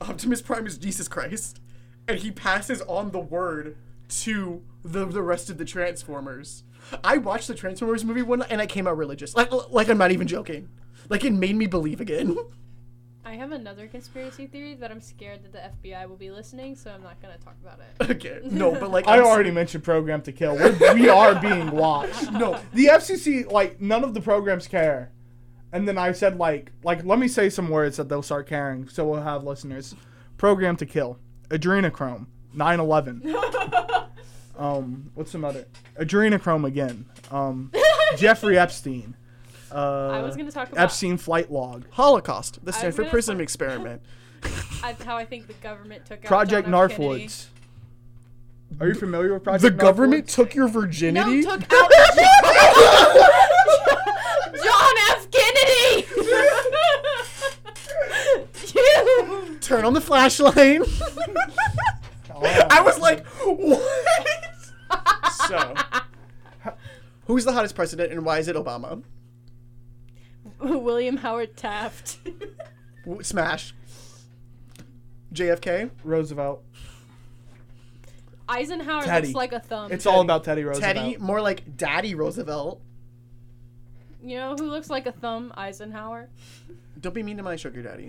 [SPEAKER 3] Optimus Prime is Jesus Christ, and he passes on the word to the the rest of the Transformers. I watched the Transformers movie one and I came out religious. Like like I'm not even joking. Like it made me believe again.
[SPEAKER 5] I have another conspiracy theory, but I'm scared that the FBI will be listening, so I'm not gonna talk about it.
[SPEAKER 3] Okay. No, but like
[SPEAKER 2] I
[SPEAKER 3] I'm s-
[SPEAKER 2] already mentioned Program to Kill. We're, we are being watched.
[SPEAKER 3] No.
[SPEAKER 2] The FCC, like, none of the programs care. And then I said, like, like, let me say some words that they'll start caring, so we'll have listeners. Program to Kill, Adrenochrome, 9/11. um, what's some other? Adrenochrome again. Um, Jeffrey Epstein. Uh,
[SPEAKER 5] I was gonna talk about
[SPEAKER 2] Epstein flight log.
[SPEAKER 3] Holocaust, the
[SPEAKER 5] was
[SPEAKER 3] Stanford
[SPEAKER 5] gonna
[SPEAKER 3] Prison
[SPEAKER 5] say-
[SPEAKER 3] Experiment.
[SPEAKER 5] I, how I think the government took out
[SPEAKER 2] Project
[SPEAKER 5] John F. Kennedy.
[SPEAKER 2] Narfwoods. Are you familiar with Project
[SPEAKER 3] The
[SPEAKER 2] Narfwoods?
[SPEAKER 3] government took your
[SPEAKER 5] No,
[SPEAKER 3] virginity.
[SPEAKER 5] took out John F. Kennedy. you.
[SPEAKER 3] Turn on the flashlight. I was like, what? so, who's the hottest president, and why is it Obama?
[SPEAKER 5] William Howard Taft.
[SPEAKER 3] W- Smash. JFK.
[SPEAKER 2] Roosevelt.
[SPEAKER 5] Eisenhower
[SPEAKER 2] Teddy.
[SPEAKER 5] looks like a thumb.
[SPEAKER 2] It's all about Teddy Roosevelt.
[SPEAKER 3] Teddy, more like Daddy Roosevelt.
[SPEAKER 5] you know who looks like a thumb? Eisenhower.
[SPEAKER 3] Don't be mean to my sugar daddy.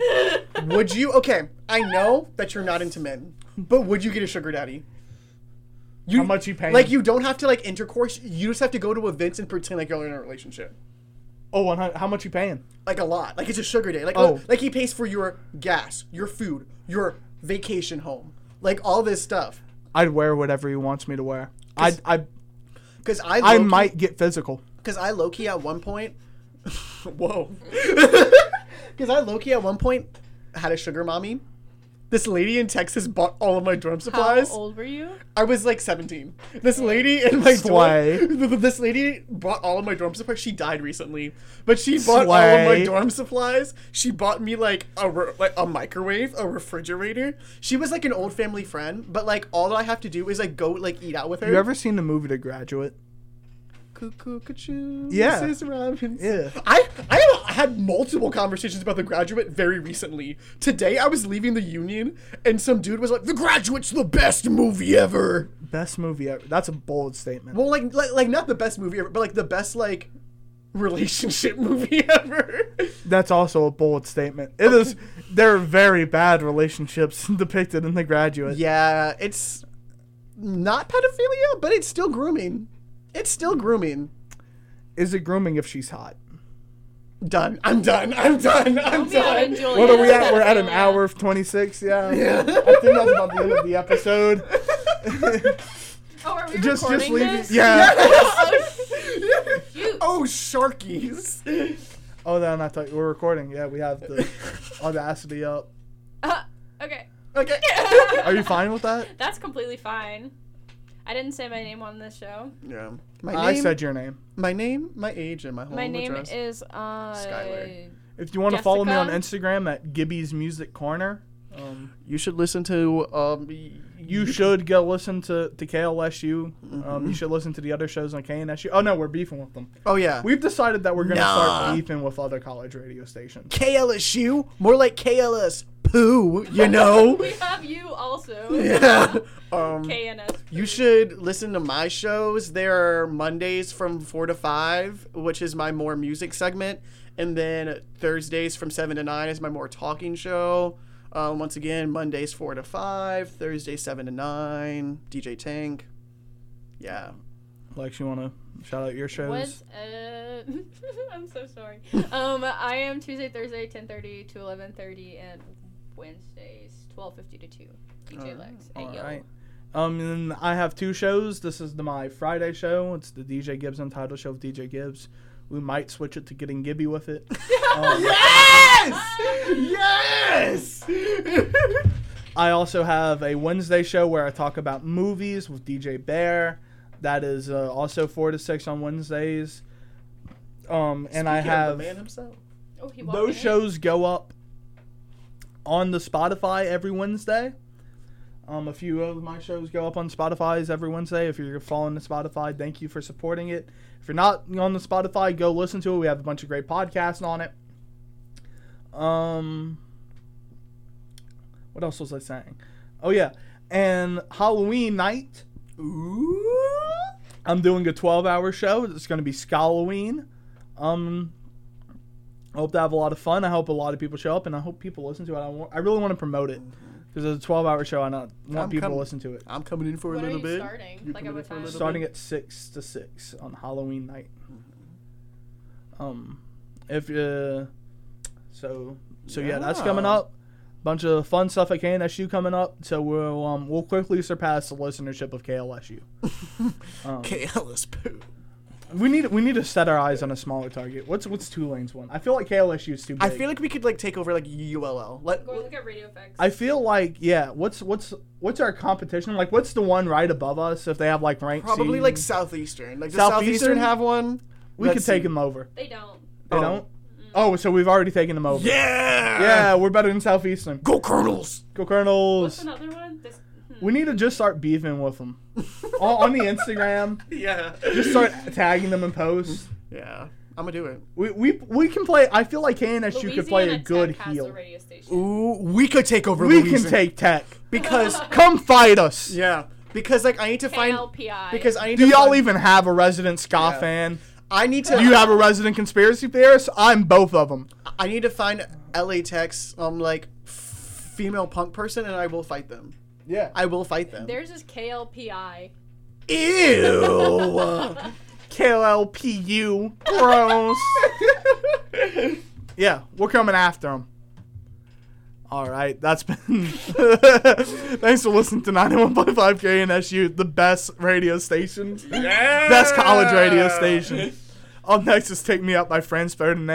[SPEAKER 3] would you? Okay, I know that you're not into men, but would you get a sugar daddy? You,
[SPEAKER 2] How much you paying?
[SPEAKER 3] Like you don't have to like intercourse. You just have to go to events and pretend like you're in a relationship.
[SPEAKER 2] Oh, 100, how much you paying?
[SPEAKER 3] Like a lot. Like it's a sugar day. Like
[SPEAKER 2] Oh.
[SPEAKER 3] like he pays for your gas, your food, your vacation home, like all this stuff.
[SPEAKER 2] I'd wear whatever he wants me to wear. I I
[SPEAKER 3] Because I
[SPEAKER 2] I
[SPEAKER 3] low-key-
[SPEAKER 2] might get physical.
[SPEAKER 3] Because I low key at one point. Whoa. Because I low key at one point had a sugar mommy. This lady in Texas bought all of my drum
[SPEAKER 5] How
[SPEAKER 3] supplies.
[SPEAKER 5] old were you?
[SPEAKER 3] I was like 17. This lady in my
[SPEAKER 2] Slay.
[SPEAKER 3] dorm. This lady bought all of my dorm supplies. She died recently, but she bought all of
[SPEAKER 2] Slay.
[SPEAKER 3] my dorm supplies. She bought me like a re- like a microwave, a refrigerator. She was like an old family friend, but like all I have to do is like go like eat out with her.
[SPEAKER 2] You ever seen the movie The Graduate?
[SPEAKER 3] Cuckoo, cuckoo.
[SPEAKER 2] Yeah.
[SPEAKER 3] Mrs. Robinson.
[SPEAKER 2] Yeah.
[SPEAKER 3] I I have had multiple conversations about The Graduate very recently. Today I was leaving the union and some dude was like, "The Graduate's the best movie ever."
[SPEAKER 2] Best movie ever. That's a bold statement.
[SPEAKER 3] Well, like like, like not the best movie ever, but like the best like relationship movie ever.
[SPEAKER 2] That's also a bold statement. It is. There are very bad relationships depicted in The Graduate.
[SPEAKER 3] yeah, it's not pedophilia, but it's still grooming. It's still grooming.
[SPEAKER 2] Is it grooming if she's hot?
[SPEAKER 3] Done. I'm done. I'm done. I'm done.
[SPEAKER 5] Oh,
[SPEAKER 2] What are we at? We're at an hour of 26. Yeah. I think that's about the end of the episode.
[SPEAKER 5] Oh, are we
[SPEAKER 2] Just, just
[SPEAKER 5] recording
[SPEAKER 2] leave.
[SPEAKER 5] this?
[SPEAKER 2] Yeah.
[SPEAKER 5] Oh, shoot.
[SPEAKER 3] Oh, sharkies.
[SPEAKER 2] Oh, then I thought you were recording. Yeah, we have the audacity up.
[SPEAKER 5] Uh, okay.
[SPEAKER 3] Okay.
[SPEAKER 2] Are you fine with that?
[SPEAKER 5] That's completely fine. I didn't say my name on this show.
[SPEAKER 3] Yeah. My name,
[SPEAKER 2] I said your name.
[SPEAKER 3] my name, my age, and my home
[SPEAKER 5] my name
[SPEAKER 3] address.
[SPEAKER 5] is uh,
[SPEAKER 3] Skylar.
[SPEAKER 2] If you want to follow me on
[SPEAKER 5] Jessica?
[SPEAKER 2] Instagram at Gibby's Music Corner, um,
[SPEAKER 3] you should listen to um.
[SPEAKER 2] you should go listen to, to KLSU. Um, you should listen to the other shows on KNSU. Oh, no, we're beefing with them.
[SPEAKER 3] Oh Mm-hmm. yeah.
[SPEAKER 2] We've decided that we're going to start
[SPEAKER 3] Nah.
[SPEAKER 2] beefing with other college radio stations.
[SPEAKER 3] KLSU, more like KLS poo. You know.
[SPEAKER 5] We have you also.
[SPEAKER 3] yeah. Um.
[SPEAKER 5] KNS.
[SPEAKER 3] You should listen to my shows. There are Mondays from 4 to 5, which is my more music segment. And then Thursdays from 7 to 9 is my more talking show. Um, once again, Mondays 4 to 5, Thursdays 7 to 9, DJ Tank. Yeah.
[SPEAKER 2] Lex, you want to shout out your shows?
[SPEAKER 5] What? Uh, I'm so sorry. Um, I am Tuesday, Thursday, 10:30 to 11:30, and Wednesdays 12:50 to 2. DJ Lex. Hey,
[SPEAKER 2] All
[SPEAKER 5] yo.
[SPEAKER 2] right. Um, and I have two shows. This is the, my Friday show. It's the DJ Gibbs Untitled Show with DJ Gibbs. We might switch it to getting Gibby with it. Um,
[SPEAKER 3] Yes! Yes!
[SPEAKER 2] I also have a Wednesday show where I talk about movies with DJ Bear. That is uh, also four to six on Wednesdays. Um, and I have
[SPEAKER 3] man himself.
[SPEAKER 5] Oh, he walked
[SPEAKER 2] those
[SPEAKER 5] in.
[SPEAKER 2] shows go up on the Spotify every Wednesday. Um, a few of my shows go up on Spotify's every Wednesday. If you're following the Spotify, thank you for supporting it. If you're not on the Spotify, go listen to it. We have a bunch of great podcasts on it. Um, what else was I saying? Oh yeah, and Halloween night, I'm doing a 12-hour show. It's going to be Halloween. Um, I hope to have a lot of fun. I hope a lot of people show up, and I hope people listen to it. I, want, I really want to promote it because it's a 12 hour show, and I want
[SPEAKER 3] I'm
[SPEAKER 2] people
[SPEAKER 3] com-
[SPEAKER 2] to listen to it.
[SPEAKER 3] I'm coming in for
[SPEAKER 5] When
[SPEAKER 3] a
[SPEAKER 5] are
[SPEAKER 3] little
[SPEAKER 5] you
[SPEAKER 3] bit.
[SPEAKER 5] starting?
[SPEAKER 3] You
[SPEAKER 5] like at
[SPEAKER 3] coming
[SPEAKER 5] what
[SPEAKER 3] for a
[SPEAKER 5] time?
[SPEAKER 3] little
[SPEAKER 2] Starting at 6 to 6 on Halloween night.
[SPEAKER 3] Mm-hmm.
[SPEAKER 2] Um, if uh, so, so yeah, that's coming
[SPEAKER 3] Yeah.
[SPEAKER 2] up. Bunch of fun stuff at KNSU coming up, so we'll um, we'll quickly surpass the listenership of KLSU. um,
[SPEAKER 3] KLS poo.
[SPEAKER 2] we need we need to set our eyes on a smaller target. What's what's Tulane's one? I feel like KLSU is too big.
[SPEAKER 3] I feel like we could like take over like ULL. Let,
[SPEAKER 5] Go look at Radio Effects.
[SPEAKER 2] I feel like yeah. What's what's what's our competition? Like what's the one right above us? If they have like ranked
[SPEAKER 3] probably
[SPEAKER 2] seed?
[SPEAKER 3] like Southeastern. Like does
[SPEAKER 2] Southeastern?
[SPEAKER 3] Southeastern have one?
[SPEAKER 2] we could
[SPEAKER 3] let's
[SPEAKER 2] take
[SPEAKER 3] see.
[SPEAKER 2] them over.
[SPEAKER 5] they don't.
[SPEAKER 2] They
[SPEAKER 3] Oh.
[SPEAKER 2] don't. Oh, so we've already taken them over.
[SPEAKER 3] Yeah.
[SPEAKER 2] Yeah, we're better than Southeastern.
[SPEAKER 3] Go Colonels.
[SPEAKER 2] Go
[SPEAKER 5] What's
[SPEAKER 2] Colonels.
[SPEAKER 5] another one? This, hmm.
[SPEAKER 2] We need to just start beefing with them on, on the Instagram.
[SPEAKER 3] Yeah.
[SPEAKER 2] Just start tagging them in posts.
[SPEAKER 3] Yeah. I'm gonna do it.
[SPEAKER 2] We, we we can play. I feel like KNSU could play a
[SPEAKER 5] Louisiana
[SPEAKER 2] good
[SPEAKER 5] Tech has a
[SPEAKER 2] heel.
[SPEAKER 5] radio station.
[SPEAKER 3] Ooh, we could take over.
[SPEAKER 2] We can
[SPEAKER 3] Louisiana.
[SPEAKER 2] take Tech.
[SPEAKER 3] because
[SPEAKER 2] Come fight us.
[SPEAKER 3] yeah because like I need to find
[SPEAKER 5] KLPI.
[SPEAKER 3] because I need
[SPEAKER 2] Do
[SPEAKER 3] to
[SPEAKER 2] y'all
[SPEAKER 3] find-
[SPEAKER 2] even have a resident ska
[SPEAKER 3] Yeah.
[SPEAKER 2] fan?
[SPEAKER 3] I need to
[SPEAKER 2] Do you have a resident conspiracy theorist? I'm both of them.
[SPEAKER 3] I need to find LA Tech's um like f- female punk person and I will fight them.
[SPEAKER 2] Yeah.
[SPEAKER 3] I will fight them.
[SPEAKER 5] There's this KLPI.
[SPEAKER 3] Ew.
[SPEAKER 2] KLPU. Gross. yeah, we're coming after them. All right, that's been. Thanks for listening to 91.5 KNSU, the best radio station. Best college radio station. Up next is Take Me Up by Franz Ferdinand.